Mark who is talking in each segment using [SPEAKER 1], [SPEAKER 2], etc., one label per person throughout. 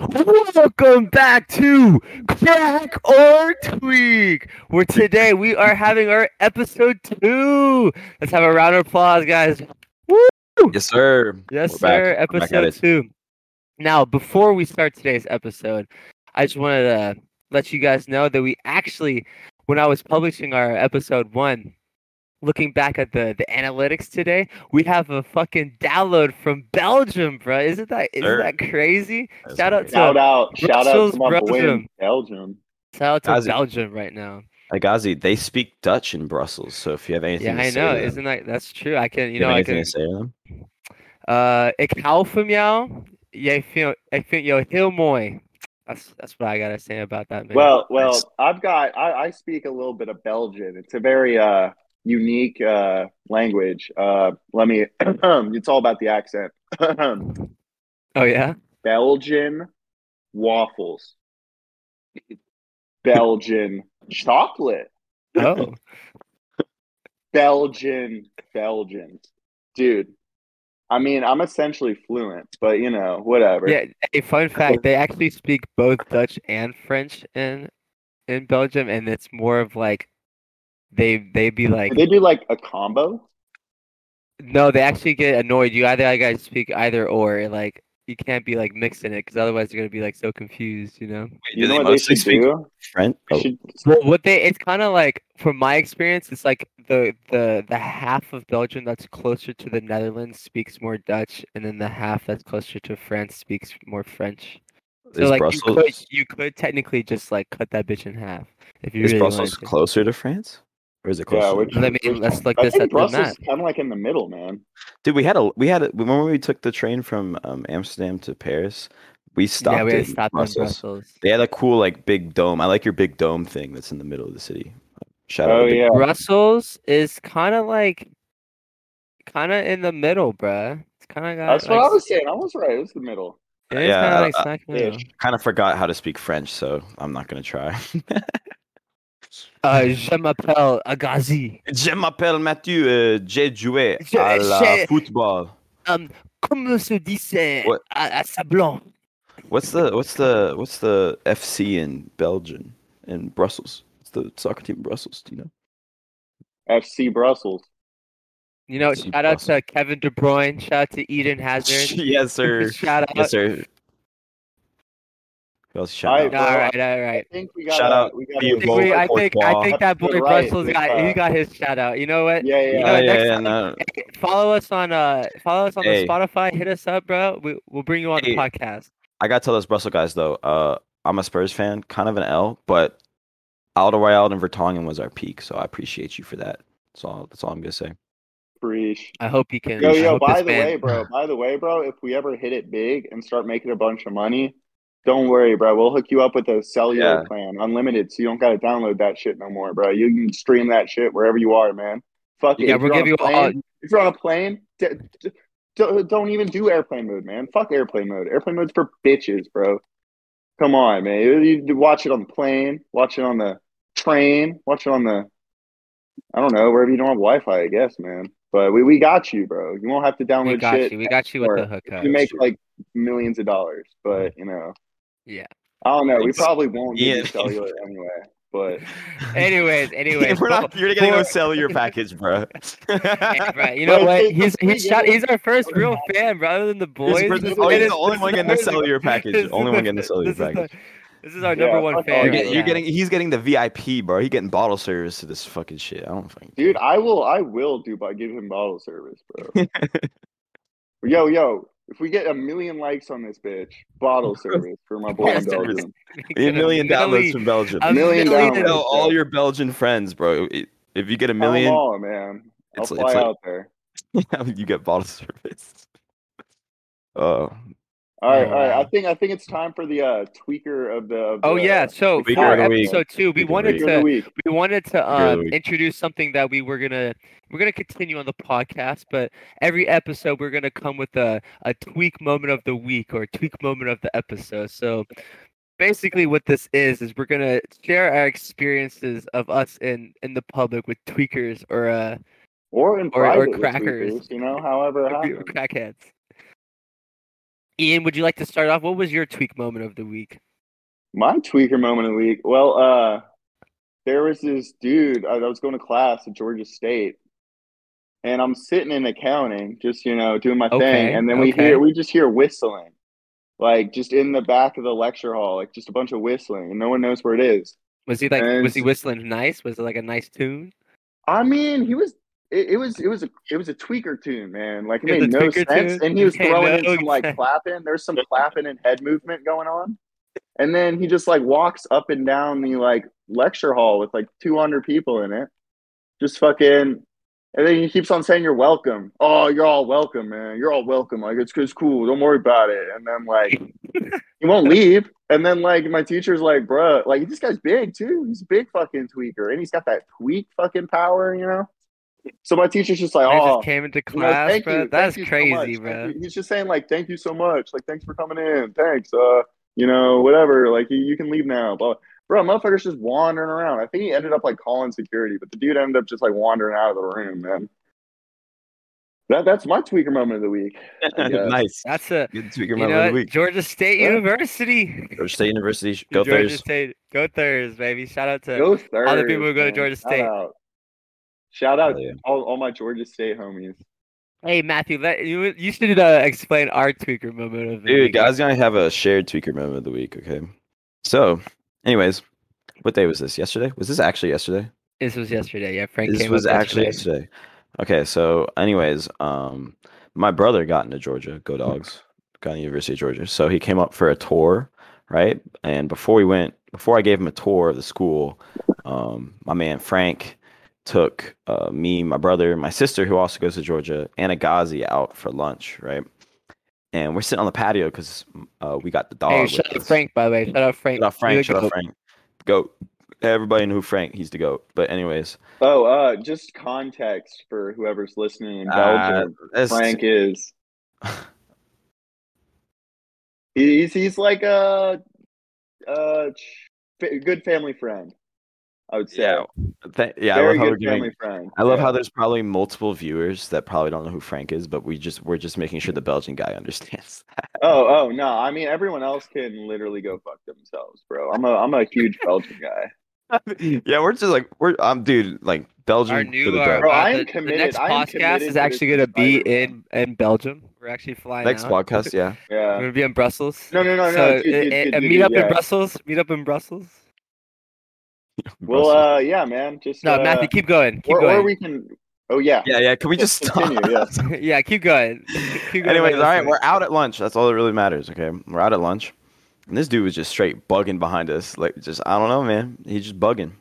[SPEAKER 1] Welcome back to Crack or Tweak, where today we are having our episode two. Let's have a round of applause, guys.
[SPEAKER 2] Yes, sir.
[SPEAKER 1] Yes,
[SPEAKER 2] We're back.
[SPEAKER 1] sir.
[SPEAKER 2] We're back
[SPEAKER 1] Episode
[SPEAKER 2] at it.
[SPEAKER 1] two. Now, before we start today's episode, I just wanted to let you guys know that we actually, when I was publishing our episode one, looking back at the the analytics today, we have a fucking download from Belgium, bro. Isn't that isn't
[SPEAKER 2] Sir.
[SPEAKER 1] that crazy?
[SPEAKER 2] That's
[SPEAKER 1] Shout out
[SPEAKER 2] right.
[SPEAKER 1] to
[SPEAKER 3] Shout out, shout out
[SPEAKER 1] Brussels,
[SPEAKER 3] to my boy
[SPEAKER 1] Belgium.
[SPEAKER 3] in Belgium.
[SPEAKER 1] Shout out to
[SPEAKER 2] Guys, it-
[SPEAKER 1] Belgium right now.
[SPEAKER 2] Agazi. They speak Dutch in Brussels, so if you have anything,
[SPEAKER 1] Yeah,
[SPEAKER 2] to
[SPEAKER 1] I
[SPEAKER 2] say
[SPEAKER 1] know.
[SPEAKER 2] to them,
[SPEAKER 1] Isn't that that's true? I can
[SPEAKER 2] if
[SPEAKER 1] you
[SPEAKER 2] you
[SPEAKER 1] know
[SPEAKER 2] have
[SPEAKER 1] I
[SPEAKER 2] anything
[SPEAKER 1] can
[SPEAKER 2] to say to them?
[SPEAKER 1] uh ik hou van jou. Jij vindt ik vind jou heel mooi. That's that's what I gotta say about that man.
[SPEAKER 3] Well, well,
[SPEAKER 2] Nice.
[SPEAKER 3] I've got I, I speak a little bit of Belgian. It's a very uh unique uh language. Uh let me it's all about the accent.
[SPEAKER 1] oh yeah.
[SPEAKER 3] Belgian waffles. Belgian chocolate.
[SPEAKER 1] Oh,
[SPEAKER 3] Belgian Belgians. Dude, I mean, I'm essentially fluent, but you know, whatever.
[SPEAKER 1] yeah. A fun fact: they actually speak both Dutch and French in in Belgium, and it's more of like they they be like
[SPEAKER 3] They do like a combo.
[SPEAKER 1] no, they actually get annoyed. You either I gotta speak either or like you can't be like mixing it because otherwise you're gonna be like so confused, you know.
[SPEAKER 2] Wait,
[SPEAKER 3] You
[SPEAKER 2] do
[SPEAKER 3] know
[SPEAKER 2] they
[SPEAKER 3] what they
[SPEAKER 2] mostly
[SPEAKER 3] should
[SPEAKER 2] speak
[SPEAKER 3] do?
[SPEAKER 2] French?
[SPEAKER 3] They
[SPEAKER 2] Oh,
[SPEAKER 3] should
[SPEAKER 1] Well, what they it's kind of like from my experience, it's like the the the half of Belgium that's closer to the Netherlands speaks more Dutch, and then the half that's closer to France speaks more French. So
[SPEAKER 2] is
[SPEAKER 1] like you
[SPEAKER 2] Brussels
[SPEAKER 1] could you could technically just like cut that bitch in half if you
[SPEAKER 2] is
[SPEAKER 1] really wanted
[SPEAKER 2] Brussels
[SPEAKER 1] to.
[SPEAKER 2] closer to France, or is it
[SPEAKER 3] Yeah,
[SPEAKER 2] closer?
[SPEAKER 3] we're
[SPEAKER 2] to
[SPEAKER 3] just-
[SPEAKER 1] uh, Let me
[SPEAKER 3] Brussels-
[SPEAKER 1] let's look
[SPEAKER 3] I
[SPEAKER 1] this up
[SPEAKER 3] think
[SPEAKER 1] on
[SPEAKER 3] Brussels
[SPEAKER 1] that.
[SPEAKER 3] is kind of like in the middle, man.
[SPEAKER 2] Dude, we had a we had a, when we took the train from um, Amsterdam to Paris, we stopped.
[SPEAKER 1] Yeah, we had
[SPEAKER 2] in
[SPEAKER 1] stopped
[SPEAKER 2] Brussels.
[SPEAKER 1] in Brussels.
[SPEAKER 2] They had a cool like big dome. I like your big dome thing that's in the middle of the city. Shout out.
[SPEAKER 3] Oh
[SPEAKER 2] to Big-
[SPEAKER 3] yeah,
[SPEAKER 1] Brussels is kind of like kind of in the middle, bruh. It's kind of got
[SPEAKER 3] that's what
[SPEAKER 1] like,
[SPEAKER 3] I was saying. I was right. It was the middle.
[SPEAKER 1] It is
[SPEAKER 2] Yeah, uh,
[SPEAKER 1] kind
[SPEAKER 2] I-
[SPEAKER 1] of like
[SPEAKER 2] I-
[SPEAKER 1] smack in the
[SPEAKER 3] yeah,
[SPEAKER 1] middle.
[SPEAKER 2] Kind of forgot how to speak French, so I'm not gonna try.
[SPEAKER 1] Uh, je m'appelle Agazi.
[SPEAKER 2] Je m'appelle Mathieu. euh, J'ai joué
[SPEAKER 1] Je-
[SPEAKER 2] à la
[SPEAKER 1] j'ai-
[SPEAKER 2] football.
[SPEAKER 1] Um, comme se disait
[SPEAKER 2] What?
[SPEAKER 1] à, à Sablon.
[SPEAKER 2] What's the what's the what's the FC in Belgium in Brussels? What's the soccer team in Brussels? Do you know?
[SPEAKER 3] FC Brussels.
[SPEAKER 1] You know,
[SPEAKER 2] Steve
[SPEAKER 1] shout out
[SPEAKER 2] Brussels.
[SPEAKER 1] to Kevin De Bruyne. Shout out to Eden Hazard.
[SPEAKER 2] yes, sir.
[SPEAKER 1] shout out.
[SPEAKER 2] yes, sir. Who else shout
[SPEAKER 3] I-
[SPEAKER 2] out?
[SPEAKER 3] Nah,
[SPEAKER 1] all right, all right.
[SPEAKER 3] I think we got
[SPEAKER 2] Shout
[SPEAKER 3] a-
[SPEAKER 2] out
[SPEAKER 3] We
[SPEAKER 2] to
[SPEAKER 3] got
[SPEAKER 2] you
[SPEAKER 3] a-
[SPEAKER 1] I think, we, I, think, I think that boy
[SPEAKER 3] You're right,
[SPEAKER 1] Brussels
[SPEAKER 3] it's,
[SPEAKER 1] got he
[SPEAKER 3] uh,
[SPEAKER 1] got his shout out. You know what?
[SPEAKER 3] yeah, yeah.
[SPEAKER 1] you
[SPEAKER 2] Oh,
[SPEAKER 1] know,
[SPEAKER 2] yeah,
[SPEAKER 1] next
[SPEAKER 2] yeah,
[SPEAKER 1] time-
[SPEAKER 2] no.
[SPEAKER 1] Follow us on uh follow us on
[SPEAKER 2] Hey.
[SPEAKER 1] the Spotify. Hit us up, bro. We we'll bring you on
[SPEAKER 2] Hey.
[SPEAKER 1] the podcast.
[SPEAKER 2] I gotta tell those Brussels guys though. Uh, I'm a Spurs fan, kind of an L, but Alderweireld and Vertonghen was our peak, so I appreciate you for that. That's all. That's all I'm gonna say.
[SPEAKER 3] Preach.
[SPEAKER 1] I hope he can.
[SPEAKER 3] Yo,
[SPEAKER 1] I
[SPEAKER 3] yo.
[SPEAKER 1] hope
[SPEAKER 3] By
[SPEAKER 1] this
[SPEAKER 3] the
[SPEAKER 1] man-
[SPEAKER 3] way, bro. By the way, bro. If we ever hit it big and start making a bunch of money, don't worry, bro. We'll hook you up with a cellular
[SPEAKER 2] Yeah.
[SPEAKER 3] plan, unlimited, so you don't gotta download that shit no more, bro. You can stream that shit wherever you are, man. Fuck it.
[SPEAKER 1] Yeah,
[SPEAKER 3] If
[SPEAKER 1] we'll
[SPEAKER 3] you're on
[SPEAKER 1] give
[SPEAKER 3] a
[SPEAKER 1] you all-
[SPEAKER 3] plane- If you're on a plane, d- d- d- don't even do airplane mode, man. Fuck airplane mode. Airplane mode's for bitches, bro. Come on, man. You, you watch it on the plane, watch it on the train, watch it on the I don't know, wherever you don't have Wi Fi, I guess, man. But we, we got you, bro. You won't have to download
[SPEAKER 1] we got
[SPEAKER 3] shit.
[SPEAKER 1] you. We got you with the hookup.
[SPEAKER 3] You make like millions of dollars, but you know.
[SPEAKER 1] Yeah.
[SPEAKER 3] I don't know. We
[SPEAKER 2] Thanks.
[SPEAKER 3] probably won't give
[SPEAKER 2] Yeah.
[SPEAKER 3] you cellular anyway. But
[SPEAKER 1] anyways, anyways,
[SPEAKER 2] we're not.
[SPEAKER 1] fo-
[SPEAKER 2] You're getting no
[SPEAKER 1] for-
[SPEAKER 2] cellular package, bro.
[SPEAKER 1] Hey, bro, you know
[SPEAKER 3] Bro,
[SPEAKER 1] what?
[SPEAKER 3] take the
[SPEAKER 1] He's
[SPEAKER 3] free
[SPEAKER 1] he's shot,
[SPEAKER 3] game.
[SPEAKER 1] he's our first real fan, bro. Other than the boys,
[SPEAKER 2] This
[SPEAKER 3] Boys,
[SPEAKER 2] is-
[SPEAKER 3] this is-
[SPEAKER 2] oh,
[SPEAKER 3] it
[SPEAKER 2] you're
[SPEAKER 3] is-
[SPEAKER 2] the only one getting the
[SPEAKER 1] this is-
[SPEAKER 2] cellular
[SPEAKER 1] this
[SPEAKER 2] package.
[SPEAKER 1] is
[SPEAKER 2] Only
[SPEAKER 1] the-
[SPEAKER 2] one getting the cellular
[SPEAKER 1] this is the-
[SPEAKER 2] package.
[SPEAKER 1] This is our
[SPEAKER 3] Yeah,
[SPEAKER 1] number one
[SPEAKER 3] fuck all
[SPEAKER 1] fan.
[SPEAKER 2] You're,
[SPEAKER 3] you
[SPEAKER 1] right
[SPEAKER 2] get, you're
[SPEAKER 1] now.
[SPEAKER 2] getting. He's getting the VIP, bro. He's getting bottle service to this fucking shit. I don't think.
[SPEAKER 3] dude, I will I will do by give him bottle service, bro. yo, yo, if we get a million likes on this bitch, bottle service for my boy in
[SPEAKER 1] Bottle service.
[SPEAKER 3] Belgium.
[SPEAKER 2] a million downloads
[SPEAKER 1] Millie-
[SPEAKER 2] from Belgium.
[SPEAKER 1] a
[SPEAKER 3] Million
[SPEAKER 1] million-
[SPEAKER 3] downloads.
[SPEAKER 2] Tell all your Belgian friends, bro. It- If you get a
[SPEAKER 3] Tell 'em
[SPEAKER 2] million,
[SPEAKER 3] all, man. I'll
[SPEAKER 2] It's- it's
[SPEAKER 3] fly
[SPEAKER 2] like-
[SPEAKER 3] out there.
[SPEAKER 2] you get bottle service. Oh,
[SPEAKER 3] All right,
[SPEAKER 1] Oh,
[SPEAKER 3] all right.
[SPEAKER 1] wow.
[SPEAKER 3] I think I think it's time for the uh, tweaker of the. Of
[SPEAKER 1] Oh
[SPEAKER 3] the- uh,
[SPEAKER 1] yeah, so
[SPEAKER 2] Week
[SPEAKER 1] for
[SPEAKER 2] of the week.
[SPEAKER 1] episode two, we
[SPEAKER 2] Week of the
[SPEAKER 1] wanted
[SPEAKER 3] tweaker of the
[SPEAKER 1] to
[SPEAKER 3] week.
[SPEAKER 1] we wanted to
[SPEAKER 2] of the
[SPEAKER 1] um,
[SPEAKER 2] week.
[SPEAKER 1] introduce something that we were gonna we're gonna continue on the podcast, but every episode we're gonna come with a a tweak moment of the week or tweak moment of the episode. So basically, what this is is we're gonna share our experiences of us in in the public with tweakers or uh
[SPEAKER 3] or in
[SPEAKER 1] or- or
[SPEAKER 3] private with
[SPEAKER 1] crackers.
[SPEAKER 3] tweakers, you know. However, it
[SPEAKER 1] or
[SPEAKER 3] happens.
[SPEAKER 1] crackheads. Ian, would you like to start off? What was your tweak moment of the week?
[SPEAKER 3] My tweaker moment of the week. Well, uh, there was this dude I I was going to class at Georgia State, and I'm sitting in accounting, just you know, doing my
[SPEAKER 1] Okay,
[SPEAKER 3] thing, and then we
[SPEAKER 1] okay.
[SPEAKER 3] hear we just hear whistling, like just in the back of the lecture hall, like just a bunch of whistling, and no one knows where it is.
[SPEAKER 1] Was he like
[SPEAKER 3] Uh,
[SPEAKER 1] was he
[SPEAKER 3] s-
[SPEAKER 1] whistling nice? Was it like a nice tune?
[SPEAKER 3] I mean, he was. It, it was it was a it was a tweaker tune, man. Like it
[SPEAKER 1] It was
[SPEAKER 3] made
[SPEAKER 1] a
[SPEAKER 3] no
[SPEAKER 1] tweaker
[SPEAKER 3] sense,
[SPEAKER 1] tune?
[SPEAKER 3] and he was
[SPEAKER 1] Made
[SPEAKER 3] throwing in
[SPEAKER 1] no
[SPEAKER 3] some like
[SPEAKER 1] sense.
[SPEAKER 3] clapping. There's some clapping and head movement going on, and then he just like walks up and down the like lecture hall with like 200 people in it, just fucking. And then he keeps on saying, "You're welcome." Oh, you're all welcome, man. You're all welcome. Like it's it's cool. Don't worry about it. And then like he won't leave. And then like my teacher's like, bruh, like this guy's big too. He's a big fucking tweaker, and he's got that tweak fucking power, you know. So my teacher's just like,
[SPEAKER 1] I
[SPEAKER 3] oh,
[SPEAKER 1] just came into
[SPEAKER 3] you know,
[SPEAKER 1] class,
[SPEAKER 3] thank you,
[SPEAKER 1] bro.
[SPEAKER 3] thank
[SPEAKER 1] That's
[SPEAKER 3] you so much,
[SPEAKER 1] crazy,
[SPEAKER 3] thank
[SPEAKER 1] bro.
[SPEAKER 3] you." He's just saying like, thank you so much, like thanks for coming in, thanks, uh, you know, whatever. Like you, you can leave now, but. Bro, motherfucker's just wandering around. I think he ended up like calling security, but the dude ended up just like wandering out of the room, man. That that's my tweaker moment of the week. I guess.
[SPEAKER 2] nice.
[SPEAKER 1] That's a
[SPEAKER 2] Good tweaker
[SPEAKER 1] you
[SPEAKER 2] moment
[SPEAKER 1] know
[SPEAKER 2] of the
[SPEAKER 1] what?
[SPEAKER 2] week.
[SPEAKER 1] Georgia State
[SPEAKER 3] Yeah.
[SPEAKER 1] University.
[SPEAKER 2] Georgia State University. sh- Go
[SPEAKER 1] Georgia
[SPEAKER 2] Thurs.
[SPEAKER 1] State. Go Thurs, baby. Shout out to
[SPEAKER 3] Go third.
[SPEAKER 1] other people who go to Georgia
[SPEAKER 3] Shout
[SPEAKER 1] State.
[SPEAKER 3] out. Shout out
[SPEAKER 2] Hell yeah.
[SPEAKER 3] all, all my Georgia State homies.
[SPEAKER 1] Hey Matthew, let, you you should uh, explain our tweaker moment of the
[SPEAKER 2] Dude,
[SPEAKER 1] week.
[SPEAKER 2] guys, gonna have a shared tweaker moment of the week. Okay. So, anyways, what day was this? Yesterday? Was this actually yesterday?
[SPEAKER 1] This was yesterday. Yeah, Frank.
[SPEAKER 2] this
[SPEAKER 1] came
[SPEAKER 2] was
[SPEAKER 1] up
[SPEAKER 2] actually
[SPEAKER 1] yesterday.
[SPEAKER 2] yesterday. Okay. So, anyways, um, my brother got into Georgia.
[SPEAKER 1] Mm.
[SPEAKER 2] Go Dogs. Got into University of Georgia. So he came up for a tour, right? And before we went, before I gave him a tour of the school, um, my man Frank took uh, me, my brother, my sister, who also goes to Georgia, and Agazi out for lunch, right? And we're sitting on the patio because uh, we got the dog.
[SPEAKER 1] Hey,
[SPEAKER 2] with
[SPEAKER 1] shout out
[SPEAKER 2] us.
[SPEAKER 1] Frank, by the way. Shout out Frank.
[SPEAKER 2] Shout
[SPEAKER 1] You're the
[SPEAKER 2] out Frank. Shout
[SPEAKER 1] goat.
[SPEAKER 2] out Frank. Goat. Everybody knew Frank. He's the goat. But anyways,
[SPEAKER 3] Oh, uh, just context for whoever's listening in
[SPEAKER 2] Uh,
[SPEAKER 1] Ah,
[SPEAKER 3] Belgium.
[SPEAKER 2] that's-
[SPEAKER 3] Frank is. He's he's like a, a ch- fa- good family friend. I would say.
[SPEAKER 2] Yeah, Th- yeah. I love
[SPEAKER 3] Very
[SPEAKER 2] how we're
[SPEAKER 3] good family
[SPEAKER 2] giving.
[SPEAKER 3] friend.
[SPEAKER 2] I love
[SPEAKER 3] Yeah.
[SPEAKER 2] how there's probably multiple viewers that probably don't know who Frank is, but we just we're just making sure the Belgian guy understands. That.
[SPEAKER 3] Oh, oh no! I mean, everyone else can literally go fuck themselves, bro. I'm a I'm a huge Belgian guy.
[SPEAKER 2] yeah, we're just like we're. I'm dude. Like Belgian.
[SPEAKER 1] Our
[SPEAKER 2] for
[SPEAKER 1] new,
[SPEAKER 2] the
[SPEAKER 1] our,
[SPEAKER 2] dog.
[SPEAKER 3] Bro,
[SPEAKER 1] uh,
[SPEAKER 3] I am
[SPEAKER 1] the, the
[SPEAKER 3] committed-
[SPEAKER 1] next
[SPEAKER 3] I am
[SPEAKER 1] podcast
[SPEAKER 3] committed
[SPEAKER 1] is
[SPEAKER 3] to
[SPEAKER 1] actually
[SPEAKER 3] this
[SPEAKER 1] going to be in
[SPEAKER 3] Spider-Man.
[SPEAKER 1] in Belgium. We're actually flying
[SPEAKER 2] Next
[SPEAKER 1] out.
[SPEAKER 2] podcast, yeah.
[SPEAKER 1] We're
[SPEAKER 3] Yeah.
[SPEAKER 1] going to be in Brussels.
[SPEAKER 3] No, no, no,
[SPEAKER 1] Mm. so
[SPEAKER 3] no. dude,
[SPEAKER 1] uh,
[SPEAKER 3] dude,
[SPEAKER 1] uh,
[SPEAKER 3] dude,
[SPEAKER 1] uh,
[SPEAKER 3] dude,
[SPEAKER 1] meet up in
[SPEAKER 3] yeah.
[SPEAKER 1] Brussels. Meet up in Brussels.
[SPEAKER 3] Well,
[SPEAKER 2] Russell.
[SPEAKER 3] uh, yeah, man. Just
[SPEAKER 1] No,
[SPEAKER 3] uh,
[SPEAKER 1] Matthew, keep going. Keep
[SPEAKER 3] or, or
[SPEAKER 1] going.
[SPEAKER 3] we can. Oh yeah.
[SPEAKER 2] yeah, yeah. Can we just stop?
[SPEAKER 3] continue, yeah.
[SPEAKER 1] yeah, keep going. keep going
[SPEAKER 2] Anyways, all right,
[SPEAKER 1] listening.
[SPEAKER 2] we're out at lunch. That's all that really matters. Okay, we're out at lunch, and this dude was just straight bugging behind us. Like, just I don't know, man. He's just bugging.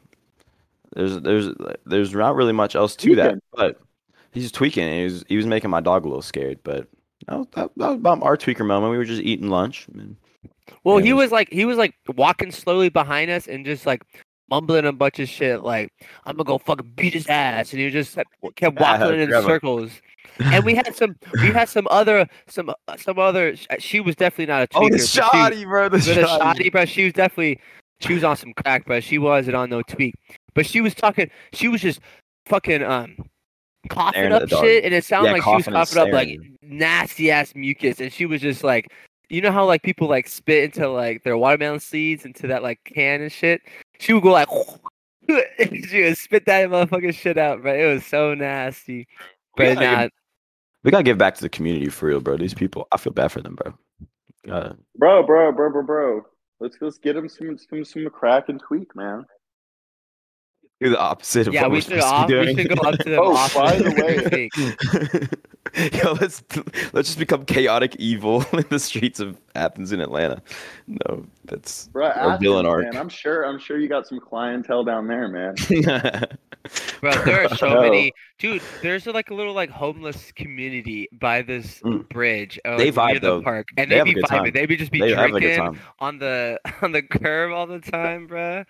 [SPEAKER 2] There's there's there's not really much else to that,
[SPEAKER 3] Tweaking.
[SPEAKER 2] but he's just tweaking. And he was he was making my dog a little scared, but that was, that, that was about our tweaker moment. We were just eating lunch. and-
[SPEAKER 1] Well,
[SPEAKER 2] Yeah,
[SPEAKER 1] he
[SPEAKER 2] it was-
[SPEAKER 1] was like he was like walking slowly behind us and just like mumbling a bunch of shit like I'm gonna go fucking beat his ass, and he was just like, w- kept
[SPEAKER 2] Yeah,
[SPEAKER 1] waffling in
[SPEAKER 2] grandma.
[SPEAKER 1] circles. And we had some we had some other some some other. sh- She was definitely not a
[SPEAKER 2] oh,
[SPEAKER 1] tweaker.
[SPEAKER 2] the
[SPEAKER 1] but she-
[SPEAKER 2] shoddy, bro. The
[SPEAKER 1] but the
[SPEAKER 2] shoddy.
[SPEAKER 1] shoddy, bro. She was definitely she was on some crack, bro. She wasn't on no tweak, but she was talking. She was just fucking um coughing
[SPEAKER 2] Staring at
[SPEAKER 1] up
[SPEAKER 2] the dog.
[SPEAKER 1] shit, and it sounded
[SPEAKER 2] Yeah,
[SPEAKER 1] like she was
[SPEAKER 2] coughing and
[SPEAKER 1] coughing up like
[SPEAKER 2] staring.
[SPEAKER 1] nasty ass mucus, and she was just like, you know how like people like spit into like their watermelon seeds into that like can and shit. She would go like. she would spit that motherfucking shit out, bro. It was so nasty.
[SPEAKER 2] We
[SPEAKER 1] But
[SPEAKER 2] gotta give-
[SPEAKER 1] not
[SPEAKER 2] We gotta give back to the community for real, bro. These people, I feel bad for them, bro. Uh,
[SPEAKER 3] Bro, bro, bro, bro, bro. Let's let's get him some some some crack and tweak, man.
[SPEAKER 2] do the opposite of
[SPEAKER 1] yeah,
[SPEAKER 2] what
[SPEAKER 1] we
[SPEAKER 2] we're
[SPEAKER 1] should
[SPEAKER 2] supposed to
[SPEAKER 1] off,
[SPEAKER 2] be
[SPEAKER 1] we
[SPEAKER 2] doing.
[SPEAKER 1] should go up to them
[SPEAKER 3] Oh,
[SPEAKER 1] often
[SPEAKER 3] by
[SPEAKER 1] and
[SPEAKER 3] the way-
[SPEAKER 1] critique.
[SPEAKER 2] Yo, let's let's just become chaotic evil in the streets of Athens in Atlanta. No, that's
[SPEAKER 3] Bro,
[SPEAKER 2] Or Dylan
[SPEAKER 3] Athens,
[SPEAKER 2] Ark.
[SPEAKER 3] man. I'm sure I'm sure you got some clientele down there, man.
[SPEAKER 1] Bro, there are so
[SPEAKER 3] No.
[SPEAKER 1] many, dude. There's like a little like homeless community by this
[SPEAKER 2] Mm.
[SPEAKER 1] bridge. Uh,
[SPEAKER 2] They
[SPEAKER 1] like, near
[SPEAKER 2] vibe, though.
[SPEAKER 1] the park, and
[SPEAKER 2] They
[SPEAKER 1] they
[SPEAKER 2] have
[SPEAKER 1] be
[SPEAKER 2] a good time.
[SPEAKER 1] vibing. They be just be
[SPEAKER 2] they have a good
[SPEAKER 1] drinking
[SPEAKER 2] time.
[SPEAKER 1] on the on the curb all the time, bro.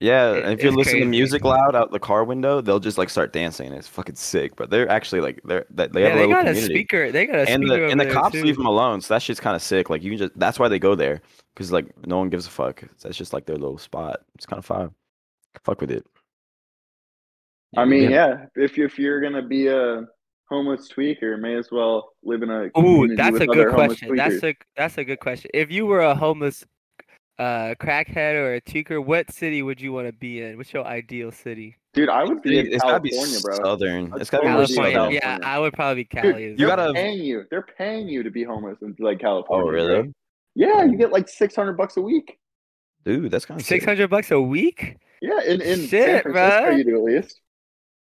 [SPEAKER 2] Yeah,
[SPEAKER 1] It-
[SPEAKER 2] and if you're
[SPEAKER 1] it's
[SPEAKER 2] listening to
[SPEAKER 1] crazy.
[SPEAKER 2] music loud out the car window, they'll just like start dancing. It's fucking sick. But they're actually like they're that they
[SPEAKER 1] Yeah,
[SPEAKER 2] have a
[SPEAKER 1] they
[SPEAKER 2] little
[SPEAKER 1] got a
[SPEAKER 2] community.
[SPEAKER 1] speaker. They got a
[SPEAKER 2] and
[SPEAKER 1] speaker.
[SPEAKER 2] the and
[SPEAKER 1] over there,
[SPEAKER 2] the cops leave
[SPEAKER 1] too.
[SPEAKER 2] them alone, so that shit's kind of sick. Like you can just that's why they go there because like no one gives a fuck. That's just like their little spot. It's kind of fun. Fuck with it.
[SPEAKER 3] I
[SPEAKER 2] Yeah,
[SPEAKER 3] mean,
[SPEAKER 2] yeah.
[SPEAKER 3] yeah. If you- if you're gonna be a homeless tweaker may as well live in a.
[SPEAKER 1] Ooh,
[SPEAKER 3] community
[SPEAKER 1] that's
[SPEAKER 3] with
[SPEAKER 1] a
[SPEAKER 3] other
[SPEAKER 1] good
[SPEAKER 3] homeless
[SPEAKER 1] question. That's
[SPEAKER 3] tweakers.
[SPEAKER 1] a that's a good question. If you were a homeless uh, crackhead or a tweaker, what city would you want to be in? What's your ideal city?
[SPEAKER 3] dude. I would be in
[SPEAKER 2] it's gotta be
[SPEAKER 3] California, bro.
[SPEAKER 2] southern.
[SPEAKER 3] I'd
[SPEAKER 2] It's gotta be
[SPEAKER 3] totally
[SPEAKER 2] really
[SPEAKER 3] be
[SPEAKER 1] California.
[SPEAKER 2] southern.
[SPEAKER 3] California.
[SPEAKER 1] Yeah, I would probably be
[SPEAKER 3] Dude,
[SPEAKER 1] Cali. as
[SPEAKER 3] you
[SPEAKER 2] you
[SPEAKER 1] well.
[SPEAKER 3] gotta
[SPEAKER 2] gotta-
[SPEAKER 3] paying you. They're paying you to be homeless in like California.
[SPEAKER 2] Oh,
[SPEAKER 3] bro.
[SPEAKER 2] really?
[SPEAKER 3] Yeah, you get like six hundred bucks a week.
[SPEAKER 2] Dude, that's kind of
[SPEAKER 1] Six hundred bucks a week,
[SPEAKER 3] Yeah, in in San
[SPEAKER 1] Shit,
[SPEAKER 3] Francisco,
[SPEAKER 1] bruh.
[SPEAKER 3] you do at least,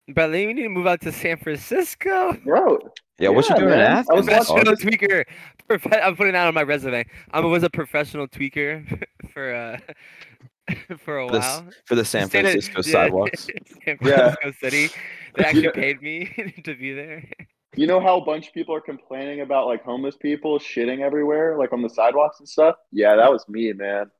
[SPEAKER 1] but then we need to move out to San Francisco.
[SPEAKER 3] bro.
[SPEAKER 2] Yeah, what you
[SPEAKER 3] Yeah,
[SPEAKER 2] doing
[SPEAKER 3] man.
[SPEAKER 2] in
[SPEAKER 3] I was
[SPEAKER 2] Athens?
[SPEAKER 3] That's
[SPEAKER 1] Professional
[SPEAKER 2] August?
[SPEAKER 1] tweaker. Profe- I'm putting that on my resume. I was a professional tweaker for uh, for a
[SPEAKER 2] For the s-
[SPEAKER 1] while.
[SPEAKER 2] for the San
[SPEAKER 1] Instead of-
[SPEAKER 2] Francisco
[SPEAKER 1] yeah,
[SPEAKER 2] sidewalks.
[SPEAKER 1] San
[SPEAKER 3] Yeah.
[SPEAKER 1] Francisco City. They
[SPEAKER 3] You
[SPEAKER 1] actually
[SPEAKER 3] know-
[SPEAKER 1] paid me to be there.
[SPEAKER 3] You know how a bunch of people are complaining about like homeless people shitting everywhere, like on the sidewalks and stuff? Yeah, that was me, man.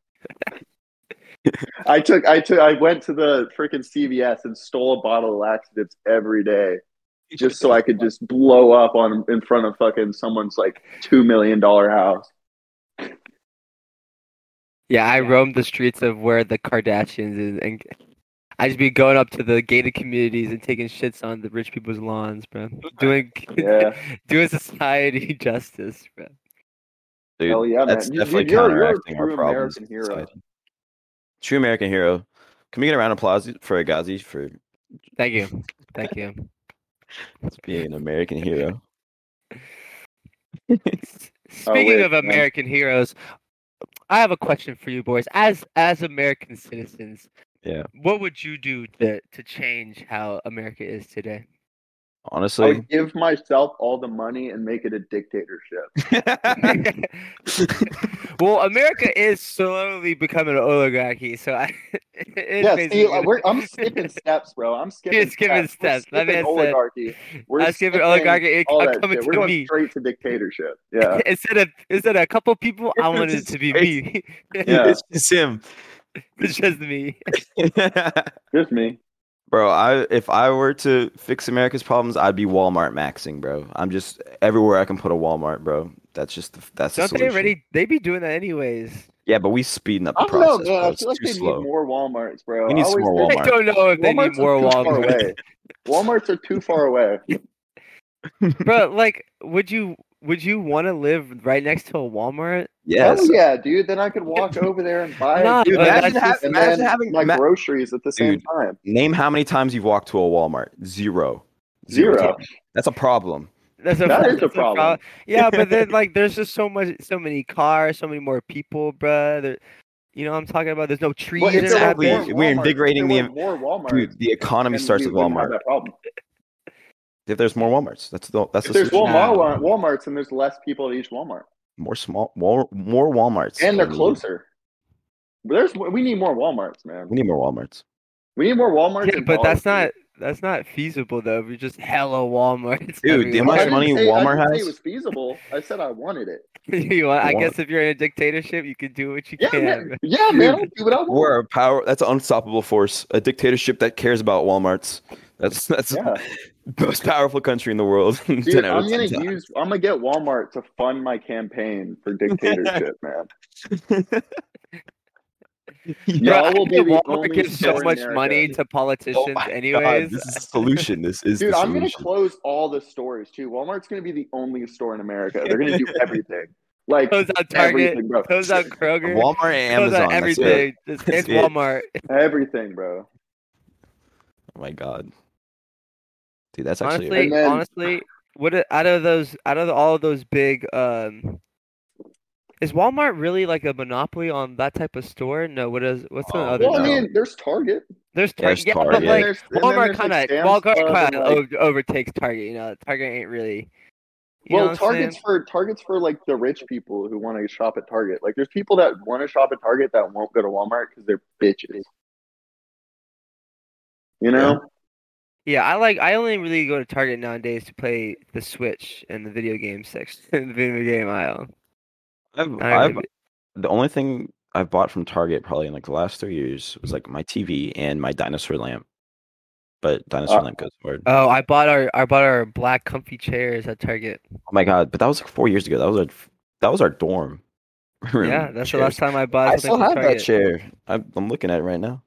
[SPEAKER 3] I took I took I went to the freaking CVS and stole a bottle of laxatives every day just so I could just blow up on in front of fucking someone's like two million dollar house.
[SPEAKER 1] Yeah, I roamed the streets of where the Kardashians is, and I just be going up to the gated communities and taking shits on the rich people's lawns, bro. Doing
[SPEAKER 3] Yeah.
[SPEAKER 1] doing society justice, bro.
[SPEAKER 2] Dude,
[SPEAKER 3] Hell yeah, man.
[SPEAKER 2] that's
[SPEAKER 3] You- you-
[SPEAKER 2] definitely
[SPEAKER 3] you're- you're a
[SPEAKER 2] counteracting
[SPEAKER 3] true
[SPEAKER 2] our problems.
[SPEAKER 3] American
[SPEAKER 2] in
[SPEAKER 3] hero.
[SPEAKER 2] society. True American hero. Can we get a round of applause for Agazi for
[SPEAKER 1] Thank you, thank you.
[SPEAKER 2] being an American hero?
[SPEAKER 1] S- Speaking
[SPEAKER 3] Oh, wait,
[SPEAKER 1] of
[SPEAKER 3] man.
[SPEAKER 1] American heroes, I have a question for you boys. As as American citizens,
[SPEAKER 2] Yeah.
[SPEAKER 1] what would you do to to change how America is today?
[SPEAKER 3] I
[SPEAKER 2] Honestly,
[SPEAKER 3] would give myself all the money and make it a dictatorship.
[SPEAKER 1] well, America is slowly becoming an oligarchy, so I. it
[SPEAKER 3] yeah,
[SPEAKER 1] makes
[SPEAKER 3] see, uh,
[SPEAKER 1] me-
[SPEAKER 3] we're, I'm skipping steps, bro. I'm skipping
[SPEAKER 1] skipping
[SPEAKER 3] We're
[SPEAKER 1] steps. My
[SPEAKER 3] skipping
[SPEAKER 1] man said-
[SPEAKER 3] oligarchy. We're
[SPEAKER 1] I was giving
[SPEAKER 3] skipping
[SPEAKER 1] oligarchy. It,
[SPEAKER 3] all
[SPEAKER 1] I'm
[SPEAKER 3] that
[SPEAKER 1] coming
[SPEAKER 3] shit. We're
[SPEAKER 1] to
[SPEAKER 3] going
[SPEAKER 1] me.
[SPEAKER 3] straight to dictatorship. Yeah.
[SPEAKER 1] Instead of instead of a couple people, I want it
[SPEAKER 2] It's
[SPEAKER 1] to be
[SPEAKER 2] crazy.
[SPEAKER 1] me.
[SPEAKER 3] Oh, Yeah.
[SPEAKER 2] it's just him.
[SPEAKER 1] it's just me.
[SPEAKER 3] Just me.
[SPEAKER 2] Bro, I if I were to fix America's problems, I'd be Walmart maxing, bro. I'm just everywhere I can put a Walmart, bro. That's just the, that's the
[SPEAKER 1] Don't they
[SPEAKER 2] solution.
[SPEAKER 1] already? They be doing that anyways.
[SPEAKER 2] Yeah, but we speeding up
[SPEAKER 3] I
[SPEAKER 2] the
[SPEAKER 3] don't know,
[SPEAKER 2] process.
[SPEAKER 3] Oh, man.
[SPEAKER 2] bro.
[SPEAKER 3] I
[SPEAKER 2] It's
[SPEAKER 3] feel like
[SPEAKER 2] too
[SPEAKER 3] they
[SPEAKER 2] slow.
[SPEAKER 3] need more Walmarts, bro.
[SPEAKER 2] We need
[SPEAKER 3] I
[SPEAKER 2] some
[SPEAKER 3] always
[SPEAKER 2] more
[SPEAKER 3] think
[SPEAKER 1] I
[SPEAKER 2] Walmart.
[SPEAKER 1] don't know if they
[SPEAKER 3] Walmarts
[SPEAKER 1] need more
[SPEAKER 3] are too far
[SPEAKER 1] Walmart.
[SPEAKER 3] away. Walmarts are too far away.
[SPEAKER 1] Bro, like, would you would you want to live right next to a Walmart?
[SPEAKER 2] Yes.
[SPEAKER 3] Oh yeah, dude. Then I could walk over there and buy
[SPEAKER 1] Nah,
[SPEAKER 3] dude,
[SPEAKER 1] bro,
[SPEAKER 3] and
[SPEAKER 1] that's
[SPEAKER 2] just-
[SPEAKER 3] then
[SPEAKER 2] imagine having-
[SPEAKER 3] my
[SPEAKER 2] ma-
[SPEAKER 3] groceries at the same
[SPEAKER 2] Dude.
[SPEAKER 3] time.
[SPEAKER 2] Name how many times you've walked to a Walmart. Zero.
[SPEAKER 3] Zero.
[SPEAKER 2] times. That's a problem.
[SPEAKER 1] That's a,
[SPEAKER 3] That is a
[SPEAKER 1] that's a prob-
[SPEAKER 3] problem.
[SPEAKER 1] Yeah, but then like, there's just so much, so many cars, so many more people, bro. There, you know, what I'm talking about. There's no trees.
[SPEAKER 3] Well, if
[SPEAKER 1] in
[SPEAKER 3] there were
[SPEAKER 2] exactly.
[SPEAKER 3] more
[SPEAKER 1] Athens.
[SPEAKER 2] We're
[SPEAKER 3] Walmarts, if
[SPEAKER 2] invigorating
[SPEAKER 3] there
[SPEAKER 2] the-
[SPEAKER 3] were more Walmarts.
[SPEAKER 2] Dude, the economy
[SPEAKER 3] then
[SPEAKER 2] starts
[SPEAKER 3] we
[SPEAKER 2] with
[SPEAKER 3] wouldn't have
[SPEAKER 2] Walmart.
[SPEAKER 3] that problem.
[SPEAKER 2] If there's more WalMarts, that's the that's
[SPEAKER 3] If
[SPEAKER 2] the
[SPEAKER 3] there's
[SPEAKER 2] solution.
[SPEAKER 3] Walmart, Walmarts, and there's less people at each Walmart,
[SPEAKER 2] More small, Wal, more WalMarts,
[SPEAKER 3] and they're
[SPEAKER 2] Ooh.
[SPEAKER 3] closer. But there's we need more WalMarts, man.
[SPEAKER 2] We need more WalMarts.
[SPEAKER 3] We need more Walmarts.
[SPEAKER 1] Yeah,
[SPEAKER 3] and
[SPEAKER 1] but that's not
[SPEAKER 3] Dollar
[SPEAKER 1] that's not feasible though. If you're just hella Walmart,
[SPEAKER 2] Dude, the
[SPEAKER 3] Tree.
[SPEAKER 2] amount
[SPEAKER 3] I
[SPEAKER 2] much
[SPEAKER 3] didn't
[SPEAKER 2] money
[SPEAKER 3] say- I
[SPEAKER 2] Walmart
[SPEAKER 3] didn't say
[SPEAKER 2] has?
[SPEAKER 3] It was feasible. I said I wanted it.
[SPEAKER 1] you want, I
[SPEAKER 2] Walmart.
[SPEAKER 1] guess if you're in a dictatorship, you can do what you
[SPEAKER 3] Yeah,
[SPEAKER 1] can.
[SPEAKER 3] man. Yeah, man. I'll do what I want.
[SPEAKER 2] We're a power. That's an unstoppable force. A dictatorship that cares about WalMarts. That's that's
[SPEAKER 3] Yeah,
[SPEAKER 2] the most powerful country in the world.
[SPEAKER 3] dude. I'm gonna use. I'm gonna get Walmart to fund my campaign for dictatorship, man.
[SPEAKER 1] Bro,
[SPEAKER 3] Y'all
[SPEAKER 1] I
[SPEAKER 3] will be
[SPEAKER 1] think
[SPEAKER 3] the
[SPEAKER 1] Walmart
[SPEAKER 3] only Oh
[SPEAKER 1] gives so
[SPEAKER 3] store in
[SPEAKER 1] much
[SPEAKER 3] America.
[SPEAKER 1] money to politicians,
[SPEAKER 2] God,
[SPEAKER 1] anyways.
[SPEAKER 2] this is the solution. This is
[SPEAKER 3] Dude,
[SPEAKER 2] the
[SPEAKER 3] I'm gonna
[SPEAKER 2] solution.
[SPEAKER 3] close all the stores too. Walmart's gonna be the only store in America. They're gonna do everything. Like
[SPEAKER 1] Close out Target,
[SPEAKER 3] everything, bro.
[SPEAKER 1] close out Kroger,
[SPEAKER 2] Walmart and
[SPEAKER 1] close
[SPEAKER 2] Amazon.
[SPEAKER 1] out
[SPEAKER 2] that's it.
[SPEAKER 1] everything. It's,
[SPEAKER 2] That's
[SPEAKER 1] it's
[SPEAKER 2] it.
[SPEAKER 1] Walmart.
[SPEAKER 3] Everything, bro.
[SPEAKER 2] Oh my god, dude, that's actually
[SPEAKER 1] honestly,
[SPEAKER 3] And then-
[SPEAKER 1] honestly, what a- out of those out of all of those big um is Walmart really like a monopoly on that type of store? No, what is what's the
[SPEAKER 2] Oh,
[SPEAKER 1] other?
[SPEAKER 2] There's
[SPEAKER 3] Well, I
[SPEAKER 1] store?
[SPEAKER 3] mean, there's Target.
[SPEAKER 1] there's, Tar-
[SPEAKER 2] there's
[SPEAKER 1] yeah, but
[SPEAKER 2] Target.
[SPEAKER 3] And
[SPEAKER 1] like
[SPEAKER 3] there's- and then
[SPEAKER 1] Walmart
[SPEAKER 3] there's, like,
[SPEAKER 1] kind of
[SPEAKER 3] Sam's
[SPEAKER 1] Walmart
[SPEAKER 3] Club and,
[SPEAKER 1] kind of
[SPEAKER 3] like-
[SPEAKER 1] overtakes Target. You know, Target ain't really. You know what
[SPEAKER 3] well,
[SPEAKER 1] I'm saying?
[SPEAKER 3] Target's for Target's for like the rich people who want to shop at Target. Like, there's people that want to shop at Target that won't go to Walmart because they're bitches. You know?
[SPEAKER 1] Yeah, I like. I only really go to Target nowadays to play the Switch and the video game section, the video game aisle.
[SPEAKER 2] I've,
[SPEAKER 1] I
[SPEAKER 2] I've,
[SPEAKER 1] agree.
[SPEAKER 2] the only thing I've bought from Target probably in like the last three years was like my TV and my dinosaur lamp. But dinosaur
[SPEAKER 3] Uh,
[SPEAKER 2] lamp goes hard.
[SPEAKER 1] Oh, I bought our I bought our black comfy chairs at Target.
[SPEAKER 2] oh my god! But that was like four years ago. That was our that was our dorm. room
[SPEAKER 1] Yeah, that's the
[SPEAKER 2] chairs.
[SPEAKER 1] last time I bought.
[SPEAKER 2] I
[SPEAKER 1] something
[SPEAKER 2] still
[SPEAKER 1] from
[SPEAKER 2] have
[SPEAKER 1] Target.
[SPEAKER 2] that chair. I'm, I'm looking at it right now.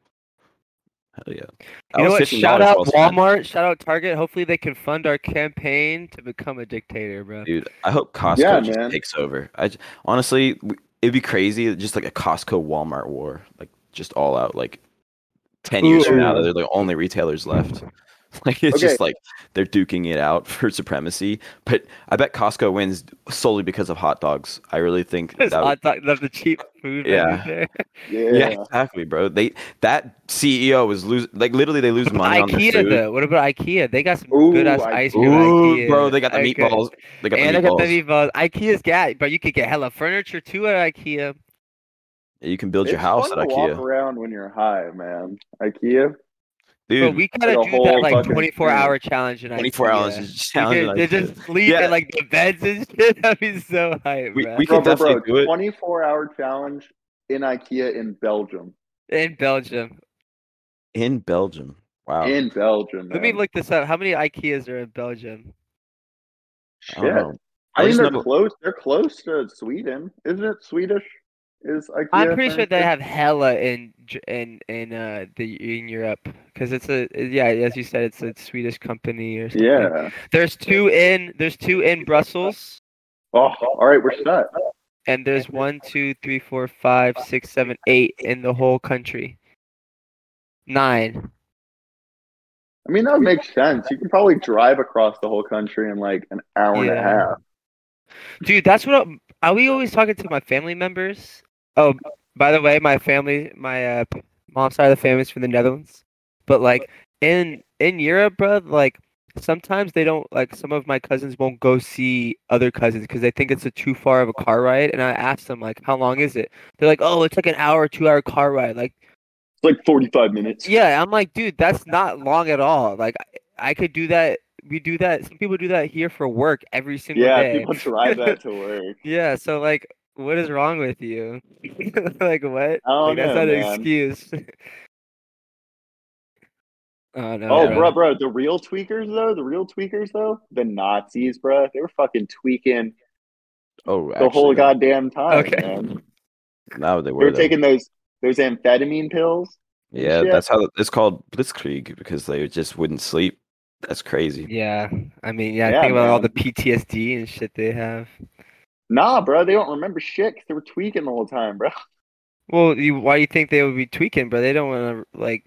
[SPEAKER 2] Hell yeah.
[SPEAKER 1] You know
[SPEAKER 2] was
[SPEAKER 1] what?
[SPEAKER 2] $15
[SPEAKER 1] Shout out
[SPEAKER 2] well spent.
[SPEAKER 1] Walmart. Shout out Target. Hopefully they can fund our campaign to become a dictator, bro.
[SPEAKER 2] Dude, I hope Costco
[SPEAKER 3] Yeah,
[SPEAKER 2] just
[SPEAKER 3] man.
[SPEAKER 2] takes over. I j- honestly, w- it'd be crazy, just like a Costco Walmart war, like just all out. Like ten years from now,
[SPEAKER 3] Ooh.
[SPEAKER 2] they're the only retailers left. Like it's
[SPEAKER 3] Okay.
[SPEAKER 2] just like they're duking it out for supremacy. But I bet Costco wins solely because of hot dogs. I really think
[SPEAKER 1] Because
[SPEAKER 2] that. would-
[SPEAKER 1] I thought love the cheap food.
[SPEAKER 2] Yeah.
[SPEAKER 1] vendors there.
[SPEAKER 3] Yeah.
[SPEAKER 2] yeah, exactly, bro. They that CEO was losing like literally they lose money on
[SPEAKER 1] IKEA
[SPEAKER 2] their food.
[SPEAKER 1] though. What about IKEA? They got some
[SPEAKER 3] Ooh,
[SPEAKER 1] good ass
[SPEAKER 3] I-
[SPEAKER 1] ice cream. at
[SPEAKER 2] Ooh,
[SPEAKER 1] IKEA.
[SPEAKER 2] bro, they got the
[SPEAKER 1] Okay.
[SPEAKER 2] meatballs. They got
[SPEAKER 1] and
[SPEAKER 2] the
[SPEAKER 1] I got the
[SPEAKER 2] meatballs.
[SPEAKER 1] meatballs. IKEA's got, but you could get hella furniture too at IKEA.
[SPEAKER 2] you can build your
[SPEAKER 3] It's
[SPEAKER 2] house at
[SPEAKER 3] fun to walk
[SPEAKER 2] IKEA,
[SPEAKER 3] around when you're high, man. IKEA.
[SPEAKER 1] But
[SPEAKER 2] dude.
[SPEAKER 1] we gotta
[SPEAKER 3] like a
[SPEAKER 1] do that
[SPEAKER 3] whole
[SPEAKER 1] like
[SPEAKER 3] fucking
[SPEAKER 1] 24 hour challenge in
[SPEAKER 2] 24
[SPEAKER 1] IKEA.
[SPEAKER 2] hours is just
[SPEAKER 1] uh, You
[SPEAKER 2] sounding
[SPEAKER 1] could-
[SPEAKER 2] like
[SPEAKER 1] they
[SPEAKER 2] shit.
[SPEAKER 1] just sleep
[SPEAKER 2] Yeah.
[SPEAKER 1] in like the beds and shit. That'd be so hype,
[SPEAKER 2] We-
[SPEAKER 1] bro.
[SPEAKER 2] we
[SPEAKER 3] Bro,
[SPEAKER 2] could
[SPEAKER 3] bro, bro,
[SPEAKER 2] definitely do it.
[SPEAKER 3] 24 hour challenge in IKEA in Belgium.
[SPEAKER 1] in Belgium.
[SPEAKER 2] in Belgium. Wow.
[SPEAKER 3] In Belgium.
[SPEAKER 1] Let me
[SPEAKER 3] man.
[SPEAKER 1] look this up. How many IKEAs are in Belgium?
[SPEAKER 2] I
[SPEAKER 3] Shit.
[SPEAKER 2] don't know. I
[SPEAKER 3] I mean,
[SPEAKER 2] just
[SPEAKER 3] they're
[SPEAKER 2] know-
[SPEAKER 3] close. They're close to Sweden, isn't it? Swedish is IKEA.
[SPEAKER 1] I'm pretty sure they
[SPEAKER 3] furniture?
[SPEAKER 1] have hella in J- in in uh the in Europe because it's a yeah as you said it's a Swedish company or something.
[SPEAKER 3] Yeah.
[SPEAKER 1] There's two in there's two in Brussels.
[SPEAKER 3] Oh, all right, we're set.
[SPEAKER 1] And there's one, two, three, four, five, six, seven, eight in the whole country. Nine.
[SPEAKER 3] I mean, that makes sense. You can probably drive across the whole country in like an hour and a
[SPEAKER 1] Yeah.
[SPEAKER 3] half.
[SPEAKER 1] Dude, that's what I'm, are we always talking to my family members? Oh, by the way, my family, my uh, p- mom's side of the family's from the Netherlands. But like in in Europe, bro, like sometimes they don't like some of my cousins won't go see other cousins because they think it's a too far of a car ride. And I asked them like, how long is it? They're like, oh, it's like an hour, two hour car ride. Like
[SPEAKER 3] It's like 45 minutes.
[SPEAKER 1] Yeah, I'm like, dude, that's not long at all. Like, I I could do that. We do that. Some people do that here for work every single
[SPEAKER 3] Yeah,
[SPEAKER 1] day.
[SPEAKER 3] people drive that to work.
[SPEAKER 1] Yeah, so like, what is wrong with you? like, what?
[SPEAKER 3] I don't
[SPEAKER 1] Like, that's
[SPEAKER 3] know,
[SPEAKER 1] not an
[SPEAKER 3] Oh, man.
[SPEAKER 1] excuse. oh no.
[SPEAKER 3] Oh, bro, bro, the real tweakers though, the real tweakers though, the Nazis, bro, they were fucking tweaking
[SPEAKER 2] Oh,
[SPEAKER 3] the whole
[SPEAKER 2] actually,
[SPEAKER 3] goddamn time,
[SPEAKER 1] Okay.
[SPEAKER 3] man.
[SPEAKER 2] Now they
[SPEAKER 3] They
[SPEAKER 2] were
[SPEAKER 3] were
[SPEAKER 2] though.
[SPEAKER 3] taking those those amphetamine pills.
[SPEAKER 2] yeah,
[SPEAKER 3] shit.
[SPEAKER 2] that's how it's called Blitzkrieg because they just wouldn't sleep. That's crazy.
[SPEAKER 1] Yeah, I mean, yeah,
[SPEAKER 3] Yeah,
[SPEAKER 1] think about all
[SPEAKER 3] man.
[SPEAKER 1] the PTSD and shit they have.
[SPEAKER 3] Nah, bro, they don't remember shit 'cause they were tweaking the whole time, bro.
[SPEAKER 1] Well, you, why do you think they would be tweaking, bro? They don't want to like.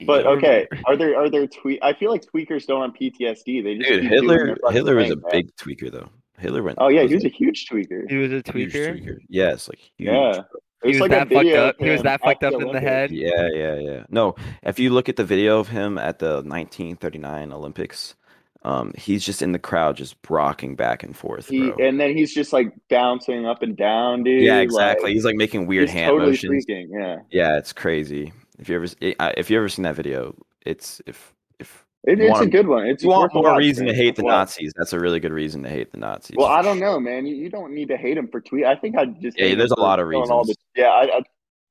[SPEAKER 1] y-
[SPEAKER 3] But
[SPEAKER 1] rem-
[SPEAKER 3] okay, are there are there tweak? I feel like tweakers don't on PTSD. They
[SPEAKER 2] Dude,
[SPEAKER 3] just keep doing
[SPEAKER 2] Hitler
[SPEAKER 3] their fucking
[SPEAKER 2] Hitler was a
[SPEAKER 3] thing, man.
[SPEAKER 2] big tweaker though. Hitler went.
[SPEAKER 3] Oh yeah, he
[SPEAKER 2] was
[SPEAKER 3] was a huge tweaker.
[SPEAKER 1] He was a
[SPEAKER 2] huge
[SPEAKER 1] tweaker.
[SPEAKER 2] Yes, like huge.
[SPEAKER 3] Yeah,
[SPEAKER 1] He
[SPEAKER 2] Yeah.
[SPEAKER 1] was
[SPEAKER 3] There's, like, a
[SPEAKER 1] that fucked
[SPEAKER 3] video
[SPEAKER 1] up.
[SPEAKER 3] of
[SPEAKER 1] He was
[SPEAKER 3] him
[SPEAKER 1] that
[SPEAKER 3] at
[SPEAKER 1] fucked
[SPEAKER 3] the
[SPEAKER 1] up in the
[SPEAKER 3] Olympics.
[SPEAKER 1] head.
[SPEAKER 2] yeah, yeah, No, if you look at the video of him at the 1939 Olympics, um, he's just in the crowd, just rocking back and forth,
[SPEAKER 3] He
[SPEAKER 2] bro.
[SPEAKER 3] and then he's just like bouncing up and down, dude.
[SPEAKER 2] yeah,
[SPEAKER 3] like,
[SPEAKER 2] exactly. he's like making weird
[SPEAKER 3] he's
[SPEAKER 2] hand
[SPEAKER 3] totally
[SPEAKER 2] motions.
[SPEAKER 3] tweaking. Yeah,
[SPEAKER 2] Yeah, it's crazy. If you ever s- i- I- if you ever seen that video, it's if if
[SPEAKER 3] It-
[SPEAKER 2] You
[SPEAKER 3] it's a
[SPEAKER 2] want-
[SPEAKER 3] good one. It's
[SPEAKER 2] you want
[SPEAKER 3] worth a
[SPEAKER 2] more
[SPEAKER 3] watch,
[SPEAKER 2] reason to
[SPEAKER 3] man.
[SPEAKER 2] hate the
[SPEAKER 3] Well,
[SPEAKER 2] Nazis, that's a really good reason to hate the Nazis.
[SPEAKER 3] Well,
[SPEAKER 2] for
[SPEAKER 3] I don't
[SPEAKER 2] sure.
[SPEAKER 3] know, man. You, you don't need to hate him for tweet. I think I just
[SPEAKER 2] Yeah,
[SPEAKER 3] hate him
[SPEAKER 2] there's a
[SPEAKER 3] for
[SPEAKER 2] lot of
[SPEAKER 3] doing all
[SPEAKER 2] reasons.
[SPEAKER 3] the- yeah, I, I,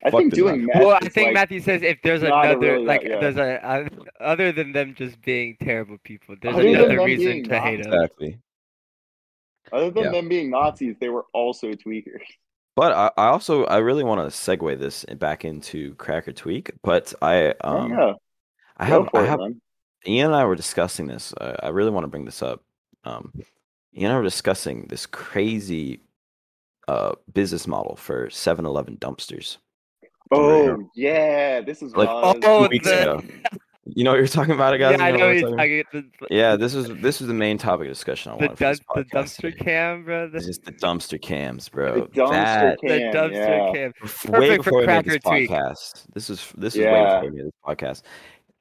[SPEAKER 3] I
[SPEAKER 2] Fuck
[SPEAKER 3] think
[SPEAKER 2] the
[SPEAKER 3] doing
[SPEAKER 2] Nazis.
[SPEAKER 3] math
[SPEAKER 1] Well, I
[SPEAKER 3] is,
[SPEAKER 1] think
[SPEAKER 3] like,
[SPEAKER 1] Matthew says if there's
[SPEAKER 3] not a
[SPEAKER 1] another
[SPEAKER 3] really-
[SPEAKER 1] like
[SPEAKER 3] yeah.
[SPEAKER 1] there's a uh, other than them just being terrible people, there's
[SPEAKER 2] Other than
[SPEAKER 1] another
[SPEAKER 3] them
[SPEAKER 1] reason
[SPEAKER 3] being
[SPEAKER 1] to hate them.
[SPEAKER 2] exactly.
[SPEAKER 3] Other than
[SPEAKER 2] Yeah.
[SPEAKER 3] them being Nazis, they were also tweakers.
[SPEAKER 2] But I, I also I really want to segue this back into Cracker Tweak. But I um
[SPEAKER 3] Oh, yeah,
[SPEAKER 2] I
[SPEAKER 3] go
[SPEAKER 2] have
[SPEAKER 3] for
[SPEAKER 2] I
[SPEAKER 3] it,
[SPEAKER 2] have
[SPEAKER 3] man.
[SPEAKER 2] Ian and I were discussing this. Uh, I really want to bring this up. Um, Ian and I were discussing this crazy uh, business model for 7-Eleven dumpsters.
[SPEAKER 3] Oh yeah, this is
[SPEAKER 2] Like,
[SPEAKER 3] what I
[SPEAKER 1] Oh,
[SPEAKER 3] was-
[SPEAKER 2] weeks
[SPEAKER 1] the,
[SPEAKER 2] ago. You know what you're talking about, guys?
[SPEAKER 1] yeah, I
[SPEAKER 2] You
[SPEAKER 1] know
[SPEAKER 2] what I'm
[SPEAKER 1] he's
[SPEAKER 2] talking-
[SPEAKER 1] talking the,
[SPEAKER 2] Yeah, this was this was the main topic of discussion I
[SPEAKER 1] the,
[SPEAKER 2] wanted for
[SPEAKER 1] dump,
[SPEAKER 2] this
[SPEAKER 1] the
[SPEAKER 2] podcast
[SPEAKER 1] dumpster
[SPEAKER 2] today.
[SPEAKER 1] cam, bro. The,
[SPEAKER 2] It's just the dumpster cams, bro.
[SPEAKER 3] the dumpster
[SPEAKER 2] That-
[SPEAKER 1] the
[SPEAKER 3] can.
[SPEAKER 1] dumpster
[SPEAKER 3] yeah.
[SPEAKER 1] cam.
[SPEAKER 2] bef- way
[SPEAKER 1] Perfect for
[SPEAKER 2] before we made this
[SPEAKER 1] Cracker Tweak.
[SPEAKER 2] podcast. This is this is way
[SPEAKER 3] Yeah.
[SPEAKER 2] before we made this podcast.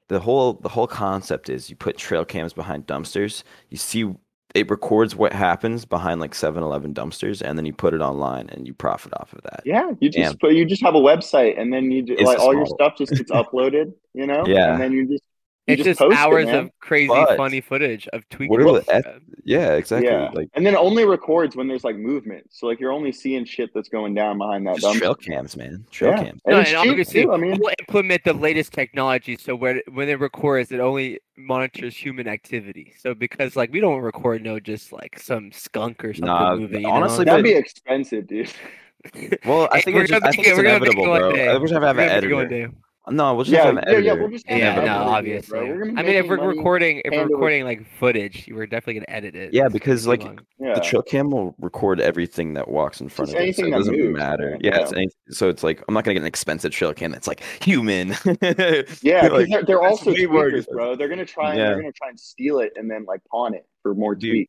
[SPEAKER 2] The whole the whole concept is you put trail cams behind dumpsters. You see it records what happens behind like 7-Eleven dumpsters, and then you put it online and you profit off of that.
[SPEAKER 3] Yeah, you
[SPEAKER 2] Yeah.
[SPEAKER 3] just put you just have a website, and then you just,
[SPEAKER 2] It's
[SPEAKER 3] like
[SPEAKER 2] a
[SPEAKER 3] all your
[SPEAKER 2] small-
[SPEAKER 3] stuff just gets uploaded, you know.
[SPEAKER 2] Yeah.
[SPEAKER 3] and then you just you
[SPEAKER 1] It's just,
[SPEAKER 3] post it,
[SPEAKER 1] hours
[SPEAKER 3] man.
[SPEAKER 1] of crazy,
[SPEAKER 2] But-
[SPEAKER 1] funny footage of tweaking.
[SPEAKER 2] What are the eth-
[SPEAKER 1] bro.
[SPEAKER 2] Yeah, exactly.
[SPEAKER 3] Yeah.
[SPEAKER 2] Like
[SPEAKER 3] and then it only records when there's like movement. So like you're only seeing shit that's going down behind that
[SPEAKER 2] just
[SPEAKER 3] dumpster.
[SPEAKER 2] trail cams, man. Trail
[SPEAKER 3] Yeah.
[SPEAKER 2] cams.
[SPEAKER 3] And
[SPEAKER 1] No,
[SPEAKER 3] it's
[SPEAKER 1] and
[SPEAKER 3] cheap,
[SPEAKER 1] obviously
[SPEAKER 3] too. I mean,
[SPEAKER 1] We'll implement the latest technology, so where when it records, it only monitors human activity. So because like we don't record no just like some skunk or something
[SPEAKER 2] Nah,
[SPEAKER 1] moving.
[SPEAKER 2] honestly,
[SPEAKER 1] you know?
[SPEAKER 3] that'd be expensive, dude.
[SPEAKER 2] Well, I
[SPEAKER 1] Hey,
[SPEAKER 2] think
[SPEAKER 1] we're gonna
[SPEAKER 2] it's, just, I
[SPEAKER 1] make
[SPEAKER 2] think
[SPEAKER 1] it-
[SPEAKER 2] it's
[SPEAKER 1] we're gonna make it
[SPEAKER 2] inevitable,
[SPEAKER 1] one
[SPEAKER 2] bro.
[SPEAKER 1] day.
[SPEAKER 2] I wish I have
[SPEAKER 1] We're
[SPEAKER 2] an
[SPEAKER 1] gonna have to go
[SPEAKER 2] editor.
[SPEAKER 1] and do-
[SPEAKER 2] No, we'll just
[SPEAKER 3] yeah,
[SPEAKER 2] have an
[SPEAKER 3] yeah, yeah,
[SPEAKER 2] editor.
[SPEAKER 3] we'll just have
[SPEAKER 2] Yeah,
[SPEAKER 1] Yeah,
[SPEAKER 3] an
[SPEAKER 2] but
[SPEAKER 1] no,
[SPEAKER 3] editor,
[SPEAKER 1] obviously.
[SPEAKER 3] Bro. We're gonna be
[SPEAKER 1] I mean, if
[SPEAKER 3] making
[SPEAKER 1] we're
[SPEAKER 3] money.
[SPEAKER 1] recording, if we're
[SPEAKER 3] and it was-
[SPEAKER 1] recording like footage, we're definitely gonna edit it.
[SPEAKER 2] Yeah,
[SPEAKER 1] It's
[SPEAKER 2] because,
[SPEAKER 1] too
[SPEAKER 2] like,
[SPEAKER 1] long.
[SPEAKER 3] yeah.
[SPEAKER 2] The trail cam will record everything that walks in front
[SPEAKER 3] Just
[SPEAKER 2] of it. So
[SPEAKER 3] anything
[SPEAKER 2] it
[SPEAKER 3] that
[SPEAKER 2] doesn't
[SPEAKER 3] moves,
[SPEAKER 2] matter.
[SPEAKER 3] yeah,
[SPEAKER 2] Yeah,
[SPEAKER 3] yeah.
[SPEAKER 2] It's any, so it's like I'm not gonna get an expensive trail cam that's like human.
[SPEAKER 3] Yeah,
[SPEAKER 2] You're
[SPEAKER 3] 'cause
[SPEAKER 2] like,
[SPEAKER 3] they're, they're
[SPEAKER 2] "That's
[SPEAKER 3] also
[SPEAKER 2] way more
[SPEAKER 3] tweakers,
[SPEAKER 2] expensive."
[SPEAKER 3] bro. They're gonna try and
[SPEAKER 2] Yeah.
[SPEAKER 3] they're gonna try and steal it and then like pawn it for more
[SPEAKER 2] Dude,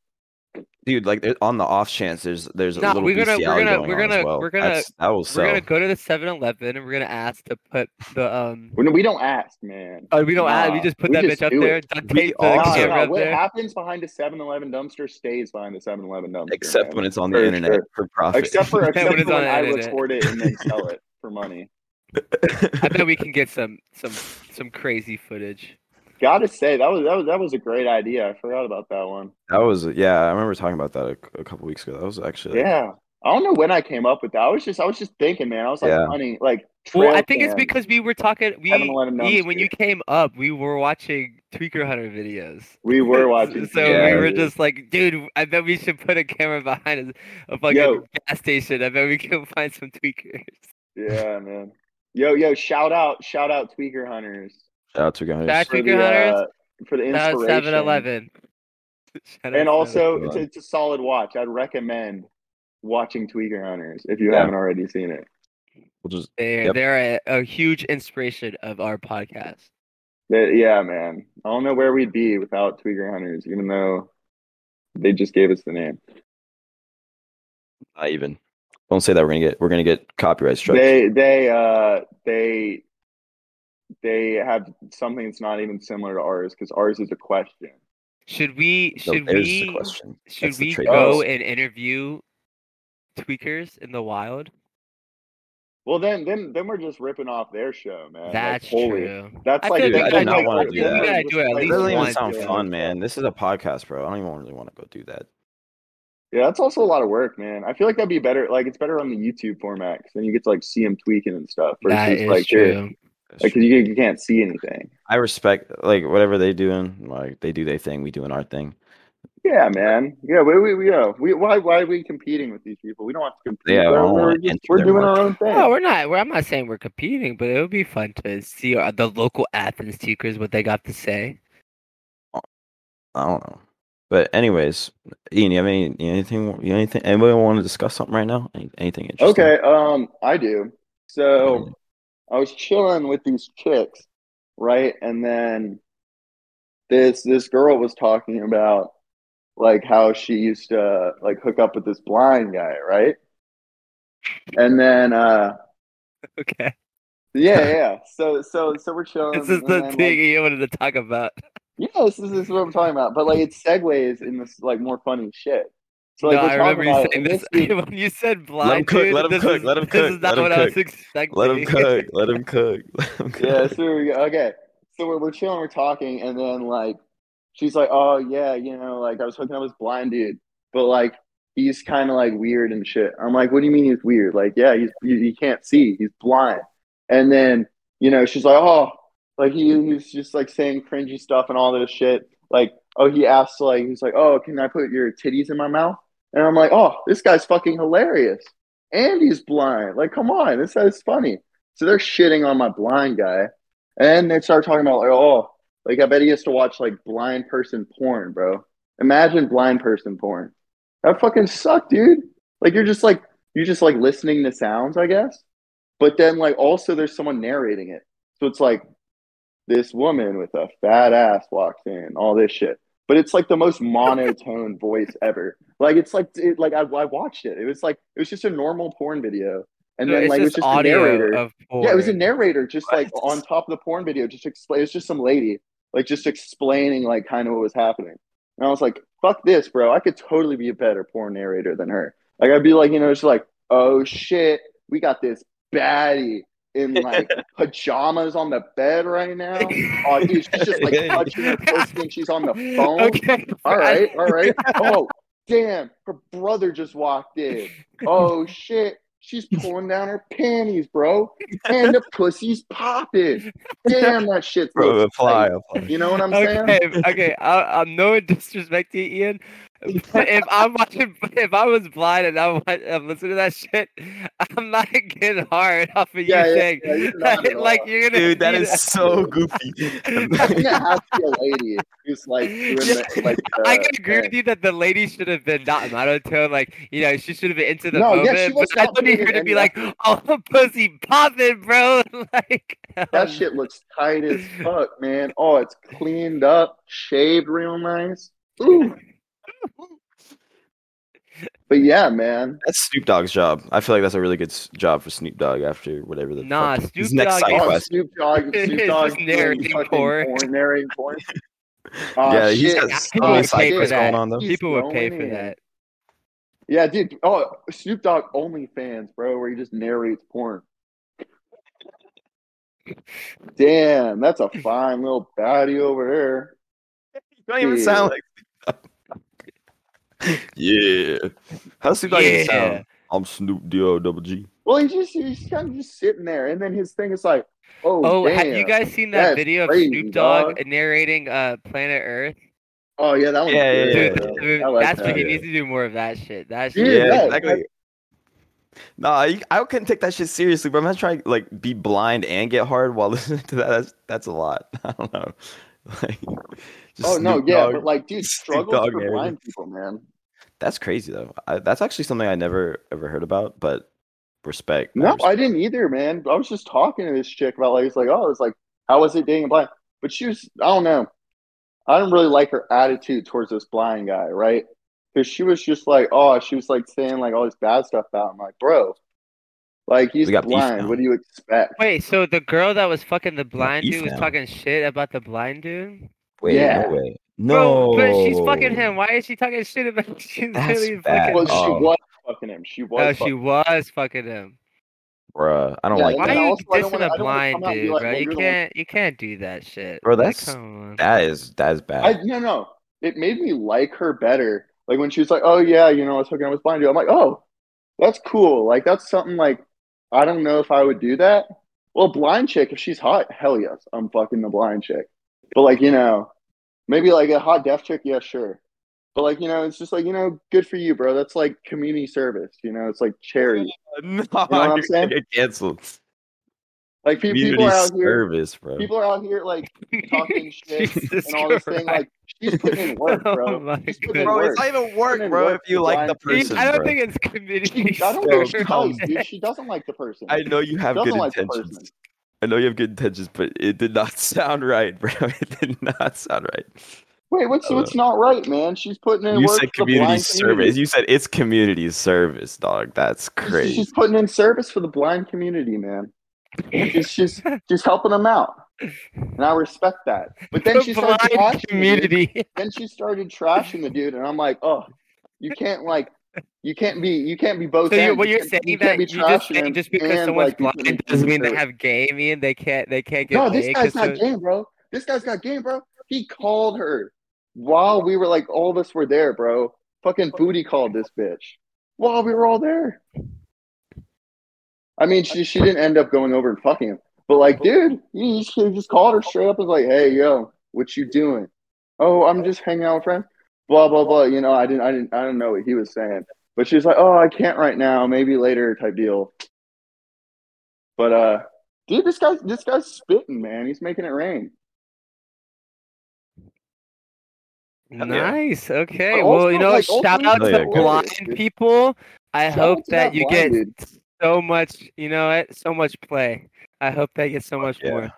[SPEAKER 3] tweaks.
[SPEAKER 2] dude. Like there- on the off chance, there's there's a
[SPEAKER 1] Nah,
[SPEAKER 2] little
[SPEAKER 1] we're gonna- we're
[SPEAKER 2] bestiality
[SPEAKER 1] gonna-
[SPEAKER 2] going
[SPEAKER 1] we're
[SPEAKER 2] on as
[SPEAKER 1] gonna-
[SPEAKER 2] well.
[SPEAKER 1] we're gonna-
[SPEAKER 2] That's- that will sell.
[SPEAKER 1] We're gonna go to the 7-Eleven and we're gonna ask to put the um.
[SPEAKER 3] We don't- we don't ask, man.
[SPEAKER 1] Oh, we don't add. We
[SPEAKER 3] Nah,
[SPEAKER 1] just put
[SPEAKER 3] we
[SPEAKER 1] that
[SPEAKER 3] just
[SPEAKER 1] bitch up
[SPEAKER 3] do
[SPEAKER 1] there.
[SPEAKER 3] it.
[SPEAKER 1] Duct
[SPEAKER 2] We
[SPEAKER 1] tape the
[SPEAKER 2] also-
[SPEAKER 3] Nah,
[SPEAKER 1] camera
[SPEAKER 3] nah,
[SPEAKER 1] up
[SPEAKER 3] what
[SPEAKER 1] there.
[SPEAKER 3] happens behind a 7-Eleven dumpster stays behind the 7-Eleven dumpster.
[SPEAKER 2] Except
[SPEAKER 3] man.
[SPEAKER 2] when it's on the
[SPEAKER 3] For
[SPEAKER 2] internet
[SPEAKER 3] sure.
[SPEAKER 2] for profit.
[SPEAKER 3] except for except
[SPEAKER 1] it's
[SPEAKER 3] for
[SPEAKER 1] on
[SPEAKER 3] when
[SPEAKER 1] the
[SPEAKER 3] I
[SPEAKER 1] internet.
[SPEAKER 3] record it and then sell it for money.
[SPEAKER 1] I bet we can get some some some crazy footage.
[SPEAKER 3] Gotta say that was that was that was a great idea. I forgot about that one.
[SPEAKER 2] that was yeah. I remember talking about that a, a couple weeks ago. That was actually
[SPEAKER 3] Yeah. I don't know when I came up with that. I was just I was just thinking, man. I was like,
[SPEAKER 2] Yeah.
[SPEAKER 3] honey, like
[SPEAKER 1] Well, I
[SPEAKER 3] trail
[SPEAKER 1] think it's
[SPEAKER 3] cam,
[SPEAKER 1] because we were talking. We
[SPEAKER 3] 7-Eleven
[SPEAKER 1] Ian, when
[SPEAKER 3] dumpster.
[SPEAKER 1] you came up, we were watching Tweaker Hunter videos.
[SPEAKER 3] we were watching.
[SPEAKER 1] So
[SPEAKER 2] Yeah.
[SPEAKER 1] we were just like, dude, I bet we should put a camera behind a, a fucking
[SPEAKER 3] Yo.
[SPEAKER 1] gas station. I bet we can find some tweakers.
[SPEAKER 3] Yeah, man. Yo, yo, shout out, shout out Tweaker Hunters. uh,
[SPEAKER 2] shout out to you
[SPEAKER 1] Shout out
[SPEAKER 2] guys.
[SPEAKER 1] to- Tweaker Hunters?
[SPEAKER 3] for the inspiration.
[SPEAKER 1] 7 Eleven.
[SPEAKER 3] And also, it's a,
[SPEAKER 2] 7-Eleven.
[SPEAKER 3] it's a solid watch. I'd recommend watching Tweaker Hunters if you
[SPEAKER 2] Yeah.
[SPEAKER 3] haven't already seen it.
[SPEAKER 2] We'll just
[SPEAKER 1] they're,
[SPEAKER 2] yep.
[SPEAKER 1] they're a, a huge inspiration of our podcast.
[SPEAKER 3] But yeah, man. I don't know where we'd be without Tweaker Hunters, even though they just gave us the name.
[SPEAKER 2] not even. Don't say that. We're gonna get we're gonna get copyright strikes.
[SPEAKER 3] They they uh they they have something that's not even similar to ours because ours is a question.
[SPEAKER 1] Should we?
[SPEAKER 2] So
[SPEAKER 1] Should
[SPEAKER 2] there's
[SPEAKER 1] we?
[SPEAKER 2] the question.
[SPEAKER 1] Should
[SPEAKER 2] That's the
[SPEAKER 1] we
[SPEAKER 2] trade-offs.
[SPEAKER 1] go and interview tweakers in the wild?
[SPEAKER 3] Well, then then then we're just ripping off their show, man. Uh, Like,
[SPEAKER 1] That's
[SPEAKER 3] holy
[SPEAKER 1] true.
[SPEAKER 3] That's
[SPEAKER 1] I
[SPEAKER 3] like,
[SPEAKER 1] feel
[SPEAKER 2] like I
[SPEAKER 3] that's
[SPEAKER 2] do not
[SPEAKER 3] like-
[SPEAKER 2] wanna
[SPEAKER 3] that's
[SPEAKER 2] do
[SPEAKER 3] like-
[SPEAKER 2] that.
[SPEAKER 1] We gotta do it at
[SPEAKER 3] like-
[SPEAKER 2] It
[SPEAKER 1] least
[SPEAKER 2] doesn't even
[SPEAKER 1] once,
[SPEAKER 2] sound
[SPEAKER 1] dude.
[SPEAKER 2] fun, man. This is a podcast, bro. I don't even really want to go do that.
[SPEAKER 3] Yeah, that's also a lot of work, man. I feel like that'd be better. Like it's better on the YouTube format because then you get to like see them tweaking and stuff.
[SPEAKER 1] That
[SPEAKER 3] versus,
[SPEAKER 1] is
[SPEAKER 3] like, here.
[SPEAKER 1] true.
[SPEAKER 3] Like 'cause you, you can't see anything.
[SPEAKER 2] I respect like whatever they doing, like they do their thing, we doing our thing.
[SPEAKER 3] Yeah, man. Yeah, we we we, uh, we why why are we competing with these people? We don't have to compete.
[SPEAKER 2] Yeah, I
[SPEAKER 3] bro.
[SPEAKER 2] don't
[SPEAKER 3] we're,
[SPEAKER 2] wanna
[SPEAKER 3] just-
[SPEAKER 2] enter
[SPEAKER 3] we're
[SPEAKER 2] their
[SPEAKER 3] doing our own thing.
[SPEAKER 1] No, we're not. We're, I'm not saying we're competing, but it would be fun to see our, the local Athens tweakers what they got to say.
[SPEAKER 2] I don't know. But anyways, Ian, you have any you anything you anything anybody want to discuss something right now? Any- Anything interesting?
[SPEAKER 3] okay, um, I do. So I was chilling with these chicks, right? And then this this girl was talking about like how she used to like hook up with this blind guy, right? And then uh
[SPEAKER 1] Okay,
[SPEAKER 3] yeah, yeah. So so so we're chilling.
[SPEAKER 1] this is
[SPEAKER 3] Um, and
[SPEAKER 1] the
[SPEAKER 3] then, like,
[SPEAKER 1] thing you wanted to talk about.
[SPEAKER 3] yeah, this is, this is what I'm talking about. But like it segues in this like more funny shit. So like
[SPEAKER 1] no,
[SPEAKER 3] we're
[SPEAKER 1] I
[SPEAKER 3] talking
[SPEAKER 1] remember
[SPEAKER 3] about
[SPEAKER 1] you
[SPEAKER 3] it,
[SPEAKER 1] saying
[SPEAKER 3] and
[SPEAKER 1] this
[SPEAKER 3] week-
[SPEAKER 1] when you said blind.
[SPEAKER 2] cook,
[SPEAKER 1] dude,
[SPEAKER 2] let 'em
[SPEAKER 1] this
[SPEAKER 2] cook,
[SPEAKER 1] is-
[SPEAKER 2] let 'em
[SPEAKER 1] This
[SPEAKER 2] cook,
[SPEAKER 1] is not
[SPEAKER 2] let 'em
[SPEAKER 1] what I was
[SPEAKER 2] cook.
[SPEAKER 1] expecting.
[SPEAKER 2] Let him cook. Let him cook. Let him cook.
[SPEAKER 3] yeah, so we go. Okay. So we're, we're chilling, we're talking, and then like she's like, Oh yeah, you know, like I was hooking up with this blind dude, but like he's kinda like weird and shit. I'm like, What do you mean he's weird? Like, yeah, he's he, he can't see, he's blind. And then, you know, she's like, Oh, like he he's just like saying cringy stuff and all this shit. Like, oh he asked like he's like, Oh, can I put your titties in my mouth? And I'm like, Oh, this guy's fucking hilarious. And he's blind. Like, come on, this guy's funny. So they're shitting on my blind guy. And they start talking about like, oh, like I bet he has to watch like blind person porn, bro. Imagine blind person porn. That fucking suck, dude. Like you're just like you're just like listening to sounds, I guess. But then like also there's someone narrating it. So it's like this woman with a fat ass walks in, all this shit. But it's like the most monotone voice ever. Like it's like it, like I, I watched it. It was like it was just a normal porn video, and
[SPEAKER 1] No,
[SPEAKER 3] then
[SPEAKER 1] it's
[SPEAKER 3] like it was
[SPEAKER 1] just
[SPEAKER 3] just a
[SPEAKER 1] audio
[SPEAKER 3] narrator.
[SPEAKER 1] of
[SPEAKER 3] Yeah, it was a
[SPEAKER 1] porn.
[SPEAKER 3] narrator just like
[SPEAKER 2] What?
[SPEAKER 3] on top of the porn video, just explain. It's just some lady like just explaining like kind of what was happening, and I was like, "Fuck this, bro! I could totally be a better porn narrator than her." Like I'd be like, you know, just like, "Oh shit, we got this baddie in like pajamas on the bed right now. Oh, dude, she's just like touching her pussy and she's on the phone.
[SPEAKER 1] Okay.
[SPEAKER 3] All right, all right. Oh, damn, her brother just walked in. Oh shit, she's pulling down her panties, bro, and the pussy's popping. Damn, that shit's
[SPEAKER 2] Bro,
[SPEAKER 3] looks
[SPEAKER 2] apply,
[SPEAKER 3] tight.
[SPEAKER 2] apply.
[SPEAKER 3] You know what I'm
[SPEAKER 1] Okay,
[SPEAKER 3] saying?
[SPEAKER 1] okay. I, I'm no disrespect to you, Ian, but if I'm watching, if I was blind and I'm, wa- I'm listening to that shit, I'm not getting hard off of
[SPEAKER 3] Yeah,
[SPEAKER 1] you
[SPEAKER 3] yeah,
[SPEAKER 1] saying
[SPEAKER 3] yeah, you're not at
[SPEAKER 1] like
[SPEAKER 3] all.
[SPEAKER 1] you're gonna
[SPEAKER 2] Dude, that
[SPEAKER 1] do
[SPEAKER 2] is so goofy.
[SPEAKER 3] It has to be a lady who's like, doing the, like uh,
[SPEAKER 1] I
[SPEAKER 3] the
[SPEAKER 1] can agree with you that the lady should have been not monotone. Like, you know, she should have been into the
[SPEAKER 3] No, yeah, she
[SPEAKER 1] moment.
[SPEAKER 3] was
[SPEAKER 1] but I
[SPEAKER 3] not
[SPEAKER 1] don't need
[SPEAKER 3] doing
[SPEAKER 1] her to
[SPEAKER 3] any
[SPEAKER 1] be like, "Oh, pussy popping, bro." like, um,
[SPEAKER 3] That shit looks tight as fuck, man. Oh, it's cleaned up, shaved real nice. Ooh. But yeah, man.
[SPEAKER 2] That's Snoop Dogg's job. I feel like that's a really good s- job for Snoop Dogg after whatever the
[SPEAKER 1] Nah,
[SPEAKER 2] fuck- his
[SPEAKER 1] Snoop Dogg
[SPEAKER 2] next side
[SPEAKER 1] is-
[SPEAKER 3] Oh,
[SPEAKER 2] quest.
[SPEAKER 3] Snoop Dogg,
[SPEAKER 1] It's
[SPEAKER 3] Snoop
[SPEAKER 1] just
[SPEAKER 3] Dogg
[SPEAKER 1] narrating porn.
[SPEAKER 3] Narrating porn. Oh,
[SPEAKER 2] yeah, he's
[SPEAKER 3] shit.
[SPEAKER 2] got so
[SPEAKER 1] I
[SPEAKER 2] many
[SPEAKER 1] would pay
[SPEAKER 2] side
[SPEAKER 1] for
[SPEAKER 2] quests
[SPEAKER 1] that.
[SPEAKER 2] going on though.
[SPEAKER 3] He's
[SPEAKER 1] people would pay
[SPEAKER 3] going
[SPEAKER 1] for
[SPEAKER 3] in.
[SPEAKER 1] that.
[SPEAKER 3] Yeah, dude. Oh, Snoop Dogg OnlyFans, bro, where he just narrates porn. Damn, that's a fine little baddie over here.
[SPEAKER 2] You don't even sound like. yeah. How's Snoop Dogg even
[SPEAKER 1] Yeah.
[SPEAKER 2] sound? I'm Snoop D O double G.
[SPEAKER 3] Well, he's just he's kind of just sitting there, and then his thing is like, oh,
[SPEAKER 1] Oh,
[SPEAKER 3] damn.
[SPEAKER 1] have you guys seen that
[SPEAKER 3] That's
[SPEAKER 1] video of
[SPEAKER 3] crazy,
[SPEAKER 1] Snoop Dogg
[SPEAKER 3] dog.
[SPEAKER 1] narrating uh, Planet Earth?
[SPEAKER 3] oh yeah, that one.
[SPEAKER 2] Yeah, yeah, yeah.
[SPEAKER 1] Dude, dude,
[SPEAKER 3] I like
[SPEAKER 1] that's
[SPEAKER 3] that.
[SPEAKER 1] what he needs to do more of that shit. That
[SPEAKER 3] Dude,
[SPEAKER 1] shit.
[SPEAKER 2] Yeah,
[SPEAKER 3] yeah,
[SPEAKER 2] exactly. Nah, you- I couldn't take that shit seriously, but I'm not trying to like be blind and get hard while listening to that. That's that's a lot. I don't know. Like, just
[SPEAKER 3] Oh no,
[SPEAKER 2] Snoop
[SPEAKER 3] yeah,
[SPEAKER 2] Dogg.
[SPEAKER 3] but like, dude,
[SPEAKER 2] Snoop
[SPEAKER 3] struggles
[SPEAKER 2] Dogg
[SPEAKER 3] for
[SPEAKER 2] narrated.
[SPEAKER 3] blind people, man.
[SPEAKER 2] That's crazy though. I, that's actually something I never ever heard about. But respect.
[SPEAKER 3] No,
[SPEAKER 2] respect.
[SPEAKER 3] I didn't either, man. I was just talking to this chick about like, it's like, oh, it's like, how was it dating a blind? But she was, I don't know. I didn't really like her attitude towards this blind guy, right? Because she was just like, oh, she was like saying like all this bad stuff about him. Like, bro, like he's
[SPEAKER 2] We got beef
[SPEAKER 3] blind.
[SPEAKER 2] now.
[SPEAKER 3] What do you expect?
[SPEAKER 1] Wait, so the girl that was fucking the blind
[SPEAKER 2] beef
[SPEAKER 1] dude was
[SPEAKER 2] now.
[SPEAKER 1] talking shit about the blind dude?
[SPEAKER 2] Wait,
[SPEAKER 3] Yeah.
[SPEAKER 2] no way. No,
[SPEAKER 1] Bro, but she's fucking him. Why is she talking shit about? She's
[SPEAKER 2] That's
[SPEAKER 1] literally
[SPEAKER 2] bad.
[SPEAKER 1] fucking.
[SPEAKER 3] Well, she
[SPEAKER 2] Oh.
[SPEAKER 3] was fucking him. She was.
[SPEAKER 1] No,
[SPEAKER 3] fucking
[SPEAKER 1] she was fucking him.
[SPEAKER 2] Bruh, I don't
[SPEAKER 3] Yeah,
[SPEAKER 2] like
[SPEAKER 3] yeah.
[SPEAKER 1] Why
[SPEAKER 2] that.
[SPEAKER 1] are
[SPEAKER 3] then
[SPEAKER 1] you
[SPEAKER 3] also, I don't
[SPEAKER 1] dissing
[SPEAKER 3] wanna-
[SPEAKER 1] a
[SPEAKER 3] I don't wanna
[SPEAKER 1] blind
[SPEAKER 3] come out and be
[SPEAKER 1] dude,
[SPEAKER 3] like,
[SPEAKER 1] bro?
[SPEAKER 3] well,
[SPEAKER 1] You
[SPEAKER 3] you're the one-
[SPEAKER 1] can't, you can't do that shit.
[SPEAKER 2] Bro,
[SPEAKER 1] Like,
[SPEAKER 2] that's-
[SPEAKER 1] come on.
[SPEAKER 2] That is that is bad.
[SPEAKER 3] I no no. It made me like her better. Like when she was like, "Oh yeah, you know, I was hooking up with blind dude." I'm like, "Oh, that's cool. Like that's something like I don't know if I would do that." Well, blind chick, if she's hot, hell yes, I'm fucking the blind chick. But like you know, maybe like a hot deaf chick, yeah, sure. But like you know, it's just like you know, good for you, bro. That's like community service. You know, it's like charity.
[SPEAKER 2] no,
[SPEAKER 3] I'm
[SPEAKER 2] you're
[SPEAKER 3] saying?
[SPEAKER 2] gonna get canceled.
[SPEAKER 3] Like pe- people
[SPEAKER 2] Community
[SPEAKER 3] are out here,
[SPEAKER 2] service, bro.
[SPEAKER 3] people are out here like talking shit
[SPEAKER 1] Jesus
[SPEAKER 3] and all this
[SPEAKER 1] Christ.
[SPEAKER 3] thing. Like she's putting in work, bro.
[SPEAKER 1] Oh my
[SPEAKER 3] She's putting
[SPEAKER 1] goodness.
[SPEAKER 3] in
[SPEAKER 2] bro,
[SPEAKER 3] work.
[SPEAKER 2] it's not even work,
[SPEAKER 3] Fucking
[SPEAKER 2] bro.
[SPEAKER 3] work,
[SPEAKER 2] If you like the
[SPEAKER 3] blind
[SPEAKER 1] Dude,
[SPEAKER 2] person,
[SPEAKER 1] I don't
[SPEAKER 2] bro.
[SPEAKER 1] think it's community.
[SPEAKER 3] I don't know. She
[SPEAKER 1] service.
[SPEAKER 3] does, dude. She doesn't like the person.
[SPEAKER 2] I know you have
[SPEAKER 3] doesn't
[SPEAKER 2] good
[SPEAKER 3] like the person.
[SPEAKER 2] intentions. I know you have good intentions, but it did not sound right, bro. It did not sound right.
[SPEAKER 3] Wait, what's
[SPEAKER 2] I
[SPEAKER 3] what's not right, man? She's putting in
[SPEAKER 2] you
[SPEAKER 3] work
[SPEAKER 2] said
[SPEAKER 3] for the
[SPEAKER 2] community
[SPEAKER 3] blind
[SPEAKER 2] service.
[SPEAKER 3] community.
[SPEAKER 2] You said it's community service, dog. That's
[SPEAKER 3] She's-
[SPEAKER 2] crazy.
[SPEAKER 3] She's putting in service for the blind community, man. She's she's, she's helping them out, and I respect that. But then
[SPEAKER 1] The
[SPEAKER 3] she started
[SPEAKER 1] blind
[SPEAKER 3] trashing community.
[SPEAKER 1] community.
[SPEAKER 3] Then she started trashing the dude, and I'm like, oh, you can't like. You can't be you can't be both.
[SPEAKER 1] So you,
[SPEAKER 3] ends.
[SPEAKER 1] what you're
[SPEAKER 3] can't-
[SPEAKER 1] saying
[SPEAKER 3] you
[SPEAKER 1] that
[SPEAKER 3] can't
[SPEAKER 1] you
[SPEAKER 3] be
[SPEAKER 1] just
[SPEAKER 3] trashing
[SPEAKER 1] saying
[SPEAKER 3] him
[SPEAKER 1] just because
[SPEAKER 3] and,
[SPEAKER 1] someone's
[SPEAKER 3] like, be
[SPEAKER 1] blind
[SPEAKER 3] community
[SPEAKER 1] doesn't mean they
[SPEAKER 3] service.
[SPEAKER 1] have gay me and they can't they can't get
[SPEAKER 3] No, this
[SPEAKER 1] laid
[SPEAKER 3] guy's
[SPEAKER 1] 'cause
[SPEAKER 3] not
[SPEAKER 1] of-
[SPEAKER 3] gay, bro. This guy's not gay, bro. He called her while we were like all of us were there, bro. Fucking booty called this bitch while we were all there. I mean, she she didn't end up going over and fucking him, but like, dude, you just, you just called her straight up and was like, "Hey, yo, what you doing? Oh, I'm just hanging out with friends." Blah blah blah. You know, I didn't I didn't I don't know what he was saying, but she was like, "Oh, I can't right now. Maybe later," type deal. But uh, dude, this guy's this guy's spitting, man. He's making it rain.
[SPEAKER 2] yeah.
[SPEAKER 1] Nice. Okay.
[SPEAKER 3] But
[SPEAKER 1] well,
[SPEAKER 3] also,
[SPEAKER 1] you know,
[SPEAKER 3] like, also
[SPEAKER 1] shout
[SPEAKER 3] you
[SPEAKER 1] out
[SPEAKER 2] Oh,
[SPEAKER 1] to
[SPEAKER 2] yeah, go
[SPEAKER 1] blind
[SPEAKER 3] ahead.
[SPEAKER 1] people. I
[SPEAKER 3] Shout
[SPEAKER 1] hope
[SPEAKER 3] out to
[SPEAKER 1] that
[SPEAKER 3] that
[SPEAKER 1] you get
[SPEAKER 3] blind dude.
[SPEAKER 1] so much. You know what? So much play. I hope that gets so much
[SPEAKER 2] yeah.
[SPEAKER 1] more.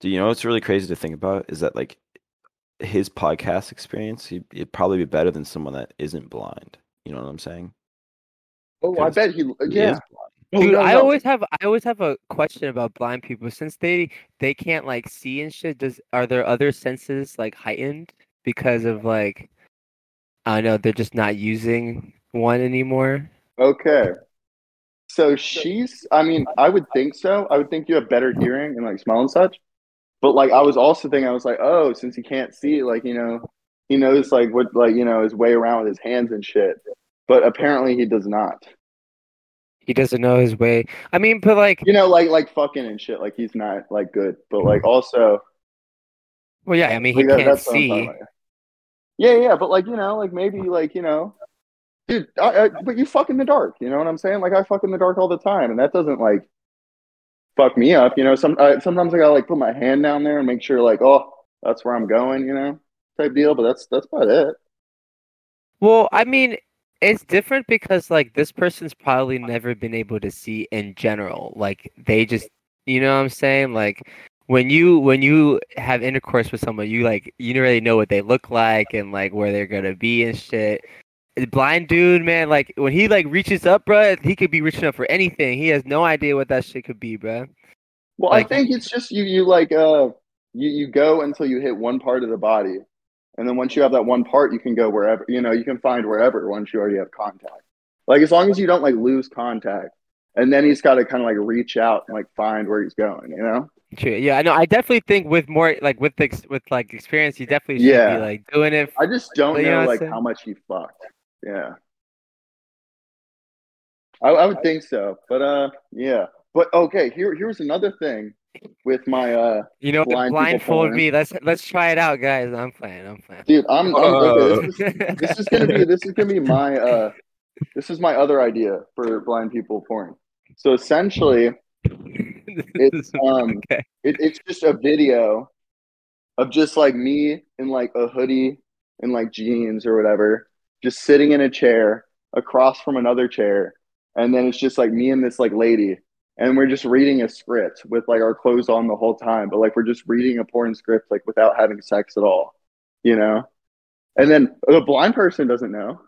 [SPEAKER 2] Do you know what's really crazy to think about is that like his podcast experience, he, it'd probably be better than someone that isn't blind. You know what I'm saying?
[SPEAKER 3] Oh, I
[SPEAKER 2] Because
[SPEAKER 3] bet he.
[SPEAKER 2] He
[SPEAKER 3] Yeah,
[SPEAKER 2] is blind.
[SPEAKER 3] Oh,
[SPEAKER 1] Dude,
[SPEAKER 3] no,
[SPEAKER 1] I
[SPEAKER 3] no.
[SPEAKER 1] always have I always have a question about blind people since they they can't like see and shit. Does are their other senses like heightened because of like I don't know they're just not using one anymore?
[SPEAKER 3] Okay. So she's, I mean, I would think so. I would think you have better hearing and like smell and such. But like, I was also thinking, I was like, oh, since he can't see, like, you know, he knows like what, like, you know, his way around with his hands and shit. But apparently he does not.
[SPEAKER 1] He doesn't know his way. I mean, but like,
[SPEAKER 3] You know, like, like fucking and shit. Like, he's not like good. But like, also,
[SPEAKER 1] well, yeah. I mean, he
[SPEAKER 3] Like, that-
[SPEAKER 1] can't
[SPEAKER 3] what I'm talking
[SPEAKER 1] see.
[SPEAKER 3] about. Yeah, yeah, but like you know, like maybe like you know, dude. I, I, but you fuck in the dark. You know what I'm saying? Like I fuck in the dark all the time, and that doesn't like fuck me up. You know, some I, sometimes I gotta like put my hand down there and make sure like, oh, that's where I'm going. You know, type deal. But that's that's about it.
[SPEAKER 1] Well, I mean, it's different because like this person's probably never been able to see in general. Like they just, you know, what I'm saying like when you when you have intercourse with someone, you like you don't really know what they look like and like where they're gonna be and shit. The Blind dude, man, like when he like reaches up, bro, he could be reaching up for anything. He has no idea what that shit could be, bro.
[SPEAKER 3] Well,
[SPEAKER 1] Like-
[SPEAKER 3] I think it's just you. You like uh, you you go until you hit one part of the body, and then once you have that one part, you can go wherever. You know, you can find wherever once you already have contact. Like as long as you don't like lose contact, and then he's got to kind of like reach out and like find where he's going. You know,
[SPEAKER 1] True. Yeah, I know. I definitely think with more like with ex- with like experience, you definitely should
[SPEAKER 3] Yeah.
[SPEAKER 1] be like doing it.
[SPEAKER 3] I just don't
[SPEAKER 1] But, you know,
[SPEAKER 3] know
[SPEAKER 1] it's
[SPEAKER 3] like
[SPEAKER 1] a-
[SPEAKER 3] how much he fucked. Yeah, I, I would think so, but uh, yeah. But okay, here here's another thing with my uh,
[SPEAKER 1] You know,
[SPEAKER 3] blind people
[SPEAKER 1] blindfold
[SPEAKER 3] porn.
[SPEAKER 1] me. Let's let's try it out, guys. I'm playing. I'm playing.
[SPEAKER 3] dude. I'm, I'm okay,
[SPEAKER 1] this
[SPEAKER 3] this is this is gonna be this is gonna be my uh this is my other idea for blind people porn so essentially it's, um,
[SPEAKER 1] okay.
[SPEAKER 3] it, it's just a video of just like me in like a hoodie and like jeans or whatever just sitting in a chair across from another chair and then it's just like me and this like lady and we're just reading a script with like our clothes on the whole time but like we're just reading a porn script like without having sex at all you know and then the blind person doesn't know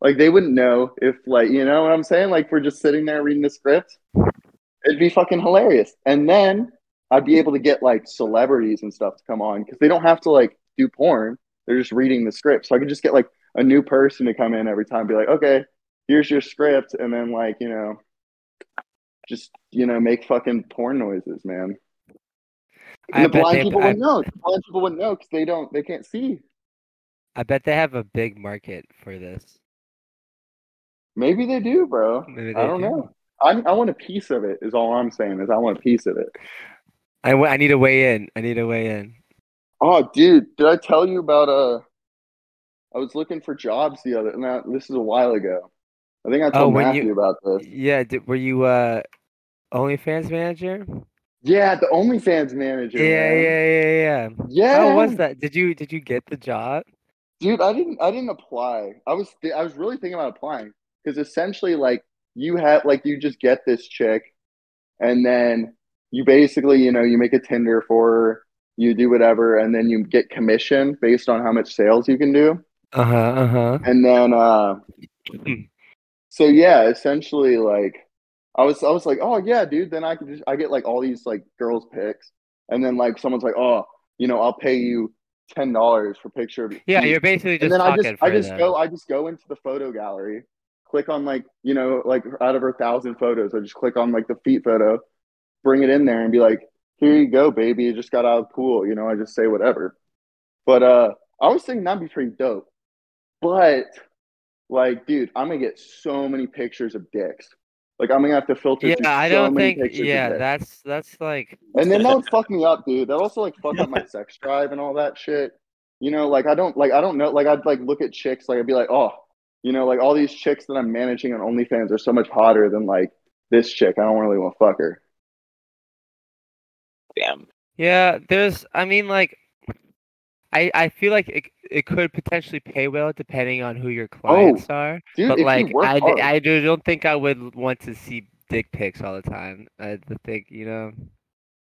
[SPEAKER 3] like they wouldn't know if like you know what i'm saying like we're just sitting there reading the script it'd be fucking hilarious and then i'd be able to get like celebrities and stuff to come on because they don't have to like do porn they're just reading the script so i could just get like a new person to come in every time and be like okay here's your script and then like you know just you know make fucking porn noises man
[SPEAKER 1] I
[SPEAKER 3] and the
[SPEAKER 1] bet
[SPEAKER 3] blind
[SPEAKER 1] they-
[SPEAKER 3] people
[SPEAKER 1] I-
[SPEAKER 3] wouldn't know the blind people wouldn't know because they don't they can't see
[SPEAKER 1] I bet they have a big market for this.
[SPEAKER 3] Maybe they do, bro.
[SPEAKER 1] Maybe
[SPEAKER 3] I
[SPEAKER 1] they
[SPEAKER 3] don't
[SPEAKER 1] do.
[SPEAKER 3] know. I I want a piece of it. Is all I'm saying is I want a piece of it.
[SPEAKER 1] I, wa- I need to weigh in. I need to weigh in.
[SPEAKER 3] Oh, dude, did I tell you about uh? I was looking for jobs the other. Now this is a while ago. I think I told
[SPEAKER 1] Oh, when you-
[SPEAKER 3] Matthew about this.
[SPEAKER 1] Yeah, did, were you uh OnlyFans manager?
[SPEAKER 3] Yeah, the OnlyFans manager.
[SPEAKER 1] Yeah, yeah,
[SPEAKER 3] man.
[SPEAKER 1] yeah, yeah.
[SPEAKER 3] yeah.
[SPEAKER 1] How was that? Did you did you get the job?
[SPEAKER 3] Dude, I didn't I didn't apply. I was th- I was really thinking about applying because essentially like you have like you just get this chick and then you basically, you know, you make a Tinder for her, you do whatever and then you get commission based on how much sales you can do.
[SPEAKER 1] Uh huh. Uh huh.
[SPEAKER 3] And then uh so yeah, essentially like I was I was like, "Oh yeah, dude, then I could just I get like all these like girls pics." And then like someone's like, "Oh, you know, I'll pay you $10 for picture of your
[SPEAKER 1] Yeah,
[SPEAKER 3] feet."
[SPEAKER 1] you're basically just
[SPEAKER 3] and then I
[SPEAKER 1] talking
[SPEAKER 3] just
[SPEAKER 1] for
[SPEAKER 3] I just
[SPEAKER 1] them.
[SPEAKER 3] go I just go into the photo gallery, click on like you know like out of her thousand photos, I just click on like the feet photo, bring it in there and be like, here you go, baby, you just got out of the pool, you know. I just say whatever, but uh, I was thinking that'd be pretty dope, but like, dude, I'm gonna get so many pictures of dicks. Like I'm gonna have to filter.
[SPEAKER 1] yeah,
[SPEAKER 3] through
[SPEAKER 1] I
[SPEAKER 3] so
[SPEAKER 1] don't
[SPEAKER 3] many
[SPEAKER 1] think.
[SPEAKER 3] pictures of
[SPEAKER 1] Yeah,
[SPEAKER 3] dicks.
[SPEAKER 1] that's that's like.
[SPEAKER 3] And then that would fuck me up, dude. That also like fuck up my sex drive and all that shit. You know, like I don't like I don't know like I'd like look at chicks like I'd be like, oh, you know, like all these chicks that I'm managing on OnlyFans are so much hotter than like this chick. I don't really want to fuck her.
[SPEAKER 2] Damn.
[SPEAKER 1] Yeah, there's. I mean, like, I I feel like it it could potentially pay well depending on who your clients are.
[SPEAKER 3] Oh, Dude, if
[SPEAKER 1] But
[SPEAKER 3] you
[SPEAKER 1] like,
[SPEAKER 3] work
[SPEAKER 1] I d-
[SPEAKER 3] hard-
[SPEAKER 1] I do, don't think I would want to see dick pics all the time. I th- think you know.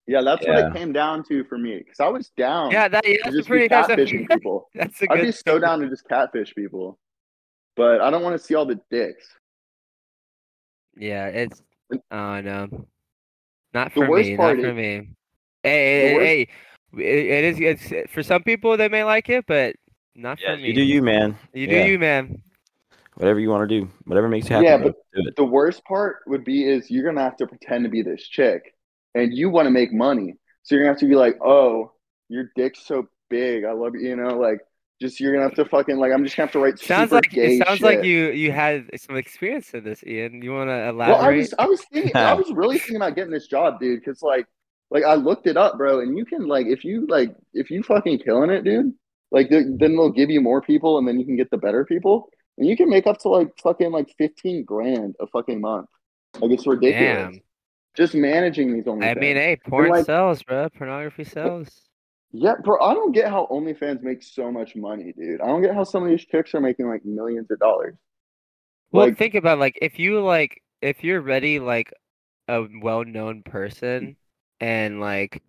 [SPEAKER 3] yeah, that's what
[SPEAKER 2] Yeah.
[SPEAKER 3] it came down to for me. Cause I was down
[SPEAKER 1] Yeah, that, yeah
[SPEAKER 3] to
[SPEAKER 1] that's a
[SPEAKER 3] just
[SPEAKER 1] pretty
[SPEAKER 3] be
[SPEAKER 1] that's a,
[SPEAKER 3] catfishing people.
[SPEAKER 1] that's a
[SPEAKER 3] I'd
[SPEAKER 1] good.
[SPEAKER 3] be so down to just catfish people. But I don't want to see all the dicks.
[SPEAKER 1] Yeah, it's. Oh no, not
[SPEAKER 3] The
[SPEAKER 1] for
[SPEAKER 3] worst
[SPEAKER 1] me.
[SPEAKER 3] part
[SPEAKER 1] Not for
[SPEAKER 3] is-
[SPEAKER 1] me. Hey, hey,
[SPEAKER 3] worst-
[SPEAKER 1] hey, w- it- it is. It's it- for some people they may like it, but not
[SPEAKER 2] Yeah,
[SPEAKER 1] for me.
[SPEAKER 2] you do you, man.
[SPEAKER 1] You do
[SPEAKER 2] Yeah.
[SPEAKER 1] you, man.
[SPEAKER 2] Whatever you want to do, whatever makes you happy.
[SPEAKER 3] Yeah,
[SPEAKER 2] bro, do it.
[SPEAKER 3] the worst part would be is you're gonna have to pretend to be this chick and you want to make money so you're gonna have to be like oh your dick's so big i love you you know like just you're gonna have to fucking like i'm just gonna have to write
[SPEAKER 1] Sounds
[SPEAKER 3] super
[SPEAKER 1] like
[SPEAKER 3] gay
[SPEAKER 1] it sounds like
[SPEAKER 3] shit.
[SPEAKER 1] you you had some experience in this, Ian. You want to
[SPEAKER 3] well i
[SPEAKER 1] elaborate?
[SPEAKER 3] was i was thinking i was really thinking about getting this job dude because like like i looked it up bro and you can like if you like if you fucking killing it dude like th- then they'll give you more people and then you can get the better people And you can make up to like fucking like fifteen grand a fucking month. Like it's
[SPEAKER 1] Damn.
[SPEAKER 3] ridiculous. Just managing these only.
[SPEAKER 1] I mean, hey, porn
[SPEAKER 3] like-
[SPEAKER 1] sells, bro. Pornography sells.
[SPEAKER 3] Yeah, bro, I don't get how OnlyFans makes so much money, dude. I don't get how some of these chicks are making like millions of dollars.
[SPEAKER 1] Well,
[SPEAKER 3] Like-
[SPEAKER 1] think about like if you like if you're already like a well-known person and like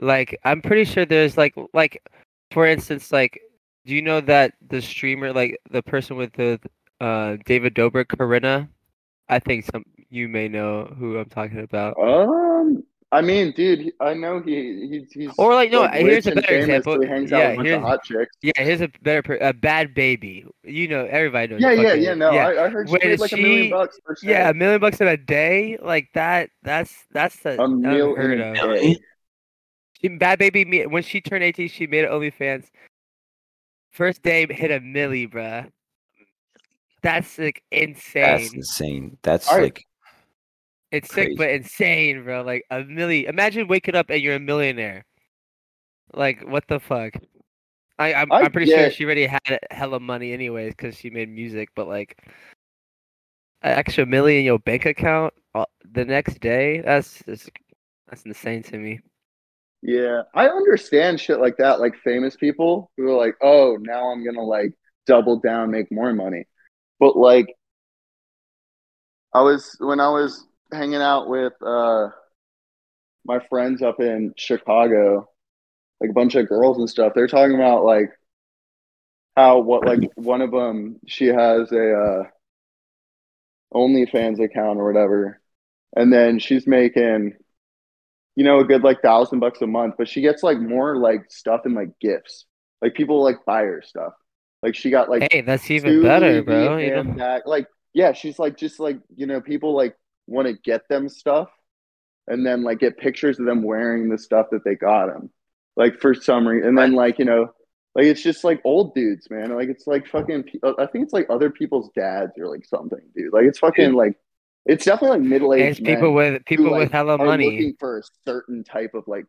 [SPEAKER 1] like I'm pretty sure there's like like for instance like do you know that the streamer like the person with the uh David Dobrik Corinna I think some you may know who I'm talking about
[SPEAKER 3] Um, I mean, dude, he- I know he he- he's
[SPEAKER 1] Or, like, no, here's a
[SPEAKER 3] rich and
[SPEAKER 1] better
[SPEAKER 3] famous,
[SPEAKER 1] example.
[SPEAKER 3] so he hangs out
[SPEAKER 1] Yeah,
[SPEAKER 3] with a bunch
[SPEAKER 1] here's-
[SPEAKER 3] of hot chicks.
[SPEAKER 1] yeah here's a better per- a bad baby you know everybody knows
[SPEAKER 3] Yeah, yeah,
[SPEAKER 1] fucking-
[SPEAKER 3] yeah. No, I, I heard she
[SPEAKER 1] Where
[SPEAKER 3] made
[SPEAKER 1] is
[SPEAKER 3] like a million
[SPEAKER 1] she-
[SPEAKER 3] bucks per show.
[SPEAKER 1] Yeah, a million bucks in a day, like that. That's that's the
[SPEAKER 3] a million.
[SPEAKER 1] unheard of.
[SPEAKER 2] day.
[SPEAKER 1] She, Bad baby, me- when she turned eighteen, she made OnlyFans. First day hit a milli, bruh. That's like insane.
[SPEAKER 2] That's insane. That's
[SPEAKER 3] Alright.
[SPEAKER 2] like
[SPEAKER 1] it's sick, but insane, bro. Like a milli. Imagine waking up and you're a millionaire. Like what the fuck? I I'm,
[SPEAKER 3] I
[SPEAKER 1] I'm pretty sure
[SPEAKER 3] get-
[SPEAKER 1] she already had hella money anyways because she made music, but like an extra million in your bank account uh, the next day. That's just, that's insane to me.
[SPEAKER 3] Yeah, I understand shit like that, like famous people who are like, oh, now I'm gonna like double down, make more money. But like, I was when I was hanging out with uh my friends up in Chicago, like a bunch of girls and stuff, they're talking about like how what like one of them she has a uh OnlyFans account or whatever, and then she's making you know, a good like thousand bucks a month, but she gets like more like stuff and like gifts. Like people like buy her stuff. Like she got like
[SPEAKER 1] Hey, that's even
[SPEAKER 3] two
[SPEAKER 1] better,
[SPEAKER 3] EV
[SPEAKER 1] bro. You know?
[SPEAKER 3] handbag- Like yeah, she's like just like you know, people like want to get them stuff, and then like get pictures of them wearing the stuff that they got them. Like for some reason, and then like you know, like it's just like old dudes, man. Like it's like fucking. pe- I think it's like other people's dads or like something, dude. Like it's fucking like. It's definitely like middle
[SPEAKER 1] And it's
[SPEAKER 3] aged
[SPEAKER 1] people with people with
[SPEAKER 3] like,
[SPEAKER 1] hella
[SPEAKER 3] are
[SPEAKER 1] money.
[SPEAKER 3] looking for a certain type of like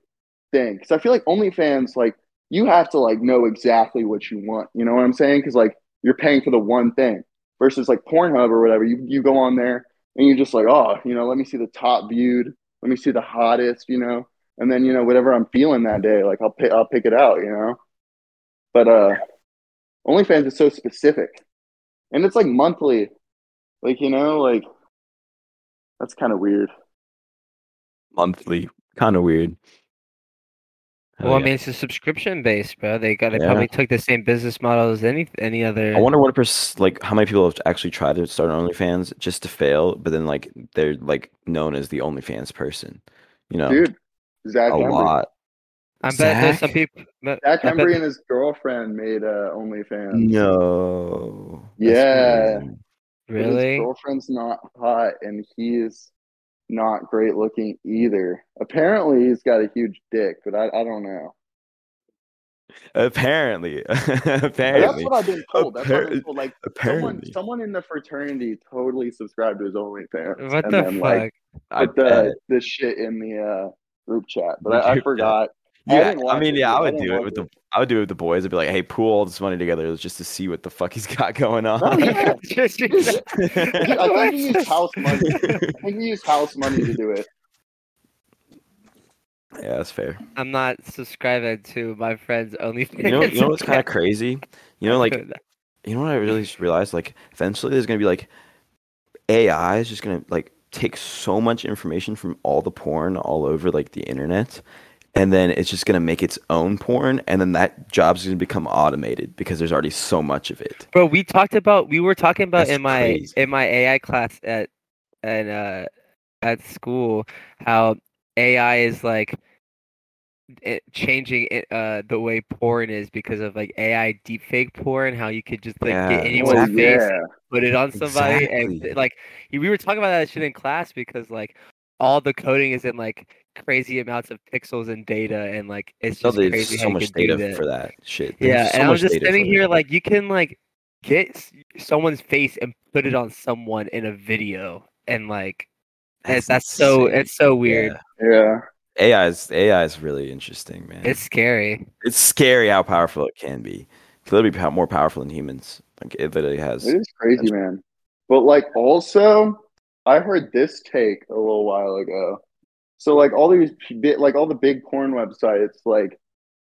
[SPEAKER 3] thing because I feel like OnlyFans like you have to like know exactly what you want. You know what I'm saying? Because like you're paying for the one thing versus like Pornhub or whatever. You you go on there and you're just like, oh, you know, let me see the top viewed, let me see the hottest, you know, and then you know whatever I'm feeling that day, like I'll pick I'll pick it out, you know. But uh, OnlyFans is so specific, and it's like monthly, like you know, like that's kind of weird.
[SPEAKER 2] monthly. Kind of weird. Hell
[SPEAKER 1] Well, I
[SPEAKER 2] yeah.
[SPEAKER 1] mean, it's a subscription base, bro. They got they
[SPEAKER 2] Yeah.
[SPEAKER 1] probably took the same business model as any any other.
[SPEAKER 2] I wonder what perc- like how many people have actually tried to start an OnlyFans just to fail, but then like they're like known as the OnlyFans person. You know,
[SPEAKER 3] Dude, Zach
[SPEAKER 2] a
[SPEAKER 3] Embry.
[SPEAKER 2] lot.
[SPEAKER 1] I bet there's some
[SPEAKER 2] Zach?
[SPEAKER 1] people. but
[SPEAKER 3] Zach
[SPEAKER 1] I bet-
[SPEAKER 3] Embry and his girlfriend made uh, OnlyFans.
[SPEAKER 2] No. that's
[SPEAKER 3] Yeah.
[SPEAKER 2] crazy.
[SPEAKER 3] But His
[SPEAKER 1] Really?
[SPEAKER 3] girlfriend's not hot, and he's not great looking either. Apparently, he's got a huge dick, but I, I don't know.
[SPEAKER 2] Apparently.
[SPEAKER 3] That's
[SPEAKER 2] apparently.
[SPEAKER 3] what I've been told. That's what I've been
[SPEAKER 2] Apparent-
[SPEAKER 3] told. Like someone,
[SPEAKER 2] Apparently.
[SPEAKER 3] someone in the fraternity totally subscribed to his OnlyFans,
[SPEAKER 1] What
[SPEAKER 3] and
[SPEAKER 1] the
[SPEAKER 3] then
[SPEAKER 1] fuck?
[SPEAKER 3] like
[SPEAKER 2] I
[SPEAKER 3] put the
[SPEAKER 2] bet.
[SPEAKER 3] the shit in the uh, group chat.
[SPEAKER 2] The
[SPEAKER 3] But I, I
[SPEAKER 2] group chat.
[SPEAKER 3] forgot. I
[SPEAKER 2] Yeah,
[SPEAKER 3] didn't
[SPEAKER 2] I,
[SPEAKER 3] watch
[SPEAKER 2] mean,
[SPEAKER 3] it,
[SPEAKER 2] yeah,
[SPEAKER 3] dude.
[SPEAKER 2] I
[SPEAKER 3] I
[SPEAKER 2] would
[SPEAKER 3] didn't
[SPEAKER 2] do it
[SPEAKER 3] watch
[SPEAKER 2] with
[SPEAKER 3] it.
[SPEAKER 2] the I would do it with the boys. I'd be like, hey, pool all this money together just to see what the fuck he's got going on.
[SPEAKER 3] Oh, yeah.
[SPEAKER 1] Just-
[SPEAKER 3] Dude, I think he used house money. I think he used house money to do it.
[SPEAKER 2] Yeah, that's fair.
[SPEAKER 1] I'm not subscribing to my friend's OnlyFans.
[SPEAKER 2] You know, you know what's kind of
[SPEAKER 1] account.
[SPEAKER 2] crazy? You know, like you know what I really just realized? Like eventually there's gonna be like AI is just gonna like take so much information from all the porn all over like the internet and then it's just gonna make its own porn and then that job's gonna become automated because there's already so much of it.
[SPEAKER 1] bro, we talked about we were talking about
[SPEAKER 2] That's
[SPEAKER 1] in my
[SPEAKER 2] crazy.
[SPEAKER 1] in my AI class at at uh at school how AI is like it, changing it, uh the way porn is because of like AI deepfake porn, how you could just like
[SPEAKER 2] Yeah,
[SPEAKER 1] get
[SPEAKER 3] Oh,
[SPEAKER 1] anyone's
[SPEAKER 2] exactly.
[SPEAKER 1] face put it on somebody
[SPEAKER 2] Exactly.
[SPEAKER 1] and like we were talking about that shit in class because like all the coding is in like crazy amounts of pixels and data and like it's
[SPEAKER 2] So
[SPEAKER 1] just
[SPEAKER 2] there's
[SPEAKER 1] crazy
[SPEAKER 2] so
[SPEAKER 1] how you
[SPEAKER 2] much
[SPEAKER 1] can do
[SPEAKER 2] data
[SPEAKER 1] that.
[SPEAKER 2] for that shit. There's
[SPEAKER 1] yeah
[SPEAKER 2] so
[SPEAKER 1] and i was
[SPEAKER 2] much
[SPEAKER 1] just
[SPEAKER 2] data for
[SPEAKER 1] sitting
[SPEAKER 2] that.
[SPEAKER 1] here like you can like get s- someone's face and put it on someone in a video and like that's, that's so
[SPEAKER 2] insane.
[SPEAKER 1] it's so weird
[SPEAKER 2] Yeah.
[SPEAKER 3] Yeah.
[SPEAKER 2] AI is AI is really interesting, man.
[SPEAKER 1] it's scary
[SPEAKER 2] it's scary how powerful it can be. It's literally pow- more powerful than humans. Like it literally has.
[SPEAKER 3] It is crazy,
[SPEAKER 2] That's-
[SPEAKER 3] man. But like also, I heard this take a little while ago. So like all these bi- like all the big porn websites, like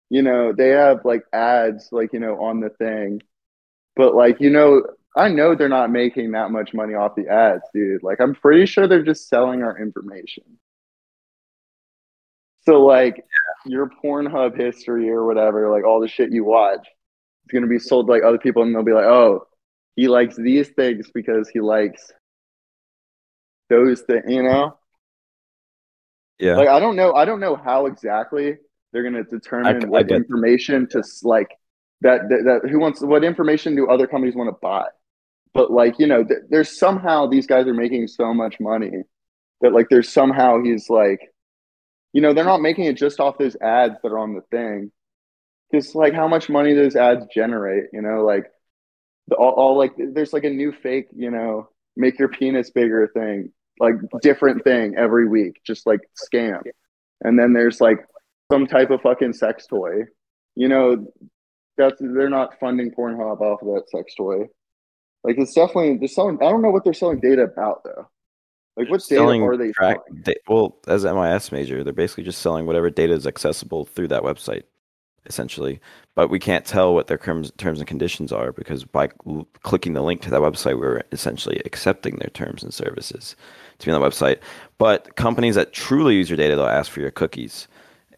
[SPEAKER 3] you know they have like ads like you know on the thing, but like you know I know they're not making that much money off the ads, dude. Like I'm pretty sure they're just selling our information. So like your Pornhub history or whatever, like all the shit you watch, it's gonna be sold to like other people, and they'll be like, oh he likes these things because he likes those things you know
[SPEAKER 2] Yeah.
[SPEAKER 3] like i don't know i don't know how exactly they're going to determine
[SPEAKER 2] I
[SPEAKER 3] what
[SPEAKER 2] get-
[SPEAKER 3] information to s- like that, that that who wants what information do other companies want to buy but like you know th- there's somehow these guys are making so much money that like there's somehow he's like you know they're not making it just off those ads that are on the thing because like how much money those ads generate you know like the, all, all like there's like a new fake you know make your penis bigger thing like different thing every week just like scam and then there's like some type of fucking sex toy you know that's they're not funding pornhub off of that sex toy like it's definitely they're selling i don't know what they're selling data about though like what data
[SPEAKER 2] selling
[SPEAKER 3] are they
[SPEAKER 2] track.
[SPEAKER 3] selling?
[SPEAKER 2] da- well, as an MIS major, they're basically just selling whatever data is accessible through that website, essentially. But we can't tell what their terms, terms and conditions are because by l- clicking the link to that website, we're essentially accepting their terms and services to be on that website. But companies that truly use your data, they'll ask for your cookies,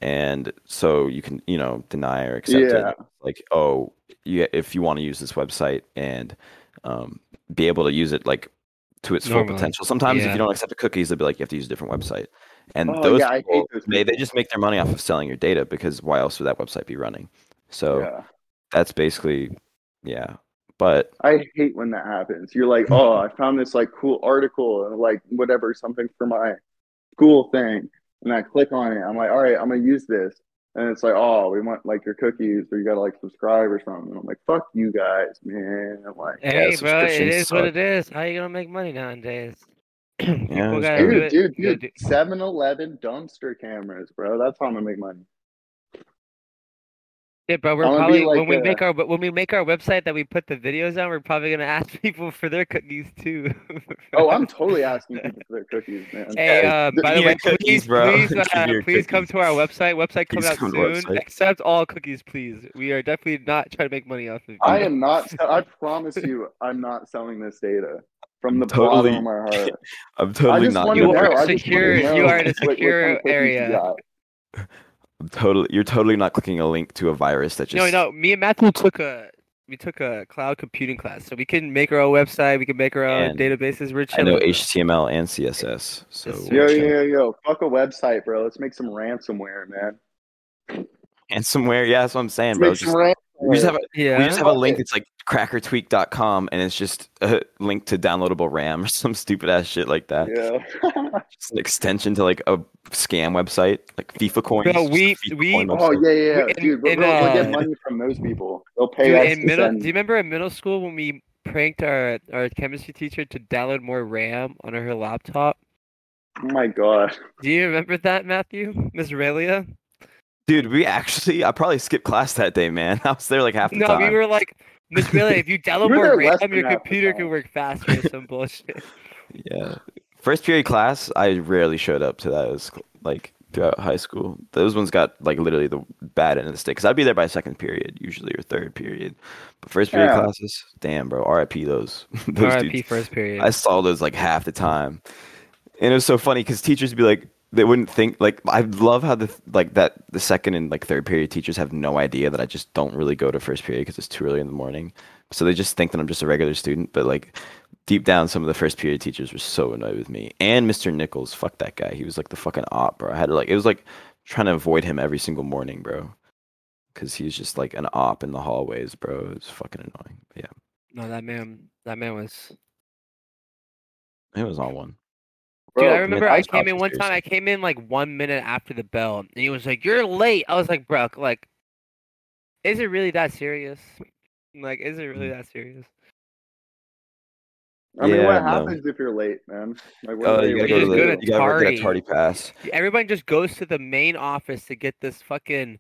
[SPEAKER 2] and so you can you know deny or accept
[SPEAKER 3] Yeah.
[SPEAKER 2] it. Like, oh, yeah, if you want to use this website and um, be able to use it like to its full
[SPEAKER 1] Normally.
[SPEAKER 2] potential. Sometimes if
[SPEAKER 1] Yeah.
[SPEAKER 2] you don't accept the cookies, they'll be like, you have to use a different website. And
[SPEAKER 3] Oh,
[SPEAKER 2] those,
[SPEAKER 3] yeah, I hate
[SPEAKER 2] people,
[SPEAKER 3] those
[SPEAKER 2] they, they
[SPEAKER 3] people.
[SPEAKER 2] just make their money off of selling your data because why else would that website be running? So
[SPEAKER 3] yeah.
[SPEAKER 2] that's basically, yeah. But
[SPEAKER 3] I hate when that happens. You're like, oh, I found this like cool article and like whatever, something for my school thing. And I click on it. I'm like, all right, I'm gonna use this. And it's like, oh, we want like your cookies or you gotta like subscribe or something. And I'm like, fuck you guys, man. I'm like,
[SPEAKER 1] Hey, bro, it
[SPEAKER 2] subscriptions
[SPEAKER 1] is what
[SPEAKER 2] suck.
[SPEAKER 1] it is. How you gonna make money nowadays?
[SPEAKER 2] Yeah,
[SPEAKER 1] People
[SPEAKER 2] it's
[SPEAKER 1] gotta do
[SPEAKER 3] dude,
[SPEAKER 1] it.
[SPEAKER 3] dude,
[SPEAKER 1] You gotta
[SPEAKER 3] dude,
[SPEAKER 1] do-
[SPEAKER 3] 7 Eleven dumpster cameras, bro. That's how I'm gonna make money.
[SPEAKER 1] Yeah, bro. We're
[SPEAKER 3] I'm gonna be
[SPEAKER 1] probably when
[SPEAKER 3] like,
[SPEAKER 1] we
[SPEAKER 3] uh,
[SPEAKER 1] make our when we make our website that we put the videos on, we're probably gonna ask people for their cookies too.
[SPEAKER 3] Oh, I'm totally asking people for their cookies, man.
[SPEAKER 1] Hey, uh, by the
[SPEAKER 2] Yeah,
[SPEAKER 1] way,
[SPEAKER 2] cookies,
[SPEAKER 1] please,
[SPEAKER 2] bro.
[SPEAKER 1] please,
[SPEAKER 2] Give me
[SPEAKER 1] uh,
[SPEAKER 2] your
[SPEAKER 1] please come to our website. Website comes
[SPEAKER 2] Please
[SPEAKER 1] out
[SPEAKER 2] come to
[SPEAKER 1] soon.
[SPEAKER 2] website.
[SPEAKER 1] Accept all cookies, please. We are definitely not trying to make money off of you.
[SPEAKER 3] I am not I promise you I'm not selling this data from the
[SPEAKER 2] Totally.
[SPEAKER 3] bottom of my heart.
[SPEAKER 2] I'm totally not.
[SPEAKER 3] wanna
[SPEAKER 1] You
[SPEAKER 2] your
[SPEAKER 1] are
[SPEAKER 2] friend.
[SPEAKER 3] I just wanna
[SPEAKER 1] secure- you
[SPEAKER 3] know
[SPEAKER 1] are in a
[SPEAKER 3] what- what
[SPEAKER 1] secure
[SPEAKER 3] kind of cookies you
[SPEAKER 1] area.
[SPEAKER 3] got.
[SPEAKER 2] I'm totally, you're totally not clicking a link to a virus that just.
[SPEAKER 1] No, no. Me and Matthew took a we took a cloud computing class, so we can make our own website. We can make our own
[SPEAKER 2] And
[SPEAKER 1] databases. We're
[SPEAKER 2] I
[SPEAKER 1] chilling.
[SPEAKER 2] know
[SPEAKER 1] bro.
[SPEAKER 2] HTML and CSS. So
[SPEAKER 1] Yes, sir.
[SPEAKER 3] Yo,
[SPEAKER 2] we're
[SPEAKER 3] yo,
[SPEAKER 2] chilling.
[SPEAKER 3] yo, yo. Fuck a website, bro. Let's make some ransomware, man.
[SPEAKER 2] and somewhere, yeah, that's what I'm saying,
[SPEAKER 3] Let's
[SPEAKER 2] bro.
[SPEAKER 3] make
[SPEAKER 2] Just-
[SPEAKER 3] some ransomware.
[SPEAKER 2] we just have a,
[SPEAKER 1] Yeah.
[SPEAKER 2] we just have a
[SPEAKER 3] Fuck
[SPEAKER 2] link.
[SPEAKER 3] it.
[SPEAKER 2] It's like crackertweak.com, and it's just a link to downloadable RAM or some stupid ass shit like that.
[SPEAKER 3] yeah.
[SPEAKER 2] It's an extension to like a scam website, like FIFA coins.
[SPEAKER 1] Bro,
[SPEAKER 2] just a
[SPEAKER 1] we-
[SPEAKER 2] FIFA
[SPEAKER 1] we-
[SPEAKER 2] coin
[SPEAKER 3] oh,
[SPEAKER 2] website.
[SPEAKER 3] yeah, yeah, yeah.
[SPEAKER 1] In-
[SPEAKER 3] Dude, we'll,
[SPEAKER 1] in,
[SPEAKER 3] we'll- we'll get
[SPEAKER 1] uh,
[SPEAKER 3] money from those people. They'll pay
[SPEAKER 1] Dude,
[SPEAKER 3] us.
[SPEAKER 1] in
[SPEAKER 3] to
[SPEAKER 1] middle,
[SPEAKER 3] send-
[SPEAKER 1] do you remember in middle school when we pranked our our chemistry teacher to download more RAM on her laptop?
[SPEAKER 3] Oh, my God.
[SPEAKER 1] Do you remember that, Matthew? Miss Aurelia?
[SPEAKER 2] Dude, we actually, I probably skipped class that day, man. I was there like half the
[SPEAKER 1] No,
[SPEAKER 2] time.
[SPEAKER 1] we were like, Miss Aurelia, if you download
[SPEAKER 3] were
[SPEAKER 1] more
[SPEAKER 3] there less
[SPEAKER 1] RAM,
[SPEAKER 3] than
[SPEAKER 1] your
[SPEAKER 3] half the
[SPEAKER 1] computer can
[SPEAKER 3] time.
[SPEAKER 1] work faster. or Some bullshit.
[SPEAKER 2] Yeah. First period class, I rarely showed up to that. It was like throughout high school. Those ones got like literally the bad end of the stick. Cause I'd be there by second period, usually, or third period. But first period
[SPEAKER 3] Yeah.
[SPEAKER 2] classes, damn, bro. RIP those. those
[SPEAKER 1] R.I.P.
[SPEAKER 2] dudes.
[SPEAKER 1] First period.
[SPEAKER 2] I saw those like half the time, and it was so funny because teachers would be like, they wouldn't think like I love how the like that the second and like third period teachers have no idea that I just don't really go to first period because it's too early in the morning, so they just think that I'm just a regular student. But like deep down, some of the first period teachers were so annoyed with me and Mr. Nichols. Fuck that guy. He was like the fucking op, bro. I had to like it was like trying to avoid him every single morning, bro. Cause he was just like an op in the hallways, bro. It was fucking annoying. But yeah,
[SPEAKER 1] no, that man. That man was.
[SPEAKER 2] it was on one.
[SPEAKER 3] Bro,
[SPEAKER 1] Dude, I remember I
[SPEAKER 2] that's
[SPEAKER 1] came in
[SPEAKER 2] awesome,
[SPEAKER 1] one time. I came in like one minute after the bell, and he was like, "You're late." I was like, "Bro, like, is it really that serious? Like, is it really
[SPEAKER 3] Mm.
[SPEAKER 1] that serious?"
[SPEAKER 3] I mean,
[SPEAKER 2] Yeah,
[SPEAKER 3] what
[SPEAKER 2] no.
[SPEAKER 3] happens if you're late, man? Like, what
[SPEAKER 2] Oh,
[SPEAKER 3] do
[SPEAKER 2] you
[SPEAKER 3] they-
[SPEAKER 2] gotta
[SPEAKER 1] We just
[SPEAKER 2] go to
[SPEAKER 1] go
[SPEAKER 2] the,
[SPEAKER 1] to
[SPEAKER 2] you gotta get
[SPEAKER 1] Tardy.
[SPEAKER 2] a tardy pass.
[SPEAKER 1] Everybody just goes to the main office to get this fucking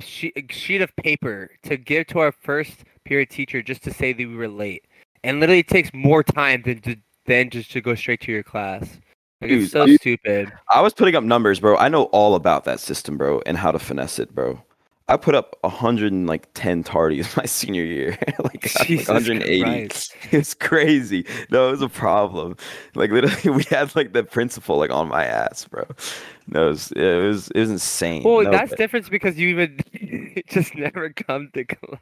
[SPEAKER 1] sheet, sheet of paper to give to our first period teacher just to say that we were late, and literally it takes more time than to, than just to go straight to your class. Like,
[SPEAKER 2] Dude,
[SPEAKER 1] it's so
[SPEAKER 3] you-
[SPEAKER 1] stupid.
[SPEAKER 2] I was putting up numbers, bro. I know all about that system, bro, and how to finesse it, bro. I put up 110 tardies my senior year, like, I was, like
[SPEAKER 1] Jesus
[SPEAKER 2] 180.
[SPEAKER 1] Christ.
[SPEAKER 2] It's crazy. No, it was a problem. Like literally, we had like the principal like on my ass, bro. No, it was it was, it was insane.
[SPEAKER 1] Well,
[SPEAKER 2] No,
[SPEAKER 1] that's
[SPEAKER 2] but-
[SPEAKER 1] different because you even just never come to class.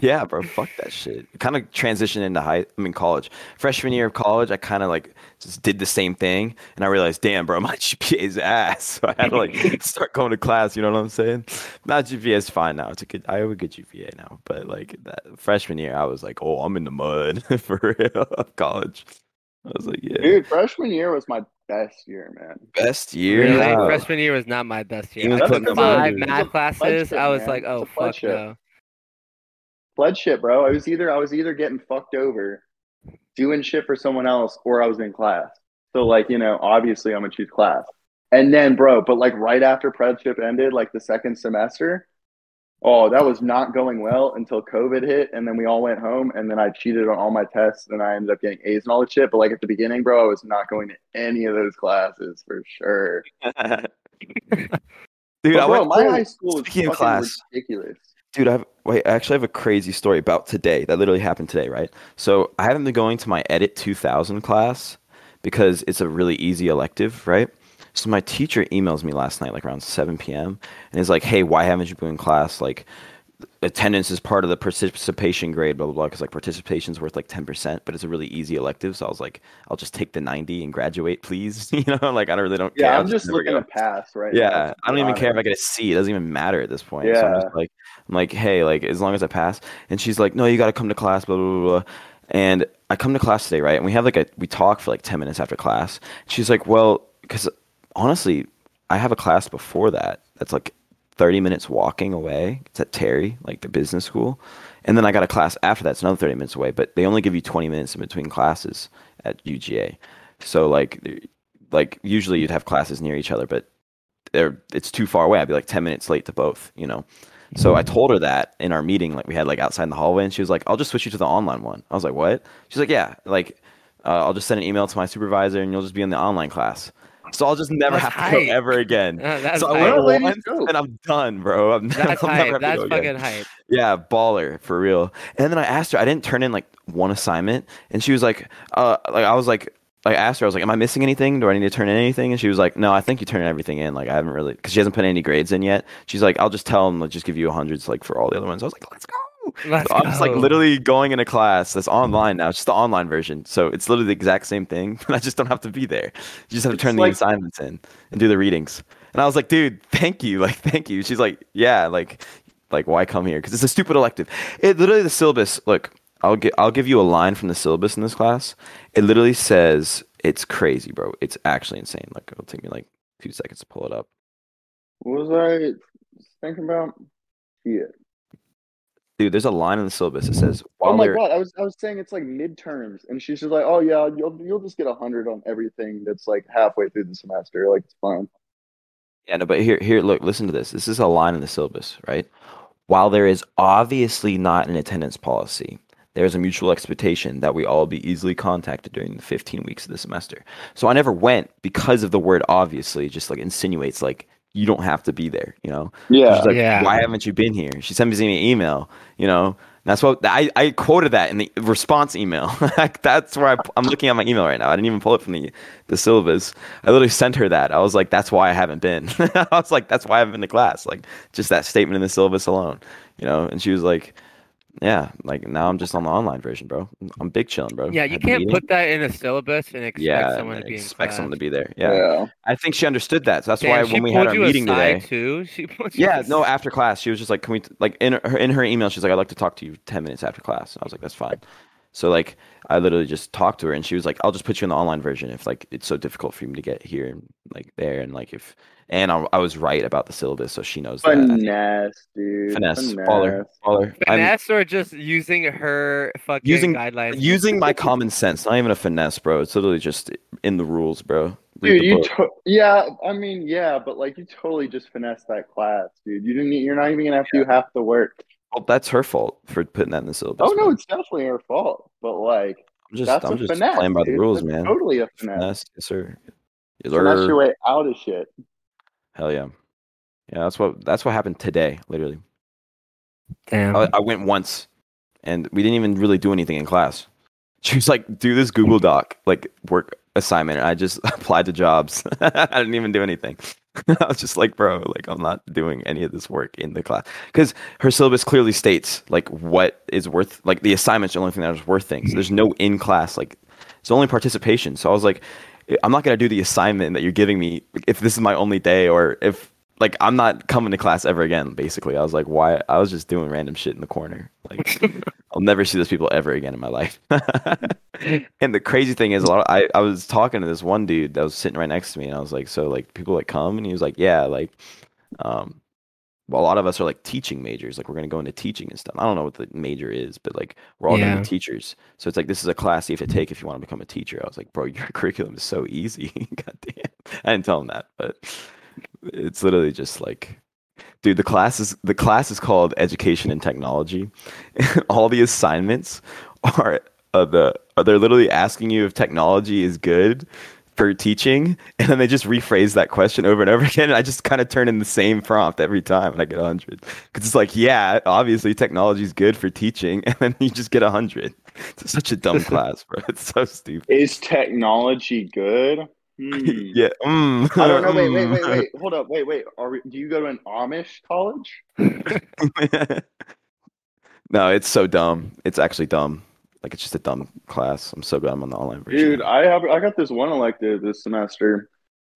[SPEAKER 2] yeah, bro. Fuck that shit. Kind of transitioned into high. I mean, college. Freshman year of college, I kind of like just did the same thing, and I realized, damn, bro, my GPA is ass. So I had to like start going to class. You know what I'm saying? My GPA is fine now. It's a good. I have a good GPA now, but like that freshman year, I was like, oh, I'm in the mud for real of college. I was like, yeah,
[SPEAKER 3] Dude, freshman year was my best year, man.
[SPEAKER 2] best year.
[SPEAKER 1] Really?
[SPEAKER 2] now.
[SPEAKER 1] Freshman year was not my best year.
[SPEAKER 2] Even
[SPEAKER 1] I
[SPEAKER 2] putting
[SPEAKER 1] took
[SPEAKER 2] them
[SPEAKER 1] five math
[SPEAKER 2] on.
[SPEAKER 3] It's a budget,
[SPEAKER 1] classes. I was
[SPEAKER 3] man.
[SPEAKER 1] like,
[SPEAKER 3] It's
[SPEAKER 1] oh
[SPEAKER 3] a
[SPEAKER 1] fuck
[SPEAKER 3] budget.
[SPEAKER 1] no.
[SPEAKER 3] Blood shit, bro. I was either I was either getting fucked over, doing shit for someone else, or I was in class. So like, you know, obviously I'm gonna choose class. And then, bro, but like right after predship ended, like the second semester, oh, that was not going well until COVID hit, and then we all went home, and then I cheated on all my tests, and I ended up getting A's and all the shit. But like at the beginning, bro, I was not going to any of those classes for sure.
[SPEAKER 2] Dude, I
[SPEAKER 3] But, bro,
[SPEAKER 2] went,
[SPEAKER 3] my high school was
[SPEAKER 2] Speaking
[SPEAKER 3] fucking
[SPEAKER 2] of class.
[SPEAKER 3] ridiculous.
[SPEAKER 2] Dude, I've wait, I actually have a crazy story about today that literally happened today, right? So I haven't been going to my Edit 2000 class because it's a really easy elective, right? So my teacher emails me last night, like around 7 p.m., and is like, "Hey, why haven't you been in class? Like, attendance is part of the participation grade, blah blah blah. Because like participation's worth like 10%, but it's a really easy elective. So I was like, I'll just take the 90 and graduate, please. you know, like I don't really don't care.
[SPEAKER 3] Yeah,
[SPEAKER 2] I'll
[SPEAKER 3] I'm just
[SPEAKER 2] never
[SPEAKER 3] looking
[SPEAKER 2] go.
[SPEAKER 3] to pass right now,
[SPEAKER 2] Yeah,
[SPEAKER 3] to
[SPEAKER 2] I don't
[SPEAKER 3] be
[SPEAKER 2] even care if I
[SPEAKER 3] honest.
[SPEAKER 2] get a C. It doesn't even matter at this point. So I'm just like, I'm like, hey, like as long as I pass. And she's like, no, you got to come to class, blah blah blah. blah. And I come to class today, right? And we have like a we talk for like ten minutes after class. She's like, well, because honestly, I have a class before that. That's like thirty minutes walking away. It's at Terry, like the business school. And then I got a class after that. It's another thirty minutes away. But they only give you twenty minutes in between classes at UGA. So like, there- like usually you'd have classes near each other, but they're, it's too far away. I'd be like 10 minutes late to both, you know? So I
[SPEAKER 1] Mm-hmm.
[SPEAKER 2] told her that in our meeting, like we had like outside in the hallway, and she was like, I'll just switch you to the online one. I was like, what? She's like, yeah, like uh, I'll just send an email to my supervisor and you'll just be in the online class. So I'll just never
[SPEAKER 1] That's
[SPEAKER 2] have to
[SPEAKER 1] hype.
[SPEAKER 2] go ever again.
[SPEAKER 1] Uh, that's
[SPEAKER 2] so
[SPEAKER 1] hype.
[SPEAKER 2] I
[SPEAKER 3] Well,
[SPEAKER 2] went
[SPEAKER 3] ladies,
[SPEAKER 2] once
[SPEAKER 3] go.
[SPEAKER 2] and I'm done, bro. I'm,
[SPEAKER 1] That's
[SPEAKER 2] I'm never
[SPEAKER 1] hype.
[SPEAKER 2] having
[SPEAKER 1] That's
[SPEAKER 2] to go again.
[SPEAKER 1] fucking hype.
[SPEAKER 2] Yeah, baller for real. And then I asked her, I didn't turn in like one assignment, and she was like, uh, like I was like, I asked her, I was like, am I missing anything? Do I need to turn in anything? And she was like, no, I think you turned everything in. Like I haven't really, because she hasn't put any grades in yet. She's like, I'll just tell them, like, just give you hundreds, like for all the other ones. I was like, let's go.
[SPEAKER 1] Let's
[SPEAKER 2] So I'm just like
[SPEAKER 1] go.
[SPEAKER 2] literally going in a class that's online now. It's just the online version, so it's literally the exact same thing, but I just don't have to be there. You just have to
[SPEAKER 3] It's
[SPEAKER 2] turn
[SPEAKER 3] like-
[SPEAKER 2] the assignments in and do the readings. And I was like, dude, thank you, like thank you. She's like, yeah, like like why come here? Because it's a stupid elective. It literally the syllabus. Look, I'll get I'll give you a line from the syllabus in this class. It literally says it's crazy, bro. It's actually insane. Like it'll take me like two seconds to pull it up.
[SPEAKER 3] What was I thinking about? Oh Yeah.
[SPEAKER 2] Dude, there's a line in the syllabus that says while
[SPEAKER 3] Oh my
[SPEAKER 2] you're-
[SPEAKER 3] god, I was I was saying it's like midterms, and she's just like, "Oh yeah, you'll you'll just get a hundred on everything that's like halfway through the semester. Like it's fine."
[SPEAKER 2] Yeah, no, but here, here, look, listen to this. This is a line in the syllabus, right? While there is obviously not an attendance policy, there is a mutual expectation that we all be easily contacted during the 15 weeks of the semester. So I never went because of the word obviously, It just like insinuates like you don't have to be there, you know?
[SPEAKER 3] Yeah,
[SPEAKER 2] She's like,
[SPEAKER 1] Yeah.
[SPEAKER 2] why haven't you been here? She sent me an email, you know? And That's what I, I quoted that in the response email. Like, that's where I, I'm looking at my email right now. I didn't even pull it from the, the syllabus. I literally sent her that. I was like, that's why I haven't been. I was like, that's why I haven't been to class. Like, just that statement in the syllabus alone, you know? And she was like, yeah, like now I'm just on the online version, bro. I'm big chilling, bro.
[SPEAKER 1] Yeah, you
[SPEAKER 2] Had the
[SPEAKER 1] can't
[SPEAKER 2] meeting.
[SPEAKER 1] put that in a syllabus and expect
[SPEAKER 2] yeah, and
[SPEAKER 1] someone
[SPEAKER 2] then
[SPEAKER 1] to be
[SPEAKER 2] expect
[SPEAKER 1] in class.
[SPEAKER 2] someone to be there. Yeah.
[SPEAKER 3] yeah.
[SPEAKER 2] I think she understood that. So that's
[SPEAKER 1] Damn,
[SPEAKER 2] why
[SPEAKER 1] she
[SPEAKER 2] when we had
[SPEAKER 1] pulled
[SPEAKER 2] our
[SPEAKER 1] you
[SPEAKER 2] meeting
[SPEAKER 1] aside,
[SPEAKER 2] today.
[SPEAKER 1] too. She pulled you
[SPEAKER 2] Yeah,
[SPEAKER 1] aside.
[SPEAKER 2] no. After class, she was just like, "Can we?" t- Like in her in her email, she's like, "I'd like to talk to you ten minutes after class." And I was like, "That's fine." So like, I literally just talked to her, and she was like, "I'll just put you in the online version if like it's so difficult for you to get here and like there and like if." And I, I was right about the syllabus, so she knows that.
[SPEAKER 3] Finesse, dude.
[SPEAKER 2] Finesse, baller, baller. I'm
[SPEAKER 1] Finesse or just using her fucking
[SPEAKER 2] Using-
[SPEAKER 1] guidelines.
[SPEAKER 2] using my common sense. Not even a finesse, bro. It's literally just in the rules, bro. Read
[SPEAKER 3] Dude,
[SPEAKER 2] the
[SPEAKER 3] you
[SPEAKER 2] book.
[SPEAKER 3] to- yeah, I e, mean, yeah, but like you totally just finessed that class, dude. You didn't. You're not even gonna have to do half the work.
[SPEAKER 2] Well, that's her fault for putting that in the syllabus.
[SPEAKER 3] Oh no,
[SPEAKER 2] man.
[SPEAKER 3] it's definitely her fault. But like,
[SPEAKER 2] I'm just
[SPEAKER 3] that's
[SPEAKER 2] I'm
[SPEAKER 3] a
[SPEAKER 2] just
[SPEAKER 3] finesse,
[SPEAKER 2] playing by the
[SPEAKER 3] dude.
[SPEAKER 2] rules,
[SPEAKER 3] That's
[SPEAKER 2] man.
[SPEAKER 3] Totally a finesse.
[SPEAKER 2] Finesse, yes sir. Yes,
[SPEAKER 3] Finesse
[SPEAKER 2] sir.
[SPEAKER 3] your way out of shit.
[SPEAKER 2] Hell yeah. Yeah, that's what that's what happened today, literally.
[SPEAKER 1] Damn.
[SPEAKER 2] I, I went once and we didn't even really do anything in class. She was like, do this Google Doc, like work assignment. And I just applied to jobs. I didn't even do anything. I was just like, bro, like I'm not doing any of this work in the class. Because her syllabus clearly states like what is worth like the assignment's the only thing that is worth things. There's no in class, like it's only participation. So I was like, I'm not gonna do the assignment that you're giving me if this is my only day or if like I'm not coming to class ever again. Basically, I was like, why? I was just doing random shit in the corner. Like, I'll never see those people ever again in my life. and the crazy thing is, a lot. Of, I I was talking to this one dude that was sitting right next to me, and I was like, so like people like come, and he was like, yeah, like, um, well, a lot of us are like teaching majors. Like we're gonna go into teaching and stuff. I don't know what the major is, but like we're all gonna
[SPEAKER 1] Yeah.
[SPEAKER 2] be teachers. So it's like this is a class you have to take if you want to become a teacher. I was like, bro, your curriculum is so easy. God damn. I didn't tell him that, but it's literally just like dude the class is the class is called education and technology all the assignments are uh, the are they're literally asking you if technology is good for teaching and then they just rephrase that question over and over again and i just kind of turn in the same prompt every time and i get 100 because it's like yeah obviously technology is good for teaching and then you just get 100 it's such a dumb class bro it's so stupid
[SPEAKER 3] Is technology good? Hmm.
[SPEAKER 2] yeah mm.
[SPEAKER 3] I don't know. Wait, wait, wait, wait. Hold up. Wait, wait. Are we, do you go to an Amish college?
[SPEAKER 2] no, it's so dumb. It's actually dumb. Like it's just a dumb class. I'm so glad I'm on the online version.
[SPEAKER 3] Dude, I have I got this one elective this semester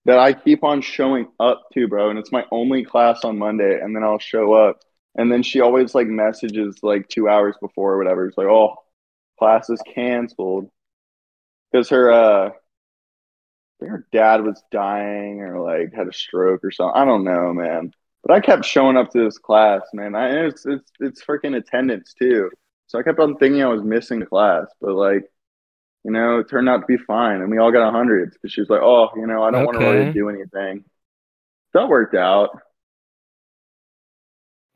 [SPEAKER 3] that I keep on showing up to, bro, and it's my only class on Monday, and then I'll show up. And then she always like messages like two hours before or whatever. It's like, oh, class is canceled. Because her uh I think her dad was dying or like had a stroke or something. I don't know, man. But I kept showing up to this class, man. I and it's it's it's freaking attendance too. So I kept on thinking I was missing class, but like you know, it turned out to be fine. And we all got 100s because she was like, oh, you know, I don't want to really
[SPEAKER 1] Okay.
[SPEAKER 3] do anything. That worked out.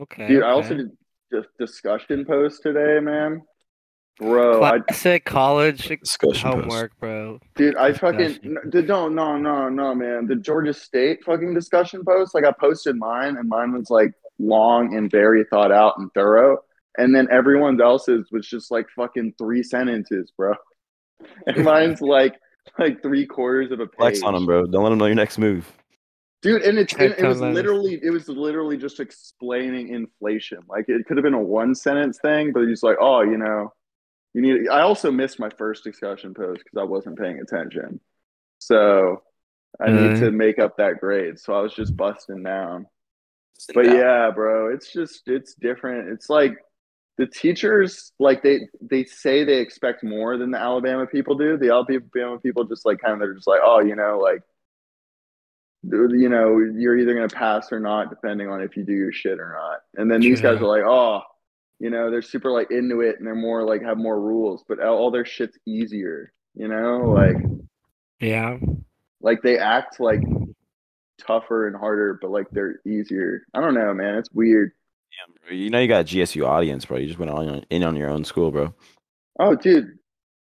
[SPEAKER 1] okay.
[SPEAKER 3] Dude, I also
[SPEAKER 1] okay.
[SPEAKER 3] did just discussion post today, man. Bro, I,
[SPEAKER 1] classic college
[SPEAKER 2] Discussion post.
[SPEAKER 1] homework, bro.
[SPEAKER 3] dude, I fucking,
[SPEAKER 1] Discussion.
[SPEAKER 3] n- dude, no, no, no, no, man. The Georgia State fucking discussion post, like I posted mine and mine was like long and very thought out and thorough. And then everyone else's was just like fucking three sentences, bro. And mine's like, like three quarters of a page.
[SPEAKER 2] Flex on them, bro. Don't let them know your next move.
[SPEAKER 3] dude and it's and it
[SPEAKER 1] Tecton
[SPEAKER 3] was
[SPEAKER 1] lettuce.
[SPEAKER 3] literally it was literally just explaining inflation like it could have been a one sentence thing but he's like oh you know you need i also missed my first discussion post because i wasn't paying attention so i need
[SPEAKER 1] Uh.
[SPEAKER 3] to make up that grade so i was just busting down but yeah bro it's just it's different it's like the teachers like they they say they expect more than the alabama people do the alabama people just like kind of they're just like oh you know like you know you're either going to pass or not depending on if you do your shit or not and then these guys are
[SPEAKER 1] True.
[SPEAKER 3] like oh you know they're super like into it and they're more like have more rules but all all their shit's easier you know like
[SPEAKER 1] Yeah.
[SPEAKER 3] like they act like tougher and harder but like they're easier i don't know man it's weird
[SPEAKER 2] Damn, bro. You know you got a GSU audience, bro. You just went on in on your own school, bro.
[SPEAKER 3] Oh, dude.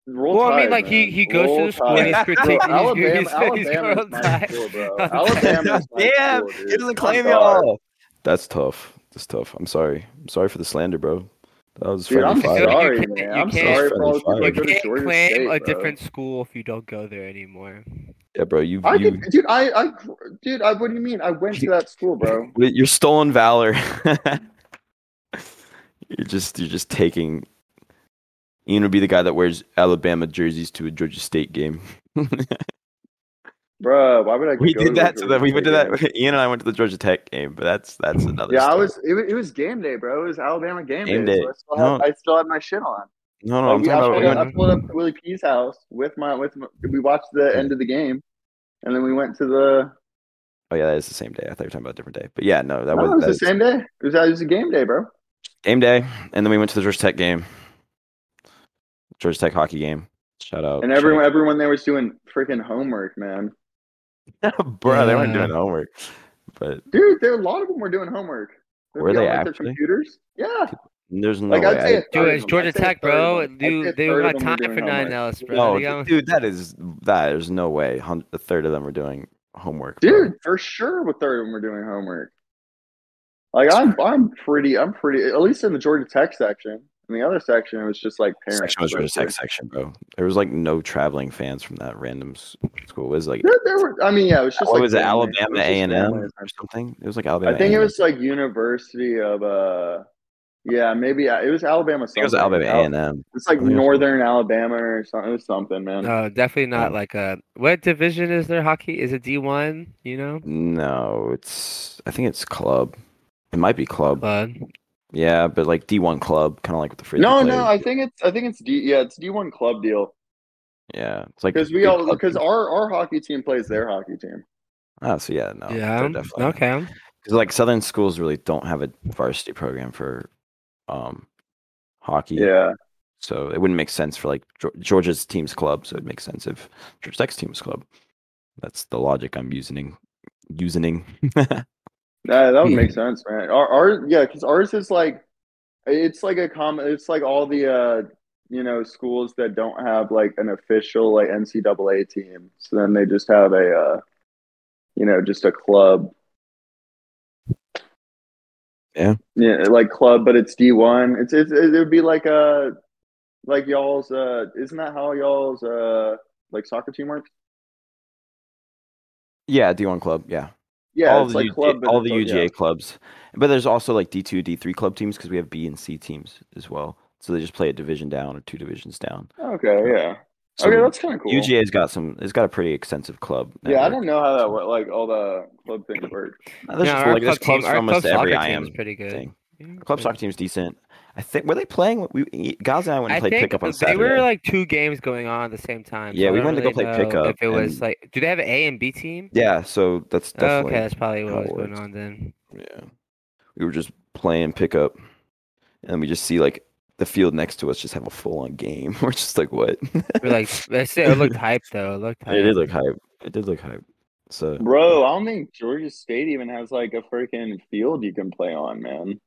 [SPEAKER 3] Roll
[SPEAKER 1] Well, I mean,
[SPEAKER 3] Tide,
[SPEAKER 1] like he,
[SPEAKER 3] man.
[SPEAKER 1] he goes to
[SPEAKER 3] Roll
[SPEAKER 1] the school, and
[SPEAKER 3] Tide.
[SPEAKER 1] he's
[SPEAKER 2] Tide.
[SPEAKER 3] Bro,
[SPEAKER 1] critiquing.
[SPEAKER 3] Alabama,
[SPEAKER 1] he's, he's, he's
[SPEAKER 3] Alabama's
[SPEAKER 1] grown
[SPEAKER 3] my
[SPEAKER 1] tired.
[SPEAKER 3] school, bro.
[SPEAKER 1] Tide.
[SPEAKER 3] Alabama's my
[SPEAKER 2] Damn,
[SPEAKER 3] school, dude.
[SPEAKER 2] he doesn't claim
[SPEAKER 3] I'm
[SPEAKER 2] y'all. That's tough. That's tough. I'm sorry. I'm sorry for the slander, bro. That was
[SPEAKER 3] Dude, I'm
[SPEAKER 2] friendly fire.
[SPEAKER 1] sorry.
[SPEAKER 3] sorry,
[SPEAKER 1] You can't-
[SPEAKER 3] man.
[SPEAKER 1] you
[SPEAKER 3] I'm
[SPEAKER 1] can't-
[SPEAKER 3] sorry for all the
[SPEAKER 2] You
[SPEAKER 3] people that go
[SPEAKER 1] You
[SPEAKER 3] to
[SPEAKER 1] can't
[SPEAKER 3] Georgia
[SPEAKER 1] claim
[SPEAKER 3] State,
[SPEAKER 1] a
[SPEAKER 3] bro.
[SPEAKER 1] different school if you don't go there anymore.
[SPEAKER 2] Yeah, bro. You
[SPEAKER 3] I
[SPEAKER 2] you
[SPEAKER 3] did, dude, I, I, dude, I. What do you mean? I went to that school, bro.
[SPEAKER 2] Your stolen valor. you're just you're just taking. Ian would be the guy that wears Alabama jerseys to a Georgia State game.
[SPEAKER 3] Bro, why would I?
[SPEAKER 2] We
[SPEAKER 3] go
[SPEAKER 2] did that to
[SPEAKER 3] Georgia
[SPEAKER 2] the we
[SPEAKER 3] State
[SPEAKER 2] went to
[SPEAKER 3] game?
[SPEAKER 2] that. Ian and I went to the Georgia Tech game, but that's that's another.
[SPEAKER 3] Yeah, I
[SPEAKER 2] story.
[SPEAKER 3] was. It, was. it was game day, bro. It was Alabama game,
[SPEAKER 2] Game
[SPEAKER 3] day.
[SPEAKER 2] day.
[SPEAKER 3] So I, still had,
[SPEAKER 2] No.
[SPEAKER 3] I still had my shit on.
[SPEAKER 2] No, no, Oh, I'm
[SPEAKER 3] Like,
[SPEAKER 2] talking
[SPEAKER 3] we- I,
[SPEAKER 2] about. We
[SPEAKER 3] pulled up, I
[SPEAKER 2] went,
[SPEAKER 3] pulled up to Willie P's house with my with. My, we watched the end of the game, and then we went to the
[SPEAKER 2] oh yeah, that is the same day. I thought you were talking about a different day, but yeah, no, that
[SPEAKER 3] No,
[SPEAKER 2] was,
[SPEAKER 3] oh, it was
[SPEAKER 2] that
[SPEAKER 3] the
[SPEAKER 2] is-
[SPEAKER 3] same day. It was, it was a game day, bro.
[SPEAKER 2] game day, and then we went to the Georgia Tech game. Georgia Tech hockey game. Shout out.
[SPEAKER 3] And
[SPEAKER 2] shout
[SPEAKER 3] everyone,
[SPEAKER 2] out.
[SPEAKER 3] everyone there was doing freaking homework, man.
[SPEAKER 2] bro, they weren't
[SPEAKER 1] Yeah.
[SPEAKER 2] doing homework, but
[SPEAKER 3] Dude, there a lot of them were doing homework. They'd
[SPEAKER 2] Were
[SPEAKER 3] be on,
[SPEAKER 2] they
[SPEAKER 3] like, their
[SPEAKER 2] actually?
[SPEAKER 3] computers? Yeah,
[SPEAKER 2] There's no
[SPEAKER 3] Like
[SPEAKER 2] way.
[SPEAKER 3] I'd say, a
[SPEAKER 2] I-
[SPEAKER 1] Dude,
[SPEAKER 3] third
[SPEAKER 1] it's
[SPEAKER 3] of them.
[SPEAKER 1] Georgia
[SPEAKER 3] I'd say a
[SPEAKER 1] Tech,
[SPEAKER 3] third of
[SPEAKER 1] bro.
[SPEAKER 3] them. I'd say a
[SPEAKER 1] Dude, they
[SPEAKER 3] third
[SPEAKER 1] don't have
[SPEAKER 3] of them
[SPEAKER 1] time
[SPEAKER 3] are doing
[SPEAKER 1] for nine
[SPEAKER 3] homework.
[SPEAKER 1] hours, bro.
[SPEAKER 2] no,
[SPEAKER 1] They don't-
[SPEAKER 2] dude, that is that. There's no way. hun- A third of them are doing homework, bro.
[SPEAKER 3] Dude, for sure, a third of them are doing homework. Like I'm, I'm pretty, I'm pretty. At least in the Georgia Tech section. In the other section, it was just like parents.
[SPEAKER 2] Section was Georgia
[SPEAKER 3] mostly.
[SPEAKER 2] Tech section, bro. There was like no traveling fans from that random s- school. It was like
[SPEAKER 3] There, there were, I mean, yeah, it was just
[SPEAKER 2] what
[SPEAKER 3] like
[SPEAKER 2] was it,
[SPEAKER 3] families.
[SPEAKER 2] Alabama
[SPEAKER 3] was just
[SPEAKER 2] A and M or
[SPEAKER 3] families.
[SPEAKER 2] something? It was like Alabama.
[SPEAKER 3] I think it
[SPEAKER 2] A&M.
[SPEAKER 3] was like University of, uh, yeah, maybe uh, it was Alabama.
[SPEAKER 2] I think it was
[SPEAKER 3] something.
[SPEAKER 2] Alabama A and M.
[SPEAKER 3] It's
[SPEAKER 2] I
[SPEAKER 3] like
[SPEAKER 2] think it was-
[SPEAKER 3] Northern Alabama or something. It was something, man.
[SPEAKER 1] No, Uh, definitely not
[SPEAKER 2] Yeah.
[SPEAKER 1] like a. What division is their hockey? Is it D one? You know,
[SPEAKER 2] No, it's I think it's club. It might be club.
[SPEAKER 1] but
[SPEAKER 2] Yeah, but like D one club, kind of like with the free.
[SPEAKER 3] no, no, I think it's, I think it's D. Yeah, it's D one club deal
[SPEAKER 2] yeah, it's like
[SPEAKER 3] because we
[SPEAKER 2] good
[SPEAKER 3] all
[SPEAKER 2] club
[SPEAKER 3] because
[SPEAKER 2] team.
[SPEAKER 3] our our hockey team plays their hockey team.
[SPEAKER 2] Oh, so yeah, no,
[SPEAKER 1] yeah,
[SPEAKER 2] okay.
[SPEAKER 1] okay.
[SPEAKER 2] Because like southern schools really don't have a varsity program for, um, hockey.
[SPEAKER 3] Yeah.
[SPEAKER 2] So it wouldn't make sense for like Geor- Georgia's team's club. So it makes sense if Georgia Tech's team's club. That's the logic I'm using. Using.
[SPEAKER 3] That that would
[SPEAKER 1] Hmm.
[SPEAKER 3] make sense, man. Our, our yeah, because ours is like, it's like a common. It's like all the uh, you know, schools that don't have like an official like NCAA team. So then they just have a, uh, you know, just a club.
[SPEAKER 2] Yeah.
[SPEAKER 3] Yeah, like club, but it's D one. It's it's it would be like uh like y'all's uh, isn't that how y'all's uh, like soccer team works?
[SPEAKER 2] yeah, D1 club. Yeah.
[SPEAKER 3] Yeah,
[SPEAKER 2] all
[SPEAKER 3] it's
[SPEAKER 2] the,
[SPEAKER 3] like
[SPEAKER 2] UG
[SPEAKER 3] club, but
[SPEAKER 2] all
[SPEAKER 3] it's
[SPEAKER 2] the
[SPEAKER 3] like-
[SPEAKER 2] UGA
[SPEAKER 3] yeah.
[SPEAKER 2] clubs. But there's also like D2, D3 club teams because we have B and C teams as well. So they just play a division down or two divisions down.
[SPEAKER 3] Okay, yeah.
[SPEAKER 2] So
[SPEAKER 3] Okay, that's kind of cool.
[SPEAKER 2] UGA's got some. It's got a pretty extensive club.
[SPEAKER 3] Yeah, I
[SPEAKER 2] network.
[SPEAKER 3] don't know how that work. Like all the club things work.
[SPEAKER 2] Uh, There's,
[SPEAKER 1] Yeah,
[SPEAKER 2] just,
[SPEAKER 1] our
[SPEAKER 2] like, there's
[SPEAKER 1] club
[SPEAKER 2] clubs
[SPEAKER 1] team,
[SPEAKER 2] from
[SPEAKER 1] our club
[SPEAKER 2] almost every
[SPEAKER 1] soccer
[SPEAKER 2] I
[SPEAKER 1] team is
[SPEAKER 2] am
[SPEAKER 1] pretty good.
[SPEAKER 2] thing.
[SPEAKER 1] Yeah,
[SPEAKER 2] Club
[SPEAKER 1] but-
[SPEAKER 2] soccer team's decent. I think were they playing? We Gaza and I went and
[SPEAKER 1] I
[SPEAKER 2] played
[SPEAKER 1] think
[SPEAKER 2] pickup on
[SPEAKER 1] they
[SPEAKER 2] Saturday.
[SPEAKER 1] were like two games going on at the same time. so
[SPEAKER 2] Yeah,
[SPEAKER 1] I
[SPEAKER 2] we
[SPEAKER 1] don't
[SPEAKER 2] went to go
[SPEAKER 1] really
[SPEAKER 2] play
[SPEAKER 1] know
[SPEAKER 2] pickup
[SPEAKER 1] If it was
[SPEAKER 2] and-
[SPEAKER 1] like, do they have an A and B team?
[SPEAKER 2] Yeah, so that's
[SPEAKER 1] Oh,
[SPEAKER 2] definitely
[SPEAKER 1] okay, that's probably
[SPEAKER 2] how
[SPEAKER 1] what
[SPEAKER 2] it
[SPEAKER 1] was going
[SPEAKER 2] works.
[SPEAKER 1] on then.
[SPEAKER 2] yeah. We were just playing pickup, and we just see like the field next to us just have a full on game. We're just like, what?
[SPEAKER 1] We're like, that's it. It looked hype though. It looked hype.
[SPEAKER 2] it did look hype. It did look hype. So
[SPEAKER 3] Bro, I don't think Georgia State even has like a freaking field you can play on, man.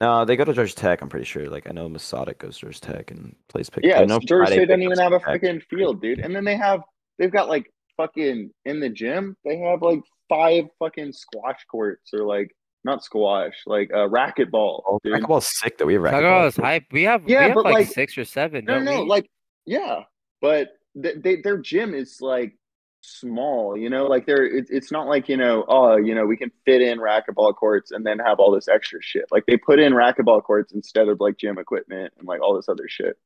[SPEAKER 2] no, they go to Georgia Tech. I'm pretty sure. Like I know Masada goes to Georgia Tech and plays pickup.
[SPEAKER 3] Yeah,
[SPEAKER 2] I know
[SPEAKER 3] so Georgia
[SPEAKER 2] Friday
[SPEAKER 3] State doesn't
[SPEAKER 2] pickup's
[SPEAKER 3] even have a
[SPEAKER 2] Tech.
[SPEAKER 3] freaking field, dude. And then they have they've got like fucking in the gym, they have like five fucking squash courts or like not squash, like uh racquetball,
[SPEAKER 2] Oh,
[SPEAKER 3] dude.
[SPEAKER 2] Racquetball's sick that we have
[SPEAKER 1] Taco
[SPEAKER 2] racquetball.
[SPEAKER 1] is hype. We have
[SPEAKER 3] Yeah,
[SPEAKER 1] we have
[SPEAKER 3] but,
[SPEAKER 1] like,
[SPEAKER 3] like-
[SPEAKER 1] six or seven.
[SPEAKER 3] No,
[SPEAKER 1] don't
[SPEAKER 3] no,
[SPEAKER 1] we?
[SPEAKER 3] like yeah, but th- they their gym is like small, you know, like they're it, it's not like you know, oh, you know, we can fit in racquetball courts and then have all this extra shit. Like they put in racquetball courts instead of like gym equipment and like all this other shit.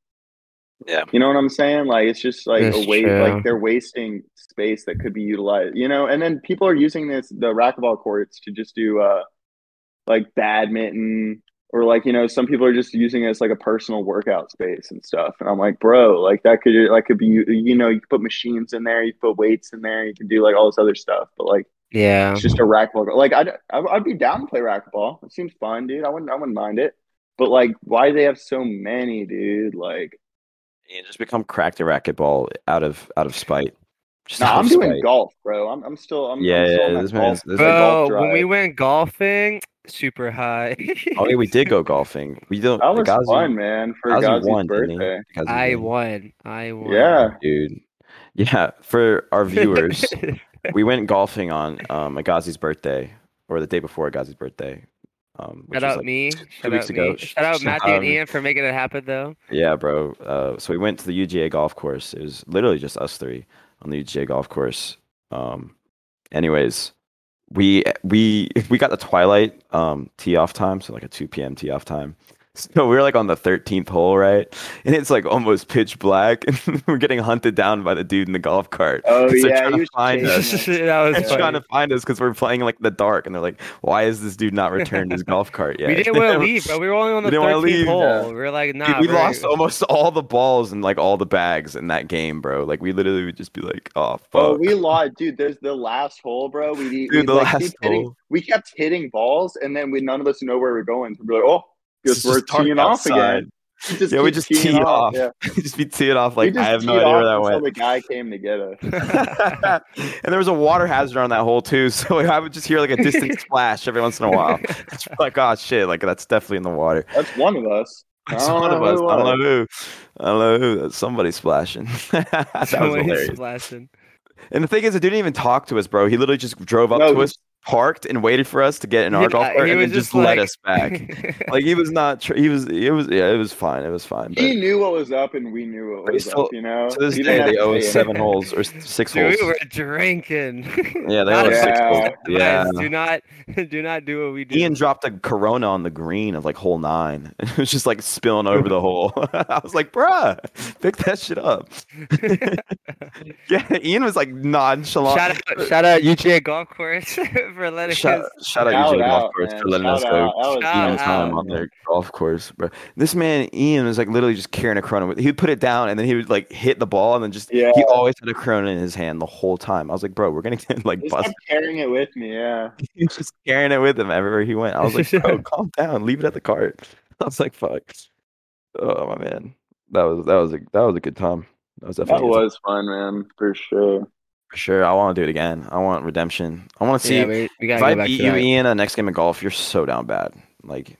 [SPEAKER 2] Yeah.
[SPEAKER 3] You know what I'm saying? Like it's just like
[SPEAKER 1] That's
[SPEAKER 3] a waste.
[SPEAKER 1] true.
[SPEAKER 3] Like they're wasting space that could be utilized, you know. And then people are using this the racquetball courts to just do uh like badminton or like you know some people are just using it as like a personal workout space and stuff and i'm like bro like that could like could be you, you know you could put machines in there you could put weights in there you could do like all this other stuff but like
[SPEAKER 1] yeah.
[SPEAKER 3] it's just
[SPEAKER 2] Uh-huh.
[SPEAKER 3] a racquetball court. like i'd i'd I'd be down to play racquetball it seems fun dude i wouldn't i wouldn't mind it but like why do they have so many dude like
[SPEAKER 2] and just become cracked at racquetball out of out of spite. Just
[SPEAKER 3] nah,
[SPEAKER 2] out
[SPEAKER 3] i'm
[SPEAKER 2] of
[SPEAKER 3] doing
[SPEAKER 2] spite.
[SPEAKER 3] golf bro i'm, I'm still i'm I'm
[SPEAKER 2] Yeah,
[SPEAKER 3] still
[SPEAKER 2] yeah,
[SPEAKER 3] on that
[SPEAKER 2] this
[SPEAKER 3] golf-
[SPEAKER 2] man's- this
[SPEAKER 3] that
[SPEAKER 1] Bro,
[SPEAKER 3] golf
[SPEAKER 1] when we
[SPEAKER 3] drive.
[SPEAKER 1] went golfing, super high.
[SPEAKER 2] Oh yeah, we did go golfing. We don't.
[SPEAKER 3] that was
[SPEAKER 2] Gazi-
[SPEAKER 3] fun man for
[SPEAKER 2] Gazi
[SPEAKER 3] Gazi's
[SPEAKER 2] won, didn't he?
[SPEAKER 3] birthday
[SPEAKER 2] Gazi
[SPEAKER 1] I
[SPEAKER 2] won.
[SPEAKER 1] won. I won.
[SPEAKER 3] yeah
[SPEAKER 2] dude. Yeah, for our viewers, we went golfing on um, Agassi's birthday or the day before Agassi's birthday. Um, which
[SPEAKER 1] Shout
[SPEAKER 2] was
[SPEAKER 1] out
[SPEAKER 2] like-
[SPEAKER 1] me. Shout
[SPEAKER 2] weeks
[SPEAKER 1] out
[SPEAKER 2] ago. Um,
[SPEAKER 1] me. Shout out
[SPEAKER 2] Shout
[SPEAKER 1] Matthew
[SPEAKER 2] out
[SPEAKER 1] and
[SPEAKER 2] me.
[SPEAKER 1] Ian for making it happen though.
[SPEAKER 2] Yeah, bro. Uh, so we went to the UGA golf course. It was literally just us three on the UGA golf course. Um, anyways, we we we got the twilight um tee off time, so like a two p.m. tee off time. So we were like on the thirteenth hole, right? And it's like almost pitch black, and we're getting hunted down by the dude in the golf cart.
[SPEAKER 3] Oh
[SPEAKER 2] It's like
[SPEAKER 3] yeah,
[SPEAKER 2] trying to
[SPEAKER 3] he was
[SPEAKER 2] find
[SPEAKER 3] chasing
[SPEAKER 2] us.
[SPEAKER 3] us.
[SPEAKER 1] that was
[SPEAKER 2] They're trying
[SPEAKER 1] funny.
[SPEAKER 2] to find us because we're playing like in the dark, and they're like, "Why is this dude not returned his golf cart yet?"
[SPEAKER 1] we didn't want to leave, but we were only on
[SPEAKER 2] We
[SPEAKER 1] the
[SPEAKER 2] didn't wanna
[SPEAKER 1] 13th
[SPEAKER 2] leave,
[SPEAKER 1] hole.
[SPEAKER 3] yeah.
[SPEAKER 1] We were like, nah.
[SPEAKER 2] Dude, we
[SPEAKER 1] we're-
[SPEAKER 2] lost almost all the balls and like all the bags in that game, bro. Like we literally would just be like, "Oh fuck!"
[SPEAKER 3] Oh, we lost, dude. There's the last hole, bro. We we,
[SPEAKER 2] Dude, the
[SPEAKER 3] like,
[SPEAKER 2] last
[SPEAKER 3] keep hitting,
[SPEAKER 2] hole.
[SPEAKER 3] we kept hitting balls, and then we none of us know where we're going. So we're like, oh,
[SPEAKER 2] It's
[SPEAKER 3] guess we're
[SPEAKER 2] just dark
[SPEAKER 3] teeing off
[SPEAKER 2] outside.
[SPEAKER 3] again. Just
[SPEAKER 2] Yeah, we
[SPEAKER 3] keep
[SPEAKER 2] just
[SPEAKER 3] teeing
[SPEAKER 2] tee off.
[SPEAKER 3] Yeah.
[SPEAKER 2] just be teeing off
[SPEAKER 3] We
[SPEAKER 2] like I
[SPEAKER 3] just
[SPEAKER 2] have no
[SPEAKER 3] teed
[SPEAKER 2] idea where that
[SPEAKER 3] off until
[SPEAKER 2] went.
[SPEAKER 3] The guy came to get us.
[SPEAKER 2] and there was a water hazard on that hole too, so I would just hear like a distant splash every once in a while. It's like, oh shit, like that's definitely in the water.
[SPEAKER 3] That's one of us.
[SPEAKER 2] It's
[SPEAKER 3] I don't
[SPEAKER 2] one of
[SPEAKER 3] know
[SPEAKER 2] us.
[SPEAKER 3] who
[SPEAKER 2] I
[SPEAKER 3] it
[SPEAKER 2] don't know who. I don't know who. That's Somebody splashing. that was
[SPEAKER 1] Someone is
[SPEAKER 2] hilarious.
[SPEAKER 1] splashing.
[SPEAKER 2] And the thing is, the dude didn't even talk to us, bro. He literally just drove up
[SPEAKER 3] No,
[SPEAKER 2] to
[SPEAKER 3] he-
[SPEAKER 2] us, parked, and waited for us to get in our
[SPEAKER 1] Yeah,
[SPEAKER 2] golf
[SPEAKER 1] he
[SPEAKER 2] cart, and
[SPEAKER 1] was
[SPEAKER 2] then just,
[SPEAKER 1] just like-
[SPEAKER 2] let us back. like he was not. Tr- he was. It was. Yeah, it was fine. It was fine. But
[SPEAKER 3] He knew what was up, and we knew what
[SPEAKER 2] But he
[SPEAKER 3] was
[SPEAKER 2] still-
[SPEAKER 3] up. You know,
[SPEAKER 2] to this
[SPEAKER 3] You
[SPEAKER 2] day,
[SPEAKER 3] didn't
[SPEAKER 2] they
[SPEAKER 3] have
[SPEAKER 2] owe
[SPEAKER 3] to
[SPEAKER 2] us
[SPEAKER 3] say
[SPEAKER 2] seven holes or s- six
[SPEAKER 1] Dude,
[SPEAKER 2] holes.
[SPEAKER 1] we were drinking.
[SPEAKER 2] Yeah, they
[SPEAKER 1] Not
[SPEAKER 2] owe us
[SPEAKER 1] a
[SPEAKER 2] six
[SPEAKER 3] Yeah.
[SPEAKER 2] holes.
[SPEAKER 1] Guys,
[SPEAKER 2] Yeah.
[SPEAKER 1] do not do not do what we do.
[SPEAKER 2] Ian dropped a Corona on the green of like hole nine, and it was just like spilling over the hole. I was like, "Bruh, pick that shit up." yeah, Ian was like nonchalant.
[SPEAKER 1] shout out shout out UGA golf course for letting
[SPEAKER 2] shout,
[SPEAKER 1] us
[SPEAKER 2] shout
[SPEAKER 3] Shout
[SPEAKER 2] out Eugene Golf
[SPEAKER 3] out,
[SPEAKER 2] Course
[SPEAKER 3] man.
[SPEAKER 2] for letting us
[SPEAKER 3] Shout
[SPEAKER 2] go
[SPEAKER 3] out. That was
[SPEAKER 1] Shout
[SPEAKER 2] spend time
[SPEAKER 1] out.
[SPEAKER 2] on their golf course, bro. This man Ian was like literally just carrying a Corona. with- He'd put it down and then he would like hit the ball and then just
[SPEAKER 3] Yeah.
[SPEAKER 2] he always had a Corona in his hand the whole time. I was like, "Bro, we're gonna get like
[SPEAKER 3] He just
[SPEAKER 2] busted."
[SPEAKER 3] kept carrying it with me. Yeah,
[SPEAKER 2] he was just carrying it with him everywhere he went. I was like, bro, calm down, leave it at the cart. I was like, fuck. Oh my man, that was that was a that was a good time. That was
[SPEAKER 3] that
[SPEAKER 2] definitely a good time
[SPEAKER 3] was fun, man, for sure.
[SPEAKER 2] for sure. I want to do it again. I want redemption. I want to see
[SPEAKER 1] yeah, we, we gotta
[SPEAKER 2] if
[SPEAKER 1] go
[SPEAKER 2] I
[SPEAKER 1] back
[SPEAKER 2] beat
[SPEAKER 1] to
[SPEAKER 2] you,
[SPEAKER 1] that.
[SPEAKER 2] Ian, on the next game of golf. You're so down bad. Like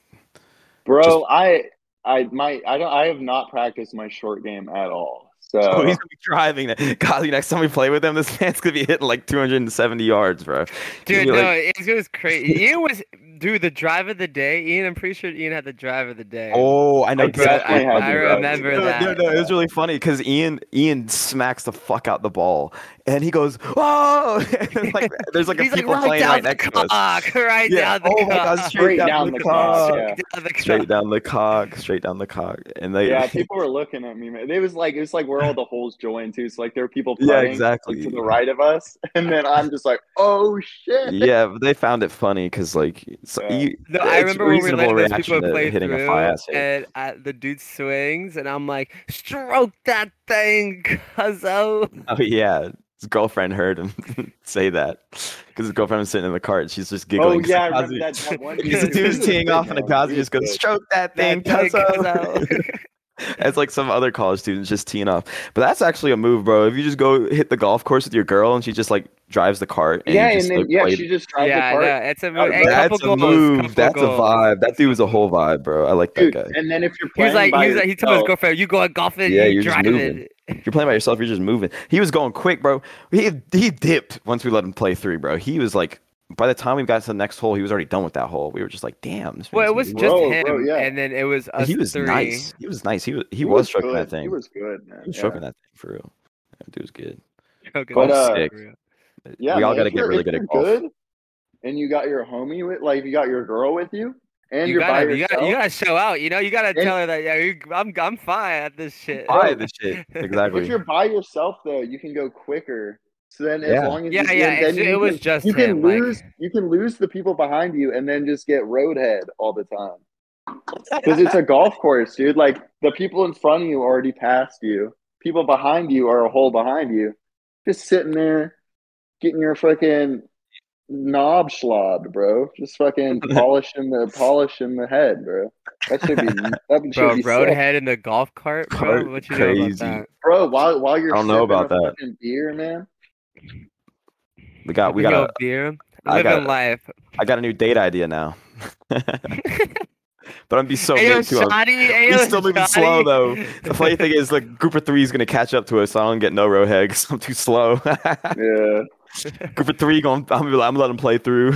[SPEAKER 3] bro.
[SPEAKER 2] Just-
[SPEAKER 3] I, I, my, I don't, I have not practiced my short game at all. So
[SPEAKER 2] oh, he's gonna be driving. that. God, the next time we play with him, this man's gonna be hitting like 270 yards, bro.
[SPEAKER 1] Dude,
[SPEAKER 2] You're
[SPEAKER 1] no,
[SPEAKER 2] like-
[SPEAKER 1] it was crazy. Ian was dude the drive of the day. Ian, I'm pretty sure Ian had the drive of the day.
[SPEAKER 2] Oh, I know.
[SPEAKER 3] I
[SPEAKER 2] exactly what
[SPEAKER 3] definitely
[SPEAKER 2] you're talking
[SPEAKER 3] had to
[SPEAKER 2] about.
[SPEAKER 1] remember
[SPEAKER 2] no,
[SPEAKER 1] that.
[SPEAKER 2] No, no, it was really funny because Ian Ian smacks the fuck out the ball, and he goes, "Whoa!" And like, there's like a
[SPEAKER 1] He's like
[SPEAKER 2] people
[SPEAKER 1] right
[SPEAKER 2] playing
[SPEAKER 1] down
[SPEAKER 2] right
[SPEAKER 1] the
[SPEAKER 2] next to us.
[SPEAKER 1] clock, right
[SPEAKER 2] Yeah.
[SPEAKER 1] down the
[SPEAKER 2] Oh my
[SPEAKER 1] clock.
[SPEAKER 2] God! Straight down the
[SPEAKER 3] clock.
[SPEAKER 2] clock.
[SPEAKER 3] Yeah.
[SPEAKER 1] Straight down the clock.
[SPEAKER 2] Straight down the cog. Straight down the cog. And they.
[SPEAKER 3] yeah, people were looking at me, man. It was like it was like where all the holes join too. So like there were people
[SPEAKER 2] Yeah,
[SPEAKER 3] putting
[SPEAKER 2] exactly.
[SPEAKER 3] like, to the right of us, and then I'm just like, oh shit.
[SPEAKER 2] yeah, but they found it funny because like so
[SPEAKER 3] Yeah.
[SPEAKER 2] you,
[SPEAKER 1] No,
[SPEAKER 2] it's
[SPEAKER 1] I
[SPEAKER 2] a
[SPEAKER 1] remember when we
[SPEAKER 2] reasonable
[SPEAKER 1] let those
[SPEAKER 2] reaction
[SPEAKER 1] people
[SPEAKER 2] to
[SPEAKER 1] play
[SPEAKER 2] hitting a
[SPEAKER 1] through,
[SPEAKER 2] fly-ass hit.
[SPEAKER 1] and uh, the dude swings, and I'm like, stroke that thing, cuzzo.
[SPEAKER 2] oh yeah, his girlfriend heard him say that because his girlfriend was sitting in the cart. and She's just
[SPEAKER 3] Oh
[SPEAKER 2] giggling. 'cause
[SPEAKER 3] yeah, I
[SPEAKER 2] Kazu-
[SPEAKER 3] remember that, that one.
[SPEAKER 2] Because the
[SPEAKER 1] Dude,
[SPEAKER 3] dude
[SPEAKER 2] dude's
[SPEAKER 3] was
[SPEAKER 2] teeing
[SPEAKER 3] big,
[SPEAKER 2] off, and the
[SPEAKER 3] man.
[SPEAKER 2] Kazi
[SPEAKER 3] He was
[SPEAKER 2] just goes,
[SPEAKER 3] big.
[SPEAKER 2] stroke that thing,
[SPEAKER 1] That thing,
[SPEAKER 2] Cuzzo. It's like some other college students just teeing off. But that's actually a move, bro. If you just go hit the golf course with your girl and she just like drives the cart and
[SPEAKER 3] yeah,
[SPEAKER 2] you just
[SPEAKER 3] and then
[SPEAKER 2] like,
[SPEAKER 3] yeah,
[SPEAKER 2] play-
[SPEAKER 3] she just tried
[SPEAKER 1] yeah,
[SPEAKER 3] the cart.
[SPEAKER 1] no, it's a move. Hey, couple
[SPEAKER 2] that's a
[SPEAKER 1] goals, couple
[SPEAKER 2] move. That's a
[SPEAKER 1] goals.
[SPEAKER 2] vibe. That dude was a whole vibe, bro. I like that
[SPEAKER 3] Dude,
[SPEAKER 2] guy.
[SPEAKER 3] and then if you're
[SPEAKER 1] He was
[SPEAKER 3] playing
[SPEAKER 1] like,
[SPEAKER 3] by
[SPEAKER 1] he was like, he told his
[SPEAKER 3] yourself-
[SPEAKER 1] girlfriend, "You going golfing?
[SPEAKER 2] Yeah,
[SPEAKER 1] you
[SPEAKER 2] you're just
[SPEAKER 1] driving
[SPEAKER 2] moving.
[SPEAKER 1] it."
[SPEAKER 2] If you're playing by yourself, you're just moving. He was going quick, bro. He he dipped once we let him play three, bro. He was like, by the time we got to the next hole, he was already done with that hole. We were just like, damn. This
[SPEAKER 1] Well,
[SPEAKER 2] man's
[SPEAKER 1] it was
[SPEAKER 2] moving.
[SPEAKER 1] just
[SPEAKER 3] Bro,
[SPEAKER 1] him,
[SPEAKER 3] bro, yeah.
[SPEAKER 1] and then it was us
[SPEAKER 2] he was
[SPEAKER 1] three.
[SPEAKER 2] nice. He was nice. He was he,
[SPEAKER 3] He
[SPEAKER 2] was, stroking
[SPEAKER 3] good.
[SPEAKER 2] that thing.
[SPEAKER 3] He was good, man.
[SPEAKER 2] He was
[SPEAKER 3] yeah.
[SPEAKER 2] stroking that thing for real. That dude was good.
[SPEAKER 1] Joking
[SPEAKER 3] But,
[SPEAKER 1] around.
[SPEAKER 3] uh,
[SPEAKER 2] Sick.
[SPEAKER 3] Yeah,
[SPEAKER 2] we all
[SPEAKER 3] man,
[SPEAKER 2] got to
[SPEAKER 3] if
[SPEAKER 2] get
[SPEAKER 3] you're-
[SPEAKER 2] really
[SPEAKER 3] if
[SPEAKER 2] good at
[SPEAKER 3] you're
[SPEAKER 2] golf.
[SPEAKER 3] Good, and you got your homie with, like, you got your girl with you, and
[SPEAKER 1] you
[SPEAKER 3] you're
[SPEAKER 1] gotta,
[SPEAKER 3] by
[SPEAKER 1] you
[SPEAKER 3] yourself.
[SPEAKER 1] gotta, you gotta show out. You know, you gotta
[SPEAKER 3] And-
[SPEAKER 1] tell her that. Yeah, you, I'm, I'm fine at this shit.
[SPEAKER 2] Buy the shit.
[SPEAKER 3] if
[SPEAKER 2] Exactly.
[SPEAKER 3] you're by yourself, though, you can go quicker. So then,
[SPEAKER 2] Yeah.
[SPEAKER 3] as long as
[SPEAKER 1] Yeah,
[SPEAKER 3] you,
[SPEAKER 1] yeah,
[SPEAKER 3] and then
[SPEAKER 1] it's-
[SPEAKER 3] you
[SPEAKER 1] it was
[SPEAKER 3] can-
[SPEAKER 1] just
[SPEAKER 3] you can
[SPEAKER 1] him, like-
[SPEAKER 3] lose. You can lose the people behind you, and then just get roadhead all the time. Because it's a golf course, dude. Like the people in front of you already passed you. People behind you are a hole behind you. Just sitting there, getting your fucking knob slobbed, bro. Just fucking polishing the polishing the head, bro. That should be that should
[SPEAKER 1] Bro,
[SPEAKER 3] be sick.
[SPEAKER 1] roadhead in the golf cart, bro.
[SPEAKER 2] Cart,
[SPEAKER 1] What you
[SPEAKER 2] crazy.
[SPEAKER 1] know about
[SPEAKER 3] bro. While while you're
[SPEAKER 2] I don't know
[SPEAKER 3] sipping
[SPEAKER 2] about
[SPEAKER 3] a
[SPEAKER 2] that.
[SPEAKER 3] fucking beer, man.
[SPEAKER 2] We
[SPEAKER 1] that?
[SPEAKER 2] got we got
[SPEAKER 1] Yo,
[SPEAKER 2] a
[SPEAKER 1] beer.
[SPEAKER 2] I
[SPEAKER 1] Living
[SPEAKER 2] got a-
[SPEAKER 1] life.
[SPEAKER 2] I got a new date idea now. but I'm be so
[SPEAKER 1] Ayo,
[SPEAKER 2] late to him.
[SPEAKER 1] shoddy, ayo,
[SPEAKER 2] He's still moving
[SPEAKER 1] shoddy.
[SPEAKER 2] slow though. The funny thing is, like Grouper Three is gonna catch up to us. So I don't get no row head 'cause I'm too slow.
[SPEAKER 3] Yeah.
[SPEAKER 2] Grouper Three, going, I'm gonna be like, I'm letting him play through.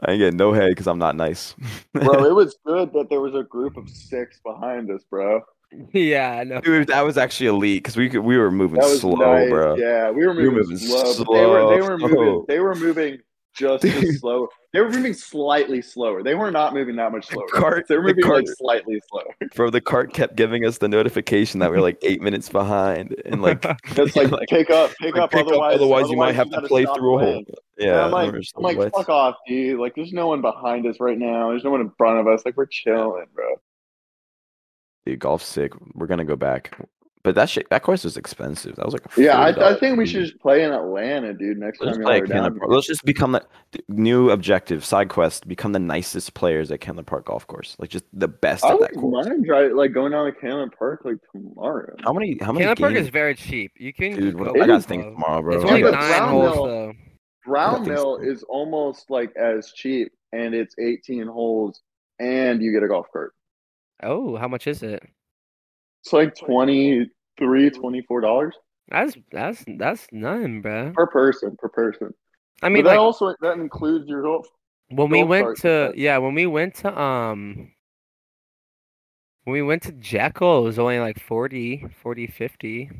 [SPEAKER 2] I ain't getting no head because I'm not nice.
[SPEAKER 3] bro, it was good that there was a group of six behind us, bro.
[SPEAKER 1] yeah, I know.
[SPEAKER 2] Dude, that was actually elite because we could- we were moving
[SPEAKER 3] That was
[SPEAKER 2] slow,
[SPEAKER 3] nice.
[SPEAKER 2] bro.
[SPEAKER 3] Yeah, we were
[SPEAKER 2] We were moving
[SPEAKER 3] moving, slow. but They were they were
[SPEAKER 2] slow.
[SPEAKER 3] moving they were moving just
[SPEAKER 2] Dude.
[SPEAKER 3] as slow. They were moving slightly slower. They were not moving that much slower.
[SPEAKER 2] cart-
[SPEAKER 3] they were
[SPEAKER 2] the
[SPEAKER 3] moving like
[SPEAKER 2] cart-
[SPEAKER 3] slightly slower.
[SPEAKER 2] Bro, the cart kept giving us the notification that we were like eight minutes behind, and like,
[SPEAKER 3] It's like,
[SPEAKER 2] Like-
[SPEAKER 3] pick up, pick
[SPEAKER 2] like,
[SPEAKER 3] up, otherwise,
[SPEAKER 2] otherwise you might have to
[SPEAKER 3] gotta
[SPEAKER 2] play
[SPEAKER 3] stop
[SPEAKER 2] through a hole.
[SPEAKER 3] playing. And
[SPEAKER 2] Yeah,
[SPEAKER 3] I'm like,
[SPEAKER 2] we were just
[SPEAKER 3] I'm like,
[SPEAKER 2] "What?"
[SPEAKER 3] fuck off, dude. Like, there's no one behind us right now. There's no one in front of us. Like, we're chilling, bro.
[SPEAKER 2] Dude, golf's sick. We're gonna go back. But that shit, that course was expensive. That was like a
[SPEAKER 3] Yeah, I, I
[SPEAKER 2] $40
[SPEAKER 3] think we
[SPEAKER 2] fee.
[SPEAKER 3] should just play in Atlanta, dude. Next
[SPEAKER 2] Let's
[SPEAKER 3] time
[SPEAKER 2] play
[SPEAKER 3] you're
[SPEAKER 2] at Candler
[SPEAKER 3] down.
[SPEAKER 2] Park. Let's just become the the new objective side quest. Become the nicest players at Candler Park Golf Course. Like just the best
[SPEAKER 3] I
[SPEAKER 2] at that
[SPEAKER 3] wouldn't
[SPEAKER 2] course.
[SPEAKER 3] mind drive, like going down to Cannon Park like tomorrow.
[SPEAKER 2] How many? How many?
[SPEAKER 1] Candler Park
[SPEAKER 2] games-
[SPEAKER 1] is very cheap. You can
[SPEAKER 2] Dude, what,
[SPEAKER 1] go
[SPEAKER 2] I got
[SPEAKER 1] with
[SPEAKER 2] to think
[SPEAKER 1] flow.
[SPEAKER 2] tomorrow, bro.
[SPEAKER 1] It's
[SPEAKER 3] Yeah,
[SPEAKER 1] only
[SPEAKER 3] but
[SPEAKER 1] nine
[SPEAKER 3] Brown
[SPEAKER 1] holes
[SPEAKER 3] Hill-
[SPEAKER 1] though.
[SPEAKER 3] Brown
[SPEAKER 2] think
[SPEAKER 3] Mill
[SPEAKER 2] so.
[SPEAKER 3] is almost like as cheap, and it's 18 holes, and you get a golf cart.
[SPEAKER 1] Oh, how much is it?
[SPEAKER 3] It's like 23 dollars
[SPEAKER 1] That's that's that's none, bro.
[SPEAKER 3] per person per person.
[SPEAKER 1] I
[SPEAKER 3] I
[SPEAKER 1] mean,
[SPEAKER 3] that
[SPEAKER 1] like
[SPEAKER 3] also that includes your golf.
[SPEAKER 1] when we
[SPEAKER 3] golf
[SPEAKER 1] went
[SPEAKER 3] carts
[SPEAKER 1] to
[SPEAKER 3] and
[SPEAKER 1] yeah, when we went to um, when we went to Jekyll, it was only like 40, 40, 50.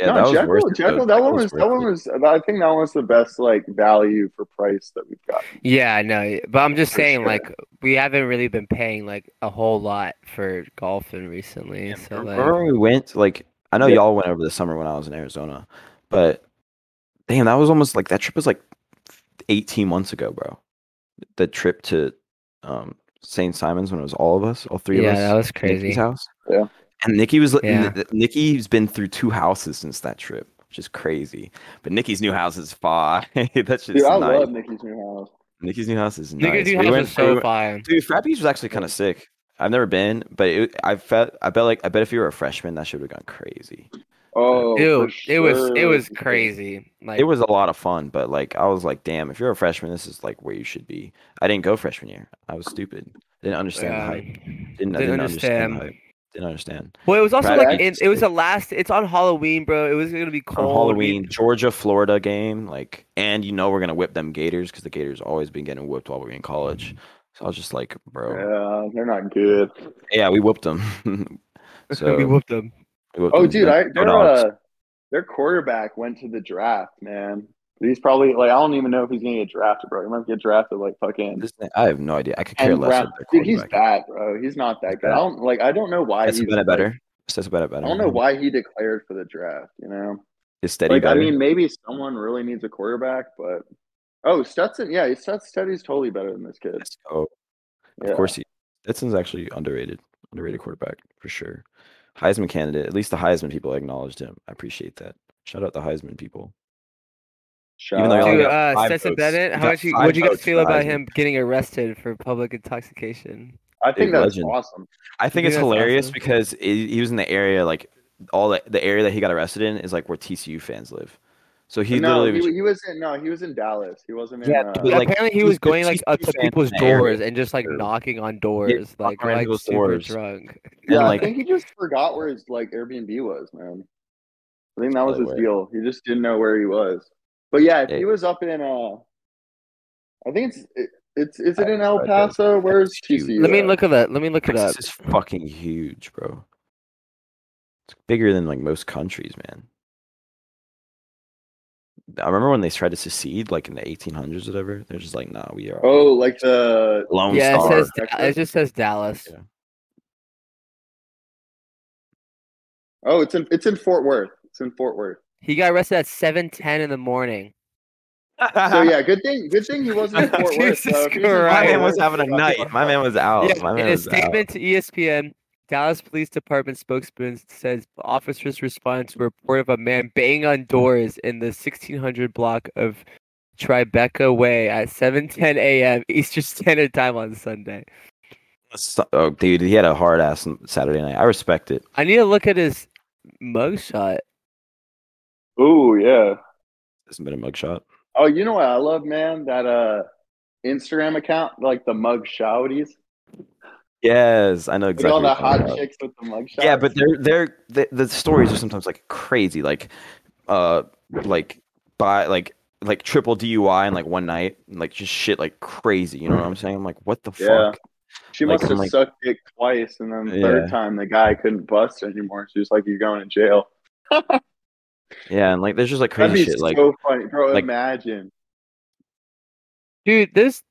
[SPEAKER 2] Yeah,
[SPEAKER 3] no,
[SPEAKER 2] that was
[SPEAKER 3] Jekyll,
[SPEAKER 2] worth it,
[SPEAKER 3] Jekyll,
[SPEAKER 2] though.
[SPEAKER 3] that one was
[SPEAKER 2] worth
[SPEAKER 3] that one
[SPEAKER 2] it.
[SPEAKER 3] was. I think that one's the best like value for price that we've got.
[SPEAKER 1] Yeah, I know, but I'm just
[SPEAKER 3] For
[SPEAKER 1] saying,
[SPEAKER 3] sure.
[SPEAKER 1] like, we haven't really been paying like a whole lot for golfing recently. so like,
[SPEAKER 2] Remember when we went? Like I know
[SPEAKER 3] Yeah.
[SPEAKER 2] y'all went over the summer when I was in Arizona, but damn, that was almost like that trip was like 18 months ago, bro. The trip to um St. Simon's when it was all of us, all three
[SPEAKER 1] yeah,
[SPEAKER 2] of us.
[SPEAKER 1] that was
[SPEAKER 2] at Nikki's
[SPEAKER 1] crazy.
[SPEAKER 2] house.
[SPEAKER 3] Yeah.
[SPEAKER 2] And Nikki was
[SPEAKER 1] Yeah.
[SPEAKER 2] yeah. Nikki's been through two houses since that trip, which is crazy. But Nikki's new house is fine. That's just
[SPEAKER 3] Dude, I
[SPEAKER 2] nice.
[SPEAKER 3] love Nikki's new house.
[SPEAKER 2] Nikki's new house is nice.
[SPEAKER 1] Nigga, dude,
[SPEAKER 2] We
[SPEAKER 1] house
[SPEAKER 2] went-
[SPEAKER 1] was
[SPEAKER 2] we
[SPEAKER 1] so
[SPEAKER 2] went-
[SPEAKER 1] fire.
[SPEAKER 2] Dude, Frat Beach was actually kind of sick. I've never been, but it, I felt I bet like I bet if you were a freshman, that should have gone crazy.
[SPEAKER 3] Oh, for
[SPEAKER 1] Dude, it was it
[SPEAKER 3] sure.
[SPEAKER 1] was crazy. Like
[SPEAKER 2] It was a lot of fun, but like I was like, damn, if you're a freshman, this is like where you should be. I didn't go freshman year. I was stupid. Didn't understand the
[SPEAKER 1] um,
[SPEAKER 2] hype. Didn't, I didn't understand. the hype. Didn't understand.
[SPEAKER 1] Well, it was also
[SPEAKER 2] Right,
[SPEAKER 1] like
[SPEAKER 2] I
[SPEAKER 1] in,
[SPEAKER 2] just-
[SPEAKER 1] it was the last. It's on Halloween, bro. It was gonna be
[SPEAKER 2] on
[SPEAKER 3] Oh,
[SPEAKER 1] cold. we-
[SPEAKER 2] Halloween, Georgia, Florida game, like, and you know we're gonna whip them Gators because the Gators always been getting whipped while we were in college. So I was just like, bro,
[SPEAKER 3] Yeah, they're not good.
[SPEAKER 2] yeah, we whipped them. so
[SPEAKER 1] we
[SPEAKER 2] we
[SPEAKER 1] whooped
[SPEAKER 2] whipped
[SPEAKER 1] them.
[SPEAKER 3] Oh,
[SPEAKER 2] them.
[SPEAKER 3] dude,
[SPEAKER 2] No-
[SPEAKER 3] I,
[SPEAKER 2] no
[SPEAKER 3] their,
[SPEAKER 2] dogs.
[SPEAKER 3] uh, their quarterback went to the draft, man. He's probably like I don't even know if he's gonna get drafted, bro. He might get drafted like fucking
[SPEAKER 2] This thing- I have no idea. I could care
[SPEAKER 3] ten
[SPEAKER 2] less.
[SPEAKER 3] round.
[SPEAKER 2] about their
[SPEAKER 3] Dude, he's
[SPEAKER 2] quarterback.
[SPEAKER 3] bad, bro. He's not that good. I
[SPEAKER 2] bad.
[SPEAKER 3] don't like. I don't know why
[SPEAKER 2] That's
[SPEAKER 3] he's
[SPEAKER 2] about it
[SPEAKER 3] like,
[SPEAKER 2] better. That's about it better.
[SPEAKER 3] I don't know why he declared for the draft. You know,
[SPEAKER 2] Is steady
[SPEAKER 3] like
[SPEAKER 2] better?
[SPEAKER 3] I mean, maybe someone really needs a quarterback, but oh, Stetson, yeah, Stet- Stetty's totally better than this kid.
[SPEAKER 2] Yes. Oh,
[SPEAKER 3] Yeah.
[SPEAKER 2] of course he. Stetson's actually underrated. Underrated quarterback for sure. Heisman candidate. At least the Heisman people acknowledged him. I appreciate that. Shout out the Heisman people.
[SPEAKER 3] Shout
[SPEAKER 2] even though
[SPEAKER 3] out.
[SPEAKER 2] y'all
[SPEAKER 1] Dude,
[SPEAKER 2] got
[SPEAKER 1] uh,
[SPEAKER 2] five
[SPEAKER 1] Stetson
[SPEAKER 2] votes.
[SPEAKER 1] Bennett,
[SPEAKER 2] You
[SPEAKER 1] how
[SPEAKER 2] got
[SPEAKER 1] much you?
[SPEAKER 2] five
[SPEAKER 1] What'd you guys
[SPEAKER 2] votes
[SPEAKER 1] feel
[SPEAKER 2] for
[SPEAKER 1] about
[SPEAKER 2] Heisman.
[SPEAKER 1] him getting arrested for public intoxication?
[SPEAKER 3] I think
[SPEAKER 2] big
[SPEAKER 3] that's
[SPEAKER 2] legend.
[SPEAKER 3] awesome.
[SPEAKER 2] I think
[SPEAKER 1] think
[SPEAKER 2] it's
[SPEAKER 1] that's
[SPEAKER 2] hilarious
[SPEAKER 1] awesome?
[SPEAKER 2] because he, he was in the area like all the, the area that he got arrested in is like where TCU fans live. So he
[SPEAKER 3] no,
[SPEAKER 2] literally was-
[SPEAKER 3] he, he was in no, he was in Dallas. He wasn't in.
[SPEAKER 2] Yeah,
[SPEAKER 3] uh,
[SPEAKER 2] but, like,
[SPEAKER 1] apparently he
[SPEAKER 2] he's
[SPEAKER 1] was
[SPEAKER 2] the
[SPEAKER 1] going like
[SPEAKER 2] TCU
[SPEAKER 1] up to
[SPEAKER 2] fan
[SPEAKER 1] people's
[SPEAKER 2] in the area.
[SPEAKER 1] doors and just like
[SPEAKER 2] Sure.
[SPEAKER 1] knocking on doors, like
[SPEAKER 2] knocking on
[SPEAKER 1] like
[SPEAKER 2] people's
[SPEAKER 1] super
[SPEAKER 2] doors.
[SPEAKER 1] drunk.
[SPEAKER 2] and,
[SPEAKER 3] Yeah,
[SPEAKER 2] like
[SPEAKER 3] I think he just forgot where his like Airbnb was, man. I think that was
[SPEAKER 2] Probably
[SPEAKER 3] his
[SPEAKER 2] where-
[SPEAKER 3] deal. He just didn't know where he was. But yeah, if
[SPEAKER 2] Yeah.
[SPEAKER 3] he was up in uh, I think it's it, it's is it in El
[SPEAKER 2] I- I-
[SPEAKER 3] Paso? Where's
[SPEAKER 2] huge.
[SPEAKER 3] TCU?
[SPEAKER 1] Let me
[SPEAKER 3] at?
[SPEAKER 1] look at that. Let me look it up.
[SPEAKER 2] Texas is fucking huge, bro. It's bigger than like most countries, man. I remember when they tried to secede, like in the 1800s, or whatever. They're just like, nah, we are
[SPEAKER 3] Oh, like the
[SPEAKER 2] Lone
[SPEAKER 1] Yeah, it
[SPEAKER 2] Star.
[SPEAKER 1] says Da-
[SPEAKER 3] Texas.
[SPEAKER 1] it just says Dallas.
[SPEAKER 2] Yeah.
[SPEAKER 3] oh, it's in it's in Fort Worth. It's in Fort Worth.
[SPEAKER 1] He got arrested at seven ten in the morning.
[SPEAKER 3] So yeah, good thing good thing he wasn't in Fort Worth.
[SPEAKER 1] Jesus
[SPEAKER 3] bro. If he was
[SPEAKER 1] Christ.
[SPEAKER 3] in
[SPEAKER 2] my
[SPEAKER 3] Fort
[SPEAKER 2] man was
[SPEAKER 3] Worth,
[SPEAKER 2] having a
[SPEAKER 3] he'd fucking
[SPEAKER 2] night. My man was out.
[SPEAKER 1] Yeah,
[SPEAKER 2] Oh, my man
[SPEAKER 1] in a
[SPEAKER 2] was out.
[SPEAKER 1] statement to E ESPN, Dallas Police Department spokesman says officers responded to a report of a man banging on doors in the 1600 block of Tribeca Way at 7:10 a.m. Eastern Standard Time on Sunday.
[SPEAKER 2] So- Oh, dude, he had a hard ass on Saturday night. I respect it.
[SPEAKER 1] I need to look at his mugshot.
[SPEAKER 3] Ooh, yeah.
[SPEAKER 2] It's been a mugshot.
[SPEAKER 3] Oh, you know what I love, man? That uh Instagram account, like the mug shouties.
[SPEAKER 2] Yes, I know
[SPEAKER 3] Like
[SPEAKER 2] exactly.
[SPEAKER 3] all the
[SPEAKER 2] what you're talking
[SPEAKER 3] hot
[SPEAKER 2] about.
[SPEAKER 3] chicks with the mug shots.
[SPEAKER 2] Yeah, but they're they're the, the stories are sometimes like crazy, like uh like by like like triple DUI in like one night, and, like just shit like crazy. You know what I'm saying? I'm like, what the
[SPEAKER 3] Yeah.
[SPEAKER 2] fuck?
[SPEAKER 3] She
[SPEAKER 2] Like,
[SPEAKER 3] must
[SPEAKER 2] I'm
[SPEAKER 3] have
[SPEAKER 2] like-
[SPEAKER 3] sucked dick twice, and then the third
[SPEAKER 2] Yeah.
[SPEAKER 3] time the guy couldn't bust anymore. She was like, "You're going to jail."
[SPEAKER 2] Yeah, and like there's just like
[SPEAKER 3] That'd
[SPEAKER 2] crazy
[SPEAKER 3] be
[SPEAKER 2] shit.
[SPEAKER 3] so
[SPEAKER 2] Like
[SPEAKER 3] funny, bro.
[SPEAKER 2] like-
[SPEAKER 3] imagine.
[SPEAKER 1] Dude, this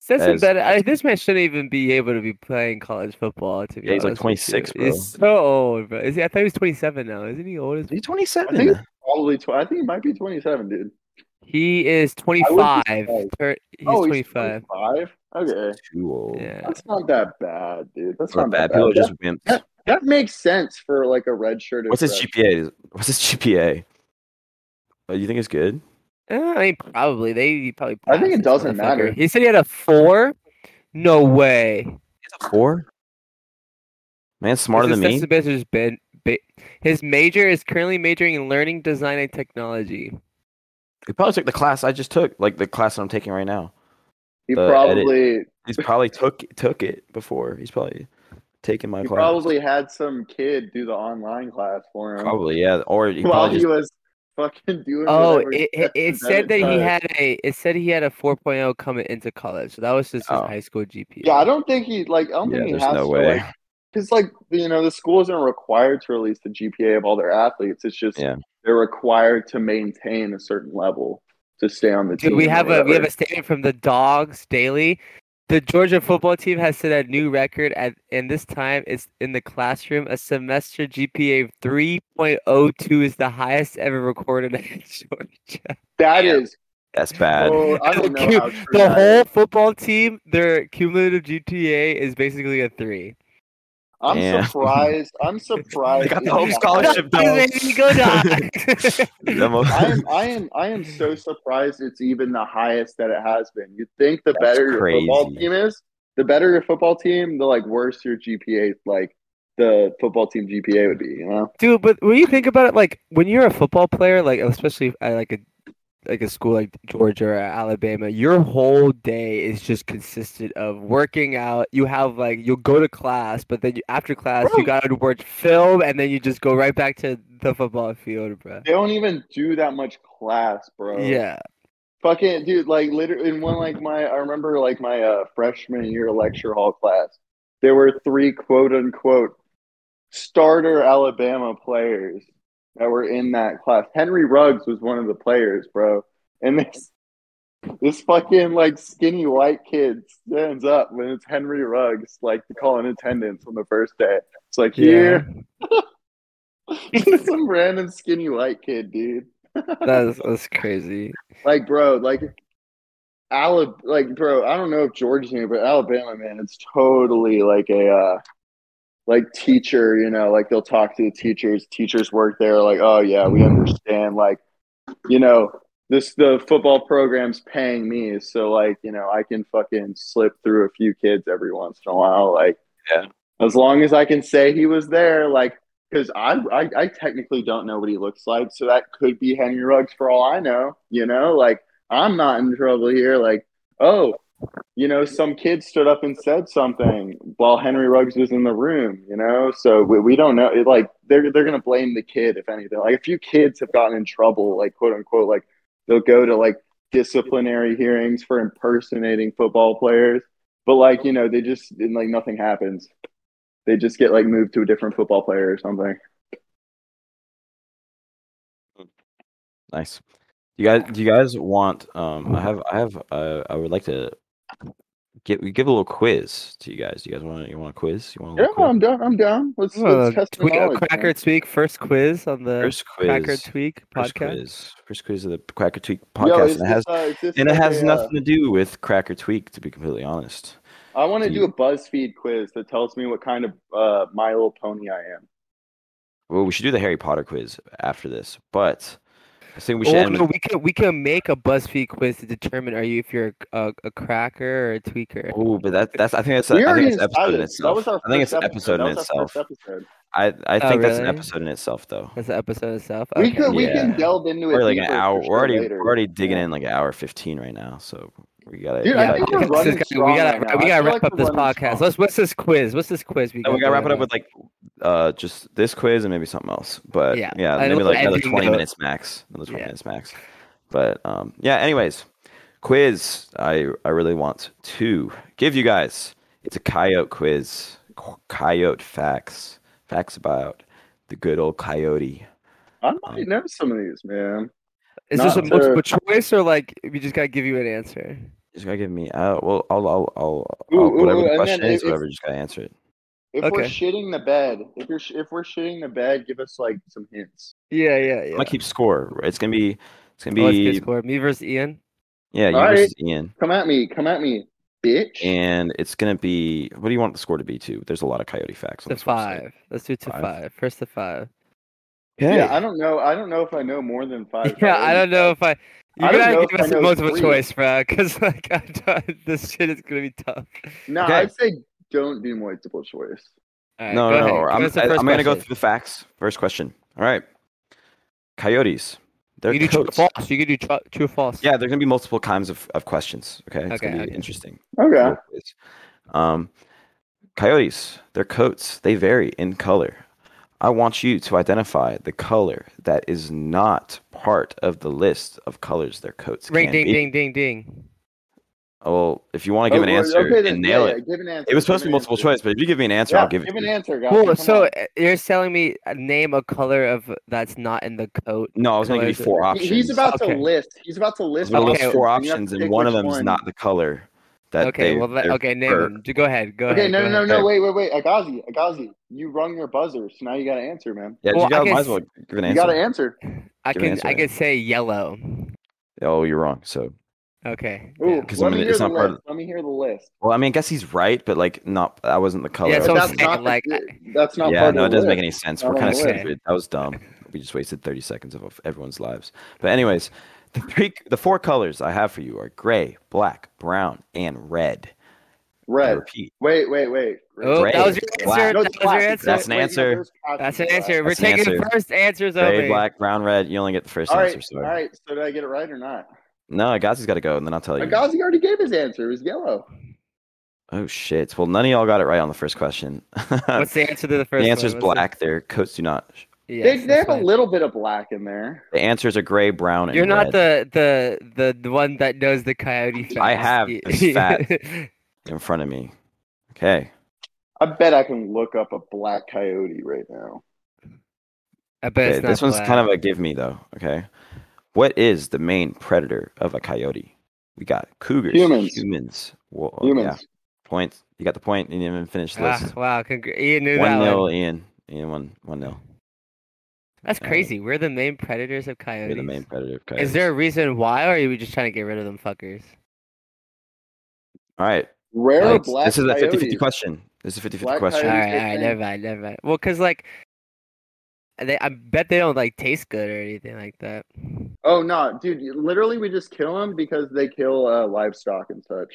[SPEAKER 1] says
[SPEAKER 2] That is-
[SPEAKER 1] that I, this man shouldn't even be able to be playing college football. To be
[SPEAKER 2] Yeah, he's like
[SPEAKER 1] honest with you.
[SPEAKER 2] 26, bro.
[SPEAKER 1] He's so old, bro. Is he, I thought he was 27 now. Isn't he old? As
[SPEAKER 2] he's
[SPEAKER 3] I think-
[SPEAKER 2] 27.
[SPEAKER 3] Probably tw- I think he might be 27, dude.
[SPEAKER 1] He is 25. Tur- He's
[SPEAKER 3] oh,
[SPEAKER 1] 25.
[SPEAKER 3] he's 25. Okay,
[SPEAKER 2] Too old.
[SPEAKER 1] Yeah.
[SPEAKER 3] that's not that bad, dude. That's
[SPEAKER 2] Not bad. People are
[SPEAKER 3] That-
[SPEAKER 2] just wimps.
[SPEAKER 3] That makes sense for like a red shirt.
[SPEAKER 2] What's his GPA? What's his GPA? Uh, you think it's good?
[SPEAKER 1] Uh, I mean, probably they probably.
[SPEAKER 3] I think
[SPEAKER 1] passed
[SPEAKER 3] it
[SPEAKER 1] this
[SPEAKER 3] doesn't matter.
[SPEAKER 1] motherfucker. He said he had a four. No way.
[SPEAKER 2] It's a four. Man, smarter
[SPEAKER 1] his
[SPEAKER 2] than me.
[SPEAKER 1] assistant manager's been- ba- His major is currently majoring in learning design and technology.
[SPEAKER 2] He probably took the class I just took, like the class that I'm taking right now.
[SPEAKER 3] He
[SPEAKER 2] the edit.
[SPEAKER 3] probably
[SPEAKER 2] He's probably took took it before. He's probably taken my
[SPEAKER 3] he
[SPEAKER 2] class.
[SPEAKER 3] probably had some kid do the online class for him
[SPEAKER 2] probably yeah. Or he
[SPEAKER 3] while
[SPEAKER 2] probably
[SPEAKER 3] he
[SPEAKER 2] just,
[SPEAKER 3] was fucking doing.
[SPEAKER 1] Oh,
[SPEAKER 3] whatever
[SPEAKER 1] it, it, it
[SPEAKER 3] Stetson
[SPEAKER 1] said that he
[SPEAKER 3] Bennett does.
[SPEAKER 1] had a it said he had a 4.0 coming into college. So that was just his
[SPEAKER 2] Oh.
[SPEAKER 1] high school GPA.
[SPEAKER 3] Yeah, I don't think he like. I don't
[SPEAKER 2] yeah.
[SPEAKER 3] think he
[SPEAKER 2] There's
[SPEAKER 3] has
[SPEAKER 2] no
[SPEAKER 3] to,
[SPEAKER 2] way.
[SPEAKER 3] like, because like you know the schools aren't required to release the GPA of all their athletes. It's just
[SPEAKER 2] Yeah.
[SPEAKER 3] they're required to maintain a certain level to stay on the
[SPEAKER 1] Dude,
[SPEAKER 3] team.
[SPEAKER 1] we
[SPEAKER 3] or
[SPEAKER 1] have a we have
[SPEAKER 3] whatever.
[SPEAKER 1] a statement from the Dogs Daily. The Georgia football team has set a new record at and this time it's in the classroom. A semester GPA of 3.02 is the highest ever recorded at Georgia.
[SPEAKER 3] That
[SPEAKER 2] Yeah.
[SPEAKER 3] is.
[SPEAKER 2] That's bad.
[SPEAKER 3] oh, I don't know
[SPEAKER 1] Dude,
[SPEAKER 3] how true
[SPEAKER 1] The
[SPEAKER 3] that is.
[SPEAKER 1] whole football team, their cumulative GPA is basically a three.
[SPEAKER 3] I'm
[SPEAKER 2] Damn.
[SPEAKER 3] surprised. I'm surprised.
[SPEAKER 2] They got
[SPEAKER 3] we
[SPEAKER 2] the home
[SPEAKER 3] got-
[SPEAKER 2] scholarship, though.
[SPEAKER 1] Nothing made me go down.
[SPEAKER 2] Them-
[SPEAKER 3] I am, I am, I am so surprised it's even the highest that it has been. You'd think the
[SPEAKER 2] That's
[SPEAKER 3] better your football
[SPEAKER 2] crazy.
[SPEAKER 3] team is, the better your football team, the like worse your GPA, like the football team GPA would be. You know,
[SPEAKER 1] dude but when you think about it like when you're a football player like especially at like a like a school like georgia or alabama your whole day is just consisted of working out you have like you'll go to class but then you, after class
[SPEAKER 3] Bro.
[SPEAKER 1] you gotta watch film and then you just go right back to the football field bro
[SPEAKER 3] they don't even do that much class, bro.
[SPEAKER 1] yeah
[SPEAKER 3] Fucking dude, like literally in one like my I remember like my uh, freshman year lecture hall class, there were three quote unquote starter Alabama players that were in that class. Henry Ruggs was one of the players, bro. And this this fucking like skinny white kid stands up when it's Henry Ruggs like to call in attendance on the first day. It's like here some random skinny white kid, dude.
[SPEAKER 1] that's, that's crazy
[SPEAKER 3] Like, bro, like Alab like bro, I don't know if Georgia's new, but Alabama, man, it's totally like a uh like teacher, you know, like they'll talk to the teachers, teachers work there, like, oh yeah, we understand, like, you know, this the football program's paying me, so like, you know, I can fucking slip through a few kids every once in a while, like
[SPEAKER 2] Yeah.
[SPEAKER 3] as long as I can say he was there, like because I, I I technically don't know what he looks like, so that could be Henry Ruggs for all I know. You know, like I'm not in trouble here. Like, oh, you know, some kid stood up and said something while Henry Ruggs was in the room. You know, so we, we don't know. It, like they're they're gonna blame the kid if anything. Like a few kids have gotten in trouble, like quote unquote, like they'll go to like disciplinary hearings for impersonating football players. But like you know, they just and, like nothing happens. They just get like moved to a different football player or something.
[SPEAKER 2] Nice. You guys, do you guys want? Um, I have, I have, uh, I would like to get we give a little quiz to you guys. Do you guys want? You want a quiz? You want a
[SPEAKER 3] Yeah,
[SPEAKER 2] little quiz?
[SPEAKER 3] I'm down. I'm down. Let's,
[SPEAKER 1] Uh,
[SPEAKER 3] let's test the
[SPEAKER 1] tweak, uh,
[SPEAKER 3] knowledge,
[SPEAKER 1] cracker tweak first quiz on
[SPEAKER 3] um,
[SPEAKER 1] the
[SPEAKER 2] First quiz.
[SPEAKER 1] cracker tweak
[SPEAKER 2] first
[SPEAKER 1] podcast
[SPEAKER 2] quiz. First quiz of the Cracker Tweak
[SPEAKER 3] man.
[SPEAKER 2] podcast,
[SPEAKER 3] Yo, is
[SPEAKER 2] and it
[SPEAKER 3] this,
[SPEAKER 2] has
[SPEAKER 3] uh, is this
[SPEAKER 2] and it
[SPEAKER 3] like
[SPEAKER 2] has
[SPEAKER 3] a, uh,
[SPEAKER 2] nothing to do with Cracker Tweak, to be completely honest.
[SPEAKER 3] I want to
[SPEAKER 2] to
[SPEAKER 3] do a BuzzFeed quiz that tells me what kind of uh, My Little Pony I am.
[SPEAKER 2] Well, we should do the Harry Potter quiz after this, but I think we
[SPEAKER 1] Oh,
[SPEAKER 2] should end
[SPEAKER 1] no,
[SPEAKER 2] with.
[SPEAKER 1] we can we can make a BuzzFeed quiz to determine are you if you're a, a cracker or a tweaker.
[SPEAKER 2] Oh, but that, that's I think that's a- I think it's an episode in
[SPEAKER 3] That
[SPEAKER 2] itself.
[SPEAKER 3] was our
[SPEAKER 2] I think it's
[SPEAKER 3] first
[SPEAKER 2] an episode
[SPEAKER 3] That
[SPEAKER 2] in
[SPEAKER 3] was our
[SPEAKER 2] itself.
[SPEAKER 3] first episode.
[SPEAKER 2] I I
[SPEAKER 1] Oh,
[SPEAKER 2] think that's an
[SPEAKER 1] really?
[SPEAKER 2] episode in itself, though.
[SPEAKER 1] That's the episode itself.
[SPEAKER 3] We
[SPEAKER 1] Okay.
[SPEAKER 3] can we can
[SPEAKER 2] Yeah.
[SPEAKER 3] delve into it.
[SPEAKER 2] We're like an
[SPEAKER 3] deeper for
[SPEAKER 2] hour.
[SPEAKER 3] sure
[SPEAKER 2] We're already
[SPEAKER 3] later.
[SPEAKER 2] we're already digging in like an hour fifteen right now, so we gotta.
[SPEAKER 3] Dude,
[SPEAKER 2] we
[SPEAKER 3] I
[SPEAKER 2] gotta
[SPEAKER 3] think
[SPEAKER 2] get-
[SPEAKER 3] we're
[SPEAKER 1] This is
[SPEAKER 3] running
[SPEAKER 1] gonna-
[SPEAKER 3] strong
[SPEAKER 1] we gotta
[SPEAKER 3] right now.
[SPEAKER 1] we gotta
[SPEAKER 3] I feel
[SPEAKER 1] wrap
[SPEAKER 3] like
[SPEAKER 1] up
[SPEAKER 3] we're
[SPEAKER 1] this
[SPEAKER 3] running
[SPEAKER 1] podcast.
[SPEAKER 3] strong.
[SPEAKER 1] Let's what's this quiz? What's this quiz?
[SPEAKER 2] No, we
[SPEAKER 1] got
[SPEAKER 2] gotta wrap it
[SPEAKER 1] going
[SPEAKER 2] up with like uh just this quiz and maybe something else. But
[SPEAKER 1] Yeah,
[SPEAKER 2] yeah,
[SPEAKER 1] a
[SPEAKER 2] maybe
[SPEAKER 1] little
[SPEAKER 2] like another
[SPEAKER 1] ending
[SPEAKER 2] twenty
[SPEAKER 1] note.
[SPEAKER 2] minutes max. Another twenty
[SPEAKER 1] Yeah.
[SPEAKER 2] minutes max. But um yeah, anyways, quiz I I really want to give you guys. It's a coyote quiz. Co- Coyote facts. Facts about the good old coyote.
[SPEAKER 3] I might know some of these, man.
[SPEAKER 1] on? Is this a
[SPEAKER 3] Not to-
[SPEAKER 1] multiple choice or like we just gotta give you an answer?
[SPEAKER 2] Just gotta give me uh well I'll I'll I'll,
[SPEAKER 3] Ooh,
[SPEAKER 2] I'll
[SPEAKER 3] ooh,
[SPEAKER 2] whatever
[SPEAKER 3] ooh,
[SPEAKER 2] the
[SPEAKER 3] and
[SPEAKER 2] question
[SPEAKER 3] then
[SPEAKER 2] is,
[SPEAKER 3] if-
[SPEAKER 2] whatever just gotta answer it.
[SPEAKER 3] If we're
[SPEAKER 1] Okay.
[SPEAKER 3] shitting the bed, if you're sh- if we're shitting the bed, give us like some hints.
[SPEAKER 1] Yeah, yeah, yeah.
[SPEAKER 2] I'm gonna keep score. right? It's gonna be it's gonna
[SPEAKER 1] Oh, let's get
[SPEAKER 2] be
[SPEAKER 1] score. Me versus Ian.
[SPEAKER 2] yeah, you
[SPEAKER 3] All right.
[SPEAKER 2] versus Ian.
[SPEAKER 3] Come at me, come at me. bitch.
[SPEAKER 2] and it's gonna be. What do you want the score to be? To there's a lot of coyote facts. On
[SPEAKER 1] To
[SPEAKER 2] this website.
[SPEAKER 1] five. Let's do it to
[SPEAKER 2] Five.
[SPEAKER 1] five. First to five.
[SPEAKER 2] Okay.
[SPEAKER 3] Yeah, I don't know. I don't know if I know more than five.
[SPEAKER 1] Yeah, I don't know if I. You're gonna
[SPEAKER 3] I don't know
[SPEAKER 1] have
[SPEAKER 3] if
[SPEAKER 1] to give
[SPEAKER 3] I
[SPEAKER 1] us a
[SPEAKER 3] know
[SPEAKER 1] multiple
[SPEAKER 3] three.
[SPEAKER 1] choice, bro, because like I don't- this shit is gonna be tough.
[SPEAKER 3] No,
[SPEAKER 2] Okay.
[SPEAKER 3] I'd say don't do multiple choice.
[SPEAKER 1] All right, go
[SPEAKER 2] no, no,
[SPEAKER 1] ahead.
[SPEAKER 2] no.
[SPEAKER 1] Give
[SPEAKER 2] I'm,
[SPEAKER 1] us the
[SPEAKER 2] I-
[SPEAKER 1] first
[SPEAKER 2] I'm gonna go
[SPEAKER 1] question.
[SPEAKER 2] through the facts. First question. All right. Coyotes. They're
[SPEAKER 1] You do true or
[SPEAKER 2] coats.
[SPEAKER 1] false. You can do tru- true or false.
[SPEAKER 2] Yeah, there's gonna be multiple kinds of, of questions. Okay, it's
[SPEAKER 1] Okay,
[SPEAKER 2] gonna be
[SPEAKER 1] okay.
[SPEAKER 2] interesting.
[SPEAKER 3] Okay.
[SPEAKER 2] both ways. Um, coyotes, their coats, they vary in color. I want you to identify the color that is not part of the list of colors their coats
[SPEAKER 1] Ring,
[SPEAKER 2] can
[SPEAKER 1] ding,
[SPEAKER 2] be.
[SPEAKER 1] ding, ding, ding.
[SPEAKER 2] Well, if you want to give
[SPEAKER 3] Oh,
[SPEAKER 2] an
[SPEAKER 3] well,
[SPEAKER 2] answer
[SPEAKER 3] okay, then,
[SPEAKER 2] and nail
[SPEAKER 3] yeah,
[SPEAKER 2] it,
[SPEAKER 3] yeah, give an answer.
[SPEAKER 2] it was supposed to be
[SPEAKER 3] give an
[SPEAKER 2] multiple
[SPEAKER 3] answer.
[SPEAKER 2] choice, but if you give me an answer,
[SPEAKER 3] Yeah,
[SPEAKER 2] I'll give it.
[SPEAKER 3] give
[SPEAKER 2] to
[SPEAKER 3] an
[SPEAKER 2] you.
[SPEAKER 3] answer, guys.
[SPEAKER 1] Cool.
[SPEAKER 3] Come
[SPEAKER 1] So
[SPEAKER 3] on.
[SPEAKER 1] uh, you're telling me uh, name a color of that's not in the coat.
[SPEAKER 2] No, I was going to give you
[SPEAKER 1] Colors.
[SPEAKER 2] four
[SPEAKER 3] He-
[SPEAKER 2] options.
[SPEAKER 3] he's about
[SPEAKER 1] Okay.
[SPEAKER 3] to list. He's about to
[SPEAKER 2] I was
[SPEAKER 3] list.
[SPEAKER 2] gonna
[SPEAKER 1] Okay,
[SPEAKER 2] list four
[SPEAKER 3] options, you have
[SPEAKER 2] options,
[SPEAKER 3] to
[SPEAKER 2] and
[SPEAKER 3] pick
[SPEAKER 2] one of
[SPEAKER 3] which
[SPEAKER 2] them is
[SPEAKER 3] one.
[SPEAKER 2] not the color that
[SPEAKER 1] okay,
[SPEAKER 2] they.
[SPEAKER 1] well, that,
[SPEAKER 2] they're-
[SPEAKER 1] okay, name
[SPEAKER 2] fur.
[SPEAKER 1] them. Ju- Go ahead. Go
[SPEAKER 3] Okay,
[SPEAKER 1] ahead.
[SPEAKER 3] no,
[SPEAKER 1] go
[SPEAKER 3] no,
[SPEAKER 1] ahead.
[SPEAKER 3] no,
[SPEAKER 2] Okay.
[SPEAKER 3] wait, wait, wait, Agazi, Agazi, you rung your buzzer, so now you got to answer, man.
[SPEAKER 2] Yeah,
[SPEAKER 1] Well,
[SPEAKER 2] you
[SPEAKER 1] I
[SPEAKER 2] guys might as
[SPEAKER 1] guess-
[SPEAKER 2] well give an
[SPEAKER 3] You got to
[SPEAKER 2] answer.
[SPEAKER 3] answer.
[SPEAKER 1] I
[SPEAKER 2] Give an
[SPEAKER 1] can
[SPEAKER 2] answer,
[SPEAKER 1] I
[SPEAKER 2] Aaron.
[SPEAKER 1] can say yellow.
[SPEAKER 2] Oh, you're wrong. So
[SPEAKER 1] Okay.
[SPEAKER 3] Ooh,
[SPEAKER 1] yeah.
[SPEAKER 2] 'Cause
[SPEAKER 3] let
[SPEAKER 2] I'm
[SPEAKER 3] me
[SPEAKER 2] in-
[SPEAKER 3] hear
[SPEAKER 2] it's
[SPEAKER 3] the
[SPEAKER 2] not part
[SPEAKER 3] list. Let me hear the list.
[SPEAKER 2] Well, I mean, I guess he's right, but like, not that wasn't the color.
[SPEAKER 1] Yeah,
[SPEAKER 2] of
[SPEAKER 1] so I'm
[SPEAKER 2] the
[SPEAKER 3] That's
[SPEAKER 2] thing.
[SPEAKER 1] saying,
[SPEAKER 3] not.
[SPEAKER 1] like,
[SPEAKER 3] the, that's not.
[SPEAKER 2] yeah,
[SPEAKER 3] part
[SPEAKER 2] no,
[SPEAKER 3] of
[SPEAKER 2] it
[SPEAKER 3] the
[SPEAKER 2] doesn't
[SPEAKER 3] list.
[SPEAKER 2] make any sense.
[SPEAKER 3] Not
[SPEAKER 2] We're
[SPEAKER 3] on
[SPEAKER 2] kind of
[SPEAKER 3] the list.
[SPEAKER 2] stupid. That was dumb. We just wasted thirty seconds of everyone's lives. But anyways, the three, the four colors I have for you are gray, black, brown, and red. I
[SPEAKER 3] Red.
[SPEAKER 2] repeat,
[SPEAKER 3] Wait, wait, wait. Red.
[SPEAKER 1] Oh,
[SPEAKER 2] Gray,
[SPEAKER 1] that was your
[SPEAKER 2] black.
[SPEAKER 1] answer.
[SPEAKER 3] No,
[SPEAKER 1] that
[SPEAKER 3] it's
[SPEAKER 1] was your
[SPEAKER 3] classic.
[SPEAKER 1] answer.
[SPEAKER 2] That's an
[SPEAKER 3] Wait, no,
[SPEAKER 2] answer.
[SPEAKER 3] there's classic
[SPEAKER 1] That's
[SPEAKER 3] to
[SPEAKER 1] an
[SPEAKER 3] that.
[SPEAKER 1] answer. We're
[SPEAKER 2] That's an
[SPEAKER 1] taking
[SPEAKER 2] answer.
[SPEAKER 1] first answers
[SPEAKER 2] gray,
[SPEAKER 1] only.
[SPEAKER 2] black, brown, red. You only get the first
[SPEAKER 3] All
[SPEAKER 2] answer.
[SPEAKER 3] right,
[SPEAKER 2] So
[SPEAKER 3] all right. So did I get it right or not?
[SPEAKER 2] no, Agassi's got to go, and then I'll tell you.
[SPEAKER 3] Agazi already gave his answer. It was yellow.
[SPEAKER 2] Oh shit! Well, none of y'all got it right on the first question. the
[SPEAKER 1] What's the answer to the first?
[SPEAKER 2] answer
[SPEAKER 1] one?
[SPEAKER 2] is
[SPEAKER 1] What's
[SPEAKER 2] black. Their coats do not.
[SPEAKER 1] The, yes,
[SPEAKER 3] They, they
[SPEAKER 1] that's
[SPEAKER 3] have a
[SPEAKER 1] fine.
[SPEAKER 3] little bit of black in there.
[SPEAKER 2] The answers are gray, brown, and
[SPEAKER 1] You're not
[SPEAKER 2] red.
[SPEAKER 1] the, the the the one that knows the coyote facts.
[SPEAKER 2] I have
[SPEAKER 1] You-
[SPEAKER 2] this fact. in front of me. Okay.
[SPEAKER 3] I bet I can look up a black coyote right now.
[SPEAKER 1] I bet
[SPEAKER 2] Okay,
[SPEAKER 1] it's not
[SPEAKER 2] This one's
[SPEAKER 1] black.
[SPEAKER 2] kind of a give me though. Okay. What is the main predator of a coyote? We got cougars,
[SPEAKER 3] Humans.
[SPEAKER 2] humans, wo- oh,
[SPEAKER 3] Humans.
[SPEAKER 2] Yeah. Point. You got the point. You didn't even finish the
[SPEAKER 1] ah,
[SPEAKER 2] list.
[SPEAKER 1] wow. Congr- Ian knew
[SPEAKER 2] one
[SPEAKER 1] that
[SPEAKER 2] nil,
[SPEAKER 1] one.
[SPEAKER 2] Ian. Ian one one nil.
[SPEAKER 1] That's
[SPEAKER 2] Uh,
[SPEAKER 1] crazy. We're the main predators of coyotes.
[SPEAKER 2] You're the main predator of coyotes.
[SPEAKER 1] Is there a reason why, or are we just trying to get rid of them fuckers?
[SPEAKER 2] All right.
[SPEAKER 3] Where are
[SPEAKER 2] Alex,
[SPEAKER 3] black
[SPEAKER 2] this is a 50 50
[SPEAKER 3] coyotes?
[SPEAKER 2] question. This is a 50 50
[SPEAKER 3] Black
[SPEAKER 2] question.
[SPEAKER 1] All
[SPEAKER 3] Coyotes
[SPEAKER 1] right, all
[SPEAKER 3] are
[SPEAKER 1] right,
[SPEAKER 3] thin.
[SPEAKER 1] never mind, never mind. Well, cause like, they, I bet they don't like taste good or anything like that.
[SPEAKER 3] Oh no, dude! you- Literally, we just kill them because they kill uh, livestock and such.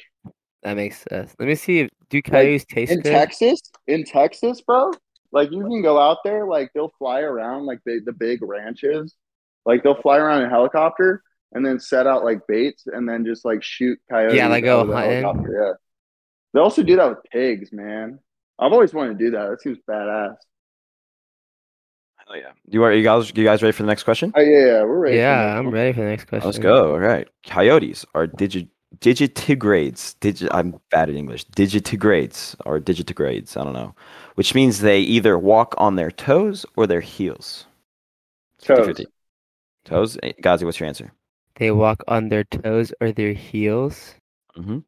[SPEAKER 1] That makes sense. Let me see. If, do coyotes taste
[SPEAKER 3] In
[SPEAKER 1] good?
[SPEAKER 3] Texas, in Texas, bro, like you can go out there, like they'll fly around, like they, the big ranches, like they'll fly around in a helicopter and then set out like baits and then just like shoot coyotes.
[SPEAKER 1] Yeah, like go
[SPEAKER 3] out of the
[SPEAKER 1] hunting.
[SPEAKER 3] helicopter, Yeah, they also do that with pigs, man. I've always wanted to do that. That seems badass.
[SPEAKER 2] Hell yeah. You are you guys you guys ready for the next question?
[SPEAKER 3] Oh yeah, yeah, we're ready. for
[SPEAKER 1] Yeah,
[SPEAKER 3] next
[SPEAKER 1] I'm
[SPEAKER 3] one.
[SPEAKER 1] ready for the next question.
[SPEAKER 2] Let's go. All right. Coyotes are digi digitigrades. Digi I'm bad at English. Digitigrades or digitigrades. I don't know. Which means they either walk on their toes or their heels. It's
[SPEAKER 3] Toes.
[SPEAKER 2] 50-50. Toes. Eh, Gazi, what's your answer?
[SPEAKER 1] They walk on their toes or their heels.
[SPEAKER 2] Mm-hmm.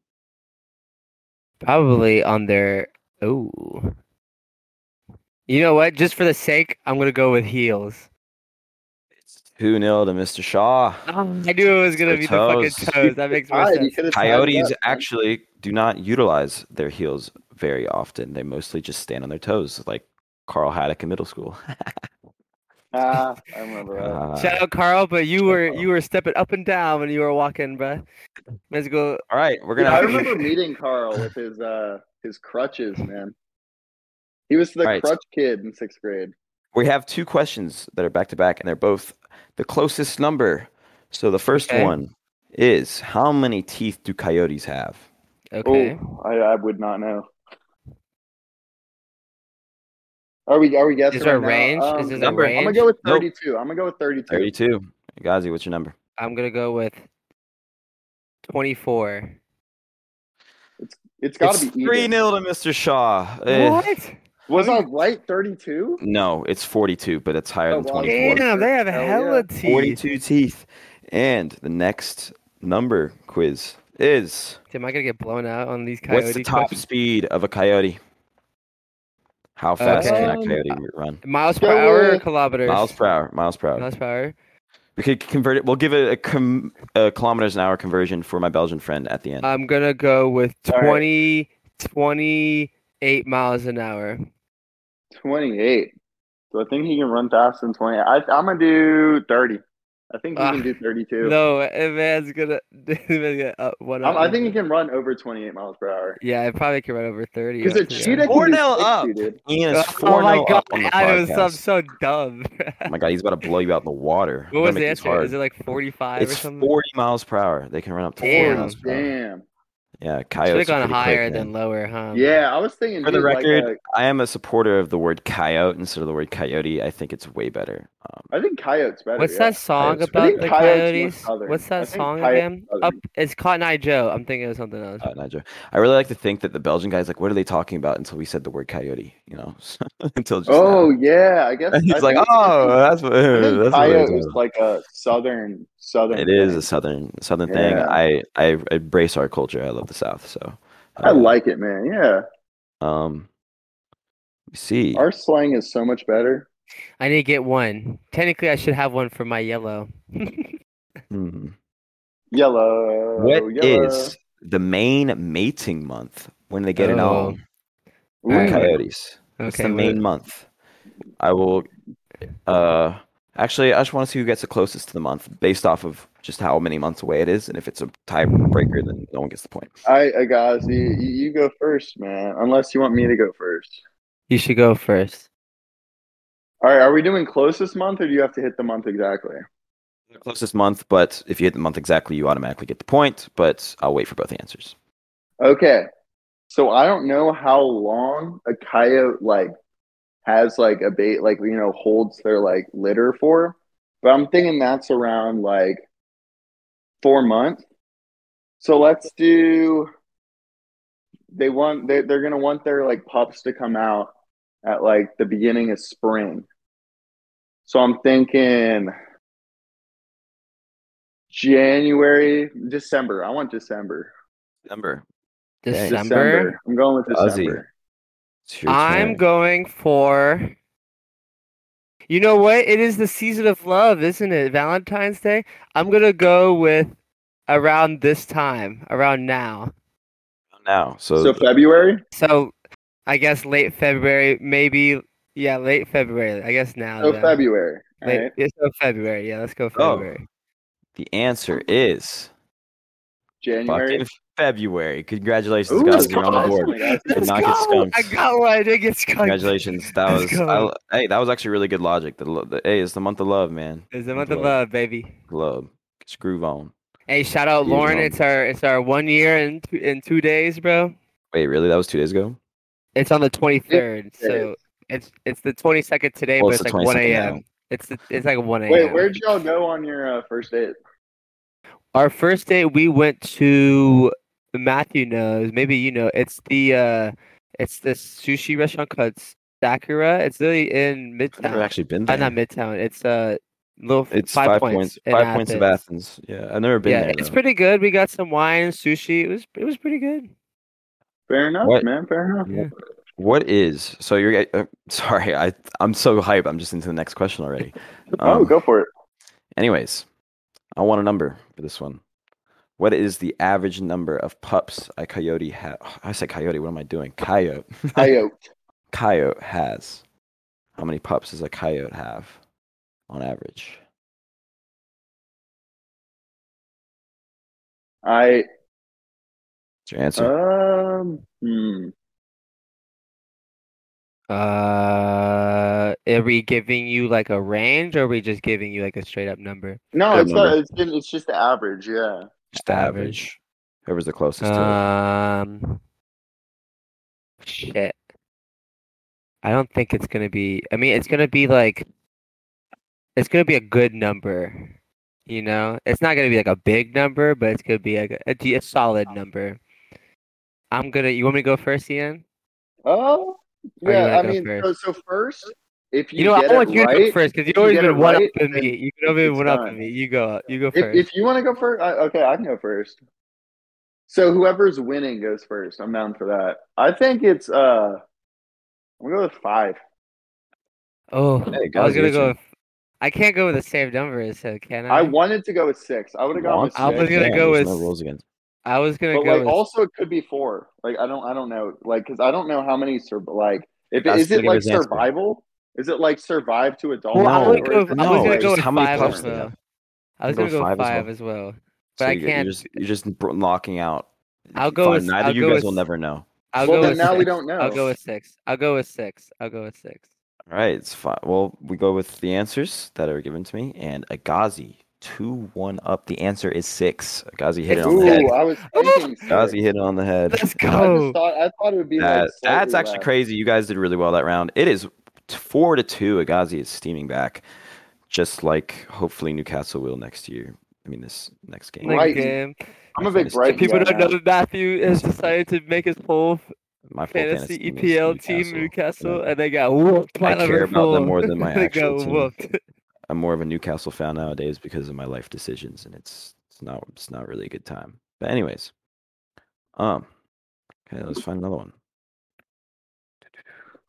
[SPEAKER 1] Probably on their. Oh. You know what? Just for the sake, I'm gonna go with heels.
[SPEAKER 2] It's 2 0 to Mr. Shaw.
[SPEAKER 1] I knew it was gonna
[SPEAKER 2] Their
[SPEAKER 1] be the
[SPEAKER 2] toes.
[SPEAKER 1] fucking toes. That makes more
[SPEAKER 3] Tied, you
[SPEAKER 1] sense.
[SPEAKER 3] could have tied it
[SPEAKER 2] Coyotes
[SPEAKER 3] up, man.
[SPEAKER 2] actually do not utilize their heels very often. They mostly just stand on their toes, like Carl Haddock in middle school.
[SPEAKER 3] Ah, I remember that.
[SPEAKER 2] Uh,
[SPEAKER 1] Shout out Carl, but you were
[SPEAKER 2] Carl.
[SPEAKER 1] you were stepping up and down when you were walking, bruh. Let's go.
[SPEAKER 2] all right, we're
[SPEAKER 3] Dude,
[SPEAKER 2] gonna.
[SPEAKER 3] I
[SPEAKER 2] have to-
[SPEAKER 3] remember meeting Carl with his uh his crutches, man. He was the
[SPEAKER 2] Right.
[SPEAKER 3] crutch kid in sixth grade.
[SPEAKER 2] We have two questions that are back to back, and they're both the closest number. So the first
[SPEAKER 1] Okay.
[SPEAKER 2] one is how many teeth do coyotes have?
[SPEAKER 1] Okay.
[SPEAKER 3] Oh, I, I would not know. Are we are we guessing?
[SPEAKER 1] Is there a
[SPEAKER 3] right
[SPEAKER 1] range?
[SPEAKER 3] now? Um,
[SPEAKER 1] Is there a
[SPEAKER 2] number-
[SPEAKER 3] I'm
[SPEAKER 1] range?
[SPEAKER 3] gonna go with
[SPEAKER 2] Nope.
[SPEAKER 3] 32. I'm gonna go with 32.
[SPEAKER 2] 32. Gazi, what's your number?
[SPEAKER 1] I'm gonna go with twenty-four.
[SPEAKER 3] It's gotta
[SPEAKER 2] it's
[SPEAKER 3] be even.
[SPEAKER 2] 3 0 to Mr. Shaw. Eh,
[SPEAKER 1] What?
[SPEAKER 3] Was I right? 32.
[SPEAKER 2] No, it's 42, but it's higher
[SPEAKER 3] Oh,
[SPEAKER 2] than
[SPEAKER 3] wow.
[SPEAKER 2] 24.
[SPEAKER 1] Damn, they have
[SPEAKER 3] Hell yeah.
[SPEAKER 1] hella teeth.
[SPEAKER 2] 42 teeth. And the next number quiz is
[SPEAKER 1] Dude, am I gonna get blown out on these coyotes?
[SPEAKER 2] what's the top speed of a coyote? How fast can a
[SPEAKER 3] Um,
[SPEAKER 2] coyote run?
[SPEAKER 1] Miles
[SPEAKER 3] Go
[SPEAKER 1] per hour or
[SPEAKER 3] with- Um,
[SPEAKER 1] kilometers?
[SPEAKER 2] Miles per hour. Miles per hour.
[SPEAKER 1] Miles per hour.
[SPEAKER 2] We could convert it. We'll give it a, com- a kilometers an hour conversion for my Belgian friend at the end.
[SPEAKER 1] I'm gonna go with
[SPEAKER 3] All right.
[SPEAKER 1] 20, 28 miles an hour.
[SPEAKER 3] 28. Do I think he can run faster than 20? I, I'm going to do 30. I think he
[SPEAKER 1] Ah,
[SPEAKER 3] can do 32.
[SPEAKER 1] No, a man's gonna, this man's gonna up one.
[SPEAKER 3] I'm- I
[SPEAKER 1] up.
[SPEAKER 3] think he can run over 28 miles per hour.
[SPEAKER 1] Yeah, I probably could run over thirty.
[SPEAKER 3] Because a
[SPEAKER 1] after that.
[SPEAKER 3] cheetah can do 60,
[SPEAKER 2] Cornell up.
[SPEAKER 3] dude.
[SPEAKER 2] Ian is
[SPEAKER 1] Oh,
[SPEAKER 2] four
[SPEAKER 1] my
[SPEAKER 2] oh
[SPEAKER 1] god,
[SPEAKER 2] up on the
[SPEAKER 1] Adam,
[SPEAKER 2] podcast.
[SPEAKER 1] I'm so dumb.
[SPEAKER 2] oh my god, he's about to blow you out in the water.
[SPEAKER 1] what
[SPEAKER 2] I'm
[SPEAKER 1] was
[SPEAKER 2] gonna
[SPEAKER 1] the
[SPEAKER 2] make this
[SPEAKER 1] answer?
[SPEAKER 2] hard.
[SPEAKER 1] Is it like 45 or
[SPEAKER 2] it's
[SPEAKER 1] something?
[SPEAKER 2] 40 miles per hour. They can run up to 40
[SPEAKER 3] Damn,
[SPEAKER 2] miles per hour.
[SPEAKER 3] damn.
[SPEAKER 2] Yeah,
[SPEAKER 1] Should
[SPEAKER 2] coyotes.
[SPEAKER 1] have
[SPEAKER 2] are
[SPEAKER 1] gone
[SPEAKER 2] pretty quick,
[SPEAKER 1] higher
[SPEAKER 2] man.
[SPEAKER 1] than lower, huh?
[SPEAKER 3] Yeah, I was thinking.
[SPEAKER 2] For the
[SPEAKER 3] dude, like,
[SPEAKER 2] record,
[SPEAKER 3] uh,
[SPEAKER 2] I am a supporter of the word coyote instead of the word coyote. I think it's way better. Um,
[SPEAKER 3] I think coyotes better.
[SPEAKER 1] What's
[SPEAKER 3] yeah.
[SPEAKER 1] that song
[SPEAKER 2] Coyotes. I
[SPEAKER 1] about
[SPEAKER 3] think
[SPEAKER 1] the
[SPEAKER 3] Coyotes were
[SPEAKER 1] coyotes?
[SPEAKER 3] southern.
[SPEAKER 1] What's
[SPEAKER 3] I
[SPEAKER 1] that
[SPEAKER 3] think
[SPEAKER 1] song
[SPEAKER 3] Coyotes
[SPEAKER 1] again?
[SPEAKER 3] were
[SPEAKER 1] Up,
[SPEAKER 3] southern.
[SPEAKER 1] it's Cotton Eye Joe. I'm thinking of something else.
[SPEAKER 2] uh, Nigel. I really like to think that the Belgian guy's like, what are they talking about until we said the word coyote? You know, until just
[SPEAKER 3] Oh,
[SPEAKER 2] now.
[SPEAKER 3] yeah. I guess.
[SPEAKER 2] And he's
[SPEAKER 3] I
[SPEAKER 2] like,
[SPEAKER 3] think-
[SPEAKER 2] oh, that's what.
[SPEAKER 3] I
[SPEAKER 2] That's
[SPEAKER 3] think
[SPEAKER 2] what they're
[SPEAKER 3] coyote
[SPEAKER 2] talking
[SPEAKER 3] is
[SPEAKER 2] about."
[SPEAKER 3] like a southern. southern
[SPEAKER 2] It is
[SPEAKER 3] thing.
[SPEAKER 2] a southern southern
[SPEAKER 3] Yeah.
[SPEAKER 2] thing. I I embrace our culture. I love the South. So
[SPEAKER 3] I
[SPEAKER 2] uh,
[SPEAKER 3] like it, man. Yeah.
[SPEAKER 2] Um, let me see.
[SPEAKER 3] Our slang is so much better.
[SPEAKER 1] I need to get one. Technically, I should have one for my yellow.
[SPEAKER 2] Hmm.
[SPEAKER 3] Yellow.
[SPEAKER 2] What is
[SPEAKER 3] yellow.
[SPEAKER 2] the main mating month when they get it
[SPEAKER 1] Oh,
[SPEAKER 2] on
[SPEAKER 3] Ooh,
[SPEAKER 2] Oh,
[SPEAKER 1] Alright.
[SPEAKER 2] coyotes? It's
[SPEAKER 1] Okay,
[SPEAKER 2] the
[SPEAKER 1] what
[SPEAKER 2] main
[SPEAKER 1] is-
[SPEAKER 2] month. I will. Uh, actually, I just want to see who gets the closest to the month based off of just how many months away it is, and if it's a tiebreaker, then no one gets the point.
[SPEAKER 3] All right, Agazi, you, you go first, man. Unless you want me to go first.
[SPEAKER 1] You should go first.
[SPEAKER 3] All right, are we doing closest month, or do you have to hit the month exactly?
[SPEAKER 2] The closest month, but if you hit the month exactly, you automatically get the point. But I'll wait for both answers.
[SPEAKER 3] Okay, so I don't know how long a coyote like has like a bait, like you know, holds their like litter for, but I'm thinking that's around like four months. So let's do. They want they they're gonna want their like pups to come out at like the beginning of spring. So I'm thinking January, December. I want December.
[SPEAKER 2] Number.
[SPEAKER 1] December.
[SPEAKER 3] I'm going with
[SPEAKER 2] Ozzy.
[SPEAKER 3] December.
[SPEAKER 2] It's your
[SPEAKER 1] I'm
[SPEAKER 2] turn.
[SPEAKER 1] going for. You know what? It is the season of love, isn't it? Valentine's Day. I'm gonna go with around this time, around now.
[SPEAKER 2] now. Oh, So,
[SPEAKER 3] So February.
[SPEAKER 1] So, I guess late February, maybe. Yeah, late February. I guess now.
[SPEAKER 3] So
[SPEAKER 1] then.
[SPEAKER 3] Oh, February. all
[SPEAKER 1] Late,
[SPEAKER 3] right?
[SPEAKER 1] yeah, so February. Yeah, let's go
[SPEAKER 2] Oh.
[SPEAKER 1] February.
[SPEAKER 2] the answer is
[SPEAKER 3] January.
[SPEAKER 2] fucking February. Congratulations,
[SPEAKER 3] Ooh,
[SPEAKER 2] guys.
[SPEAKER 3] let's
[SPEAKER 2] You're on the
[SPEAKER 3] go.
[SPEAKER 2] board. Did not get skunked.
[SPEAKER 1] I got one. I did get skunked.
[SPEAKER 2] Congratulations. That
[SPEAKER 1] Let's
[SPEAKER 2] was
[SPEAKER 1] go.
[SPEAKER 2] I, hey, that was actually really good logic. The, lo- the hey, it's the month of love, man.
[SPEAKER 1] It's the month of
[SPEAKER 2] Love.
[SPEAKER 1] love, baby.
[SPEAKER 2] Love. Screw on.
[SPEAKER 1] Hey, shout out
[SPEAKER 2] Jeez,
[SPEAKER 1] Lauren.
[SPEAKER 2] man.
[SPEAKER 1] It's our it's our one year in two, in two days, bro.
[SPEAKER 2] Wait, really? That was two days ago.
[SPEAKER 1] It's on the twenty third, so it's it's the twenty second today,
[SPEAKER 2] Well,
[SPEAKER 1] but
[SPEAKER 2] it's
[SPEAKER 1] it's,
[SPEAKER 2] the
[SPEAKER 1] like one
[SPEAKER 2] 22nd now.
[SPEAKER 1] a.m. It's the, it's like one a.m.
[SPEAKER 3] Wait, where'd y'all go on your uh, first date?
[SPEAKER 1] Our first date, we went to Matthew knows, maybe you know. It's the uh, it's this sushi restaurant called Sakura. It's really in
[SPEAKER 2] I've never
[SPEAKER 1] Midtown.
[SPEAKER 2] actually been
[SPEAKER 1] Uh,
[SPEAKER 2] there.
[SPEAKER 1] not Midtown. It's uh, little
[SPEAKER 2] it's
[SPEAKER 1] five, points. in
[SPEAKER 2] Five points of
[SPEAKER 1] Athens.
[SPEAKER 2] Athens. Yeah, I've never been
[SPEAKER 1] yeah,
[SPEAKER 2] there.
[SPEAKER 1] it's
[SPEAKER 2] though.
[SPEAKER 1] pretty good. We got some wine, sushi. It was it was pretty good.
[SPEAKER 3] Fair enough,
[SPEAKER 2] What?
[SPEAKER 3] man. Fair enough.
[SPEAKER 1] Yeah.
[SPEAKER 2] What is? So you're get- uh, sorry. I I'm so hype. I'm just into the next question already.
[SPEAKER 3] oh,
[SPEAKER 2] Um,
[SPEAKER 3] go for it.
[SPEAKER 2] Anyways, I want a number for this one. What is the average number of pups a coyote has? I said coyote. What am I doing? Coyote.
[SPEAKER 3] Coyote.
[SPEAKER 2] coyote has. How many pups does a coyote have on average?
[SPEAKER 3] I
[SPEAKER 2] What's your answer?
[SPEAKER 3] um. Hmm.
[SPEAKER 1] Uh, are we giving you like a range, or are we just giving you like a straight up number?
[SPEAKER 3] No,
[SPEAKER 2] Good
[SPEAKER 3] it's not,
[SPEAKER 2] number.
[SPEAKER 3] it's been, it's just the average. Yeah.
[SPEAKER 2] Just the
[SPEAKER 1] average.
[SPEAKER 2] average. Whoever's the closest to
[SPEAKER 1] Um, shit. I don't think it's gonna be. I mean, it's gonna be like, it's gonna be a good number. You know, it's not gonna be like a big number, but it's gonna be like a, a, de- a solid number. I'm gonna. You want me to go first, Ian?
[SPEAKER 3] Oh.
[SPEAKER 1] Or you
[SPEAKER 3] Yeah. I
[SPEAKER 1] wanna go
[SPEAKER 3] mean,
[SPEAKER 1] first?
[SPEAKER 3] So, so first, if you,
[SPEAKER 1] You know,
[SPEAKER 3] get
[SPEAKER 1] I want
[SPEAKER 3] it
[SPEAKER 1] you to
[SPEAKER 3] right,
[SPEAKER 1] go first because
[SPEAKER 3] if
[SPEAKER 1] you've
[SPEAKER 3] you
[SPEAKER 1] always
[SPEAKER 3] get
[SPEAKER 1] been
[SPEAKER 3] it
[SPEAKER 1] one
[SPEAKER 3] right,
[SPEAKER 1] up in
[SPEAKER 3] then
[SPEAKER 1] me. You've always been
[SPEAKER 3] it's
[SPEAKER 1] one up
[SPEAKER 3] done.
[SPEAKER 1] in me. You go. You go first.
[SPEAKER 3] If, if you want to go first, I, okay, I can go first. So whoever's winning goes first. I'm down for that. I think it's uh, I'm gonna go with five.
[SPEAKER 1] Oh, I
[SPEAKER 2] Hey,
[SPEAKER 1] was
[SPEAKER 2] guys, your
[SPEAKER 1] Oh, gonna go.
[SPEAKER 2] turn.
[SPEAKER 1] With, I can't go with the same number as him, can I?
[SPEAKER 3] I wanted to go with six. I would have gone
[SPEAKER 2] Once,
[SPEAKER 3] with six.
[SPEAKER 1] I was gonna
[SPEAKER 2] yeah,
[SPEAKER 1] go
[SPEAKER 2] there's
[SPEAKER 1] with-
[SPEAKER 2] no rules against.
[SPEAKER 1] I was gonna
[SPEAKER 3] but
[SPEAKER 1] go.
[SPEAKER 3] like,
[SPEAKER 1] with,
[SPEAKER 3] also it could be four. Like, I don't, I don't know. Like, because I don't know how many sur- like if
[SPEAKER 2] That's
[SPEAKER 3] is it
[SPEAKER 2] the
[SPEAKER 3] like
[SPEAKER 2] giver's answer.
[SPEAKER 3] survival? Is it like survive to adult?
[SPEAKER 1] well, I
[SPEAKER 2] No,
[SPEAKER 1] was
[SPEAKER 3] or
[SPEAKER 1] gonna go.
[SPEAKER 3] is it-
[SPEAKER 1] With, I was
[SPEAKER 2] no,
[SPEAKER 1] gonna
[SPEAKER 2] it's
[SPEAKER 1] go with
[SPEAKER 2] how many
[SPEAKER 1] five
[SPEAKER 2] clubs
[SPEAKER 1] as
[SPEAKER 2] they
[SPEAKER 1] well.
[SPEAKER 2] have.
[SPEAKER 1] I was
[SPEAKER 2] Go
[SPEAKER 1] gonna go
[SPEAKER 2] five as
[SPEAKER 1] five
[SPEAKER 2] well.
[SPEAKER 1] as well.
[SPEAKER 2] So
[SPEAKER 1] But I
[SPEAKER 2] you're,
[SPEAKER 1] can't.
[SPEAKER 2] You're just, you're just br- locking out.
[SPEAKER 1] I'll go
[SPEAKER 2] Fine,
[SPEAKER 1] with-
[SPEAKER 2] Neither
[SPEAKER 1] I'll
[SPEAKER 2] you
[SPEAKER 1] go
[SPEAKER 2] guys
[SPEAKER 1] with-
[SPEAKER 2] will never know.
[SPEAKER 1] I'll
[SPEAKER 3] Well,
[SPEAKER 1] go
[SPEAKER 3] then
[SPEAKER 1] with
[SPEAKER 3] now we
[SPEAKER 1] six.
[SPEAKER 3] don't know.
[SPEAKER 1] I'll go with six. I'll go with six. I'll go with six.
[SPEAKER 2] All right, it's fine. Well, we go with the answers that are given to me, and Agazi two one up. The answer is six. Agazi hit it
[SPEAKER 1] It's-
[SPEAKER 2] on the head.
[SPEAKER 3] Ooh, I was thinking. six.
[SPEAKER 2] Agazi hit it on the head.
[SPEAKER 1] Let's
[SPEAKER 2] And
[SPEAKER 3] I
[SPEAKER 1] go.
[SPEAKER 3] just thought I thought it would be
[SPEAKER 2] That,
[SPEAKER 3] like
[SPEAKER 2] that's
[SPEAKER 3] slightly
[SPEAKER 2] actually
[SPEAKER 3] less.
[SPEAKER 2] crazy. You guys did really well that round. It is t- four to two. Agazi is steaming back, just like hopefully Newcastle will next year. I mean, this next game.
[SPEAKER 1] Like,
[SPEAKER 3] Right.
[SPEAKER 1] um,
[SPEAKER 3] I'm a big
[SPEAKER 2] Fantasy-
[SPEAKER 3] Brighton
[SPEAKER 1] people
[SPEAKER 3] guy
[SPEAKER 1] don't
[SPEAKER 3] now.
[SPEAKER 1] know that Matthew has decided to make his whole
[SPEAKER 2] My full
[SPEAKER 1] fantasy
[SPEAKER 2] team is
[SPEAKER 1] EPL team
[SPEAKER 2] Newcastle.
[SPEAKER 1] Newcastle, and they got whooped by
[SPEAKER 2] I care about
[SPEAKER 1] Liverpool.
[SPEAKER 2] them more than my
[SPEAKER 1] they
[SPEAKER 2] actual
[SPEAKER 1] got
[SPEAKER 2] team.
[SPEAKER 1] whooped.
[SPEAKER 2] I'm more of a Newcastle fan nowadays because of my life decisions, and it's it's not it's not really a good time. But anyways, um, okay, let's find another one.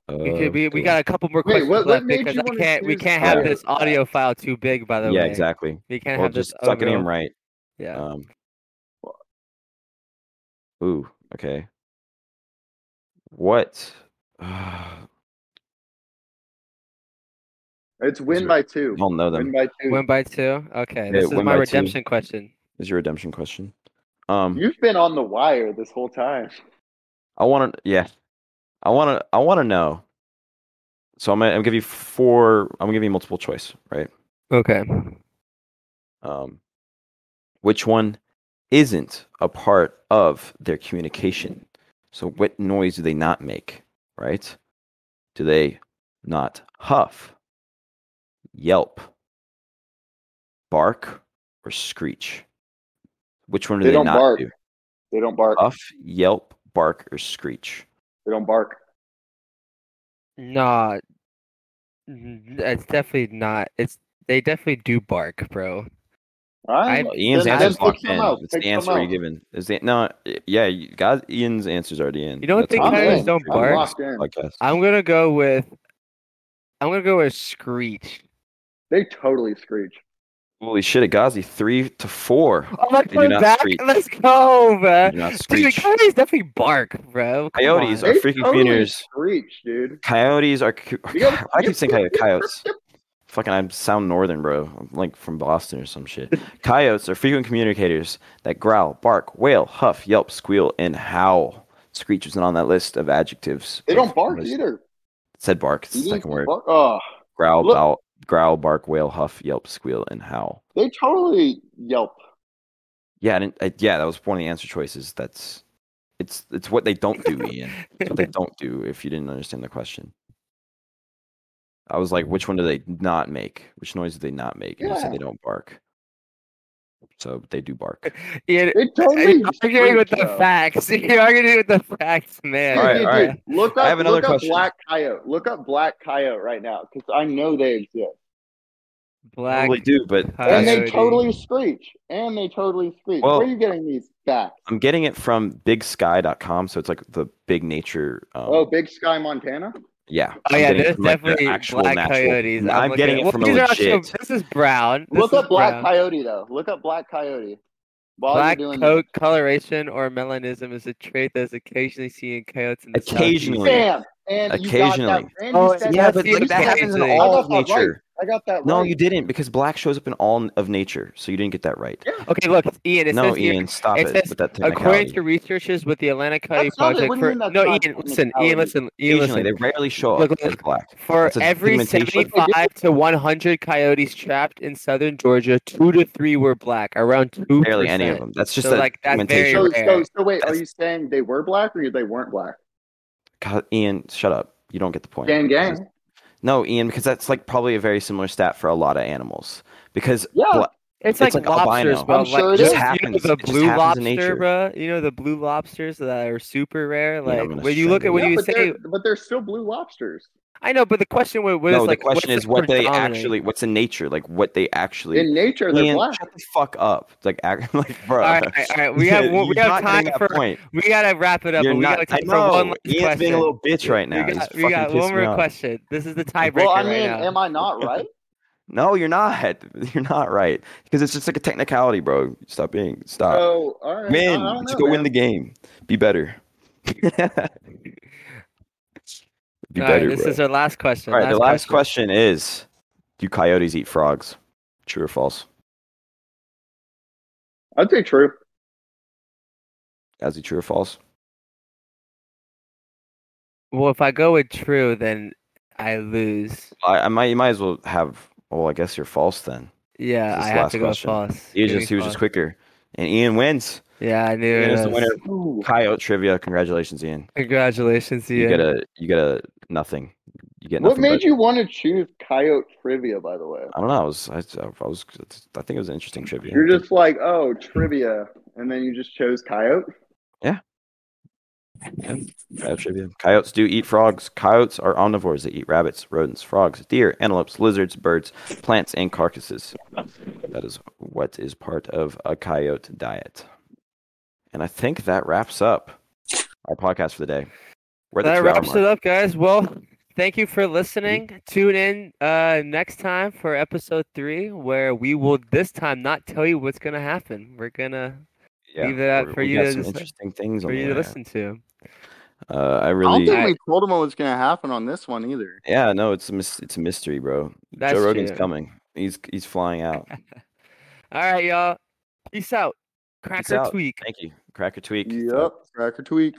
[SPEAKER 1] We, could, we, we
[SPEAKER 2] Uh,
[SPEAKER 1] got a couple more
[SPEAKER 3] Wait,
[SPEAKER 1] questions
[SPEAKER 3] what- what
[SPEAKER 1] left
[SPEAKER 3] made
[SPEAKER 1] because
[SPEAKER 3] you
[SPEAKER 1] I
[SPEAKER 3] wanna
[SPEAKER 1] can't, we
[SPEAKER 3] choose
[SPEAKER 1] can't have
[SPEAKER 2] audio
[SPEAKER 1] this
[SPEAKER 3] file?
[SPEAKER 1] audio file too big. By the
[SPEAKER 2] yeah,
[SPEAKER 1] way,
[SPEAKER 2] exactly.
[SPEAKER 1] We can't
[SPEAKER 2] Well,
[SPEAKER 1] have this
[SPEAKER 2] just sucking him
[SPEAKER 1] overall-
[SPEAKER 2] right.
[SPEAKER 1] Yeah.
[SPEAKER 2] Um. Ooh. Okay. What? I'll
[SPEAKER 3] It's win by two.
[SPEAKER 2] know
[SPEAKER 3] Win
[SPEAKER 2] them.
[SPEAKER 3] by two.
[SPEAKER 1] One by two. Okay,
[SPEAKER 2] Yeah,
[SPEAKER 1] this is
[SPEAKER 2] one
[SPEAKER 1] my
[SPEAKER 2] by two.
[SPEAKER 1] redemption question.
[SPEAKER 2] Is your redemption question? Um.
[SPEAKER 3] You've been on the wire this whole time.
[SPEAKER 2] I want to, yeah, I want to, I want to know. So I'm gonna, I'm gonna give you four. I'm gonna give you multiple choice, right?
[SPEAKER 1] Okay.
[SPEAKER 2] Um, which one isn't a part of their communication? So what noise do they not make, right? Do they not huff, yelp, bark, or screech? Which one do
[SPEAKER 3] They
[SPEAKER 2] they,
[SPEAKER 3] don't
[SPEAKER 2] not
[SPEAKER 3] bark.
[SPEAKER 2] do?
[SPEAKER 3] They don't bark.
[SPEAKER 1] Uh,
[SPEAKER 2] Huff, yelp, bark, or screech?
[SPEAKER 3] They don't bark.
[SPEAKER 1] Nah, n- it's definitely not. It's they definitely do bark, bro.
[SPEAKER 3] All right.
[SPEAKER 2] Well, Ian's
[SPEAKER 3] Then-
[SPEAKER 2] answer is
[SPEAKER 3] then pick
[SPEAKER 2] locked
[SPEAKER 3] some
[SPEAKER 2] in.
[SPEAKER 3] else.
[SPEAKER 2] It's
[SPEAKER 3] Pick
[SPEAKER 2] the
[SPEAKER 3] some
[SPEAKER 2] answer you're
[SPEAKER 3] else.
[SPEAKER 2] given. Is the no? y- Yeah, you guys. Ian's answer's already in.
[SPEAKER 1] You don't
[SPEAKER 2] That's
[SPEAKER 1] think
[SPEAKER 2] how it
[SPEAKER 3] Tigers
[SPEAKER 2] is.
[SPEAKER 1] don't
[SPEAKER 2] I'm
[SPEAKER 1] bark?
[SPEAKER 2] locked in.
[SPEAKER 3] I'm
[SPEAKER 2] Podcast.
[SPEAKER 1] I'm gonna go with. I'm gonna go with screech.
[SPEAKER 3] They totally screech.
[SPEAKER 2] Holy shit, Agazi, three to four.
[SPEAKER 1] Oh, let's
[SPEAKER 2] You do
[SPEAKER 1] go
[SPEAKER 2] not
[SPEAKER 1] back.
[SPEAKER 2] screech.
[SPEAKER 1] Let's go, bro.
[SPEAKER 2] You do not
[SPEAKER 1] Dude,
[SPEAKER 2] screech.
[SPEAKER 1] coyotes definitely bark, bro. Come
[SPEAKER 2] Coyotes
[SPEAKER 1] on.
[SPEAKER 2] are
[SPEAKER 3] They
[SPEAKER 2] freaking
[SPEAKER 3] totally
[SPEAKER 2] feeners.
[SPEAKER 3] Screech, dude.
[SPEAKER 2] Coyotes are. co-
[SPEAKER 3] You gotta-
[SPEAKER 2] I keep saying coy- coyotes. Fucking, I sound northern, bro. I'm like from Boston or some shit. Coyotes are frequent communicators that growl, bark, wail, huff, yelp, squeal, and howl. Screech isn't on that list of adjectives.
[SPEAKER 3] They
[SPEAKER 2] of-
[SPEAKER 3] don't bark
[SPEAKER 2] it
[SPEAKER 3] either.
[SPEAKER 2] Said bark. It's
[SPEAKER 3] You
[SPEAKER 2] the
[SPEAKER 3] didn't
[SPEAKER 2] second word.
[SPEAKER 3] bark- Oh,
[SPEAKER 2] growl,
[SPEAKER 3] Look-
[SPEAKER 2] bow, growl, bark, wail, huff, yelp, squeal, and howl.
[SPEAKER 3] they totally yelp.
[SPEAKER 2] Yeah, I didn't, I, yeah, that was one of the answer choices. That's it's it's what they don't do, Ian. It's what they don't do. If you didn't understand the question, I was like, which one do they not make? Which noise do they not make? And you said
[SPEAKER 3] Yeah.
[SPEAKER 2] they don't bark. So they do bark.
[SPEAKER 1] Ian,
[SPEAKER 3] They totally.
[SPEAKER 1] You're arguing with
[SPEAKER 3] screech,
[SPEAKER 1] the
[SPEAKER 3] though.
[SPEAKER 1] facts. You're arguing with the facts, man.
[SPEAKER 3] Dude,
[SPEAKER 2] All right,
[SPEAKER 3] dude,
[SPEAKER 2] all right.
[SPEAKER 3] dude, Look up,
[SPEAKER 2] I have another
[SPEAKER 3] look
[SPEAKER 2] question.
[SPEAKER 3] up Black Coyote. Look up Black Coyote right now because I know they exist.
[SPEAKER 1] Black.
[SPEAKER 2] Probably do, but
[SPEAKER 3] And
[SPEAKER 2] that's-
[SPEAKER 3] they
[SPEAKER 1] Coyote.
[SPEAKER 3] totally screech. And they totally screech.
[SPEAKER 2] Well-
[SPEAKER 3] Where are you getting these facts?
[SPEAKER 2] I'm getting it from bigsky.com. So it's like the big nature. Um,
[SPEAKER 3] Oh, Big Sky, Montana.
[SPEAKER 2] yeah.
[SPEAKER 1] Oh yeah,
[SPEAKER 2] I'm getting it
[SPEAKER 1] there's
[SPEAKER 2] from, like, their
[SPEAKER 1] definitely black coyotes.
[SPEAKER 2] I'm,
[SPEAKER 1] looking
[SPEAKER 2] getting
[SPEAKER 1] at-
[SPEAKER 2] it
[SPEAKER 1] well,
[SPEAKER 2] from a
[SPEAKER 1] these are
[SPEAKER 2] legit.
[SPEAKER 1] actual- this is brown. This
[SPEAKER 3] Look
[SPEAKER 1] is
[SPEAKER 3] up Black
[SPEAKER 1] brown.
[SPEAKER 3] Coyote though. Look up Black Coyote. While
[SPEAKER 1] Black
[SPEAKER 3] you're doing
[SPEAKER 1] coat coloration or melanism is a trait that is occasionally seen in coyotes in the southeast.
[SPEAKER 2] Occasionally.
[SPEAKER 3] this. Damn. And You got
[SPEAKER 2] Occasionally.
[SPEAKER 3] that. And
[SPEAKER 1] Oh,
[SPEAKER 3] you said
[SPEAKER 1] yeah,
[SPEAKER 3] that
[SPEAKER 1] but,
[SPEAKER 3] you
[SPEAKER 1] like,
[SPEAKER 3] said
[SPEAKER 1] that happens in
[SPEAKER 3] I
[SPEAKER 1] all
[SPEAKER 3] got
[SPEAKER 2] of
[SPEAKER 3] that right.
[SPEAKER 2] nature.
[SPEAKER 3] I got that
[SPEAKER 2] No,
[SPEAKER 3] right.
[SPEAKER 2] you didn't, because black shows up in all of nature, so you didn't get that right.
[SPEAKER 1] Okay, look, it's Ian. It
[SPEAKER 2] no,
[SPEAKER 1] says here,
[SPEAKER 2] Ian, stop
[SPEAKER 1] it
[SPEAKER 2] it,
[SPEAKER 1] says,
[SPEAKER 2] with that
[SPEAKER 1] according
[SPEAKER 2] technicality.
[SPEAKER 1] to researchers with the Atlanta Coyote
[SPEAKER 3] That's not
[SPEAKER 1] Project,
[SPEAKER 3] it. What do you
[SPEAKER 1] for,
[SPEAKER 3] mean that's
[SPEAKER 1] no,
[SPEAKER 3] not
[SPEAKER 1] Ian, listen, Ian,
[SPEAKER 3] technicality?
[SPEAKER 1] listen, Ian,
[SPEAKER 2] Occasionally,
[SPEAKER 1] listen.
[SPEAKER 2] they rarely show up
[SPEAKER 1] Look, look,
[SPEAKER 2] as black.
[SPEAKER 1] For
[SPEAKER 2] That's a
[SPEAKER 1] every
[SPEAKER 2] pigmentation.
[SPEAKER 1] 75 to 100 coyotes trapped in southern Georgia, two to three were black, around two.
[SPEAKER 2] Barely any of them. That's just
[SPEAKER 1] So,
[SPEAKER 2] that
[SPEAKER 1] like, that's very
[SPEAKER 2] pigmentation.
[SPEAKER 3] So, so,
[SPEAKER 1] rare.
[SPEAKER 3] so wait, are
[SPEAKER 2] That's-
[SPEAKER 3] you saying they were black or they weren't black?
[SPEAKER 2] God, Ian, shut up. You don't get the point.
[SPEAKER 3] Gang gang.
[SPEAKER 2] No, Ian, because that's like probably a very similar stat for a lot of animals. Because
[SPEAKER 3] Yeah.
[SPEAKER 2] bla-
[SPEAKER 1] It's,
[SPEAKER 2] It's
[SPEAKER 1] like,
[SPEAKER 2] like
[SPEAKER 1] lobsters,
[SPEAKER 2] albino.
[SPEAKER 1] bro.
[SPEAKER 3] I'm
[SPEAKER 1] like,
[SPEAKER 3] sure it
[SPEAKER 1] you
[SPEAKER 3] is.
[SPEAKER 1] know-
[SPEAKER 2] happens.
[SPEAKER 1] You know
[SPEAKER 2] It
[SPEAKER 1] the
[SPEAKER 2] just
[SPEAKER 1] blue
[SPEAKER 2] happens in
[SPEAKER 1] lobster,
[SPEAKER 2] nature.
[SPEAKER 1] bro. You know the blue lobsters that are super rare.
[SPEAKER 2] Ian, I'm
[SPEAKER 1] Like
[SPEAKER 2] gonna
[SPEAKER 1] when you
[SPEAKER 2] show
[SPEAKER 1] look at
[SPEAKER 2] you.
[SPEAKER 1] when
[SPEAKER 3] yeah,
[SPEAKER 1] you
[SPEAKER 3] but,
[SPEAKER 1] say,
[SPEAKER 3] they're, but they're still blue lobsters.
[SPEAKER 1] I know, but the question was, was
[SPEAKER 2] no, the
[SPEAKER 1] like,
[SPEAKER 2] question
[SPEAKER 1] what's
[SPEAKER 2] is what they
[SPEAKER 1] predominant?
[SPEAKER 2] actually, what's in nature, like what they actually.
[SPEAKER 3] In nature, they're
[SPEAKER 2] Ian,
[SPEAKER 3] black.
[SPEAKER 2] shut the fuck up. Like, act, like,
[SPEAKER 1] All
[SPEAKER 2] bro.
[SPEAKER 1] right, all right, all right. We have one- we
[SPEAKER 2] You're
[SPEAKER 1] have
[SPEAKER 2] not getting
[SPEAKER 1] time
[SPEAKER 2] that
[SPEAKER 1] for
[SPEAKER 2] point.
[SPEAKER 1] we gotta wrap it up.
[SPEAKER 2] You're
[SPEAKER 1] but we
[SPEAKER 2] not.
[SPEAKER 1] gotta
[SPEAKER 2] I
[SPEAKER 1] time for
[SPEAKER 2] know.
[SPEAKER 1] one last
[SPEAKER 2] Ian's
[SPEAKER 1] question.
[SPEAKER 2] being a little bitch right now.
[SPEAKER 1] We
[SPEAKER 2] He's
[SPEAKER 1] got, we
[SPEAKER 2] fucking
[SPEAKER 1] got
[SPEAKER 2] pissed
[SPEAKER 1] one
[SPEAKER 2] me
[SPEAKER 1] more
[SPEAKER 2] off.
[SPEAKER 1] question. This is the tiebreaker
[SPEAKER 3] Well, I mean,
[SPEAKER 1] right now.
[SPEAKER 3] am I not right?
[SPEAKER 2] No, you're not. You're not right because it's just like a technicality, bro. Stop being stop.
[SPEAKER 3] Oh, all right. I- I
[SPEAKER 2] win.
[SPEAKER 3] don't
[SPEAKER 2] Uh, Let's
[SPEAKER 3] know,
[SPEAKER 2] go win
[SPEAKER 3] man.
[SPEAKER 2] the game. Be better. Be
[SPEAKER 1] All right,
[SPEAKER 2] better.
[SPEAKER 1] this
[SPEAKER 2] bro.
[SPEAKER 1] is our last question.
[SPEAKER 2] All right, the last question. is: Do coyotes eat frogs? True or false?
[SPEAKER 3] I'd say true.
[SPEAKER 2] As true or false?
[SPEAKER 1] Well, if I go with true, then I lose.
[SPEAKER 2] I, I might. You might as well have. Well, I guess you're false then.
[SPEAKER 1] Yeah,
[SPEAKER 2] This is
[SPEAKER 1] I
[SPEAKER 2] the
[SPEAKER 1] have
[SPEAKER 2] last
[SPEAKER 1] to go with
[SPEAKER 2] question.
[SPEAKER 1] false.
[SPEAKER 2] He was
[SPEAKER 1] Give
[SPEAKER 2] just.
[SPEAKER 1] me
[SPEAKER 2] He was just
[SPEAKER 1] false.
[SPEAKER 2] quicker, and Ian wins.
[SPEAKER 1] Yeah, I knew
[SPEAKER 2] Ian
[SPEAKER 1] it.
[SPEAKER 2] is the
[SPEAKER 1] was-
[SPEAKER 2] winner.
[SPEAKER 3] Ooh.
[SPEAKER 2] Coyote trivia. Congratulations, Ian.
[SPEAKER 1] Congratulations,
[SPEAKER 2] You
[SPEAKER 1] Ian.
[SPEAKER 2] get a. You get a nothing. You get
[SPEAKER 3] What
[SPEAKER 2] nothing.
[SPEAKER 3] made
[SPEAKER 2] but-
[SPEAKER 3] you want to choose Coyote Trivia, by the way?
[SPEAKER 2] I don't know. I was. I, I was. I think it was an interesting trivia.
[SPEAKER 3] You're just like, oh, trivia. And then you just chose Coyote?
[SPEAKER 2] Coyote trivia. Coyotes do eat frogs. Coyotes are omnivores. They eat rabbits, rodents, frogs, deer, antelopes, lizards, birds, plants, and carcasses. That is what is part of a coyote diet. And I think that wraps up our podcast for the day. We're at the
[SPEAKER 1] that
[SPEAKER 2] two-hour
[SPEAKER 1] wraps
[SPEAKER 2] mark.
[SPEAKER 1] it up, guys. Well, thank you for listening. Tune in uh, next time for episode three, where we will this time not tell you what's gonna happen. We're gonna
[SPEAKER 2] Yeah,
[SPEAKER 1] Leave it out
[SPEAKER 2] we're-
[SPEAKER 1] for
[SPEAKER 2] we
[SPEAKER 1] you
[SPEAKER 2] got
[SPEAKER 1] to
[SPEAKER 2] some
[SPEAKER 1] decide-
[SPEAKER 2] interesting things
[SPEAKER 1] for
[SPEAKER 2] on
[SPEAKER 1] you
[SPEAKER 2] the
[SPEAKER 1] to
[SPEAKER 2] way out.
[SPEAKER 1] listen to.
[SPEAKER 2] Uh, I
[SPEAKER 3] I don't
[SPEAKER 2] really,
[SPEAKER 3] think
[SPEAKER 1] I-
[SPEAKER 3] we told him what was going to happen on this one either.
[SPEAKER 2] yeah, no, it's a mis- it's a mystery, bro.
[SPEAKER 1] That's
[SPEAKER 2] Joe Rogan's
[SPEAKER 1] true.
[SPEAKER 2] coming. He's he's flying out.
[SPEAKER 1] All right, y'all. Peace out. Cracker
[SPEAKER 2] out.
[SPEAKER 1] tweak.
[SPEAKER 2] Thank you, Cracker Tweak.
[SPEAKER 3] Yep. Cracker tweak.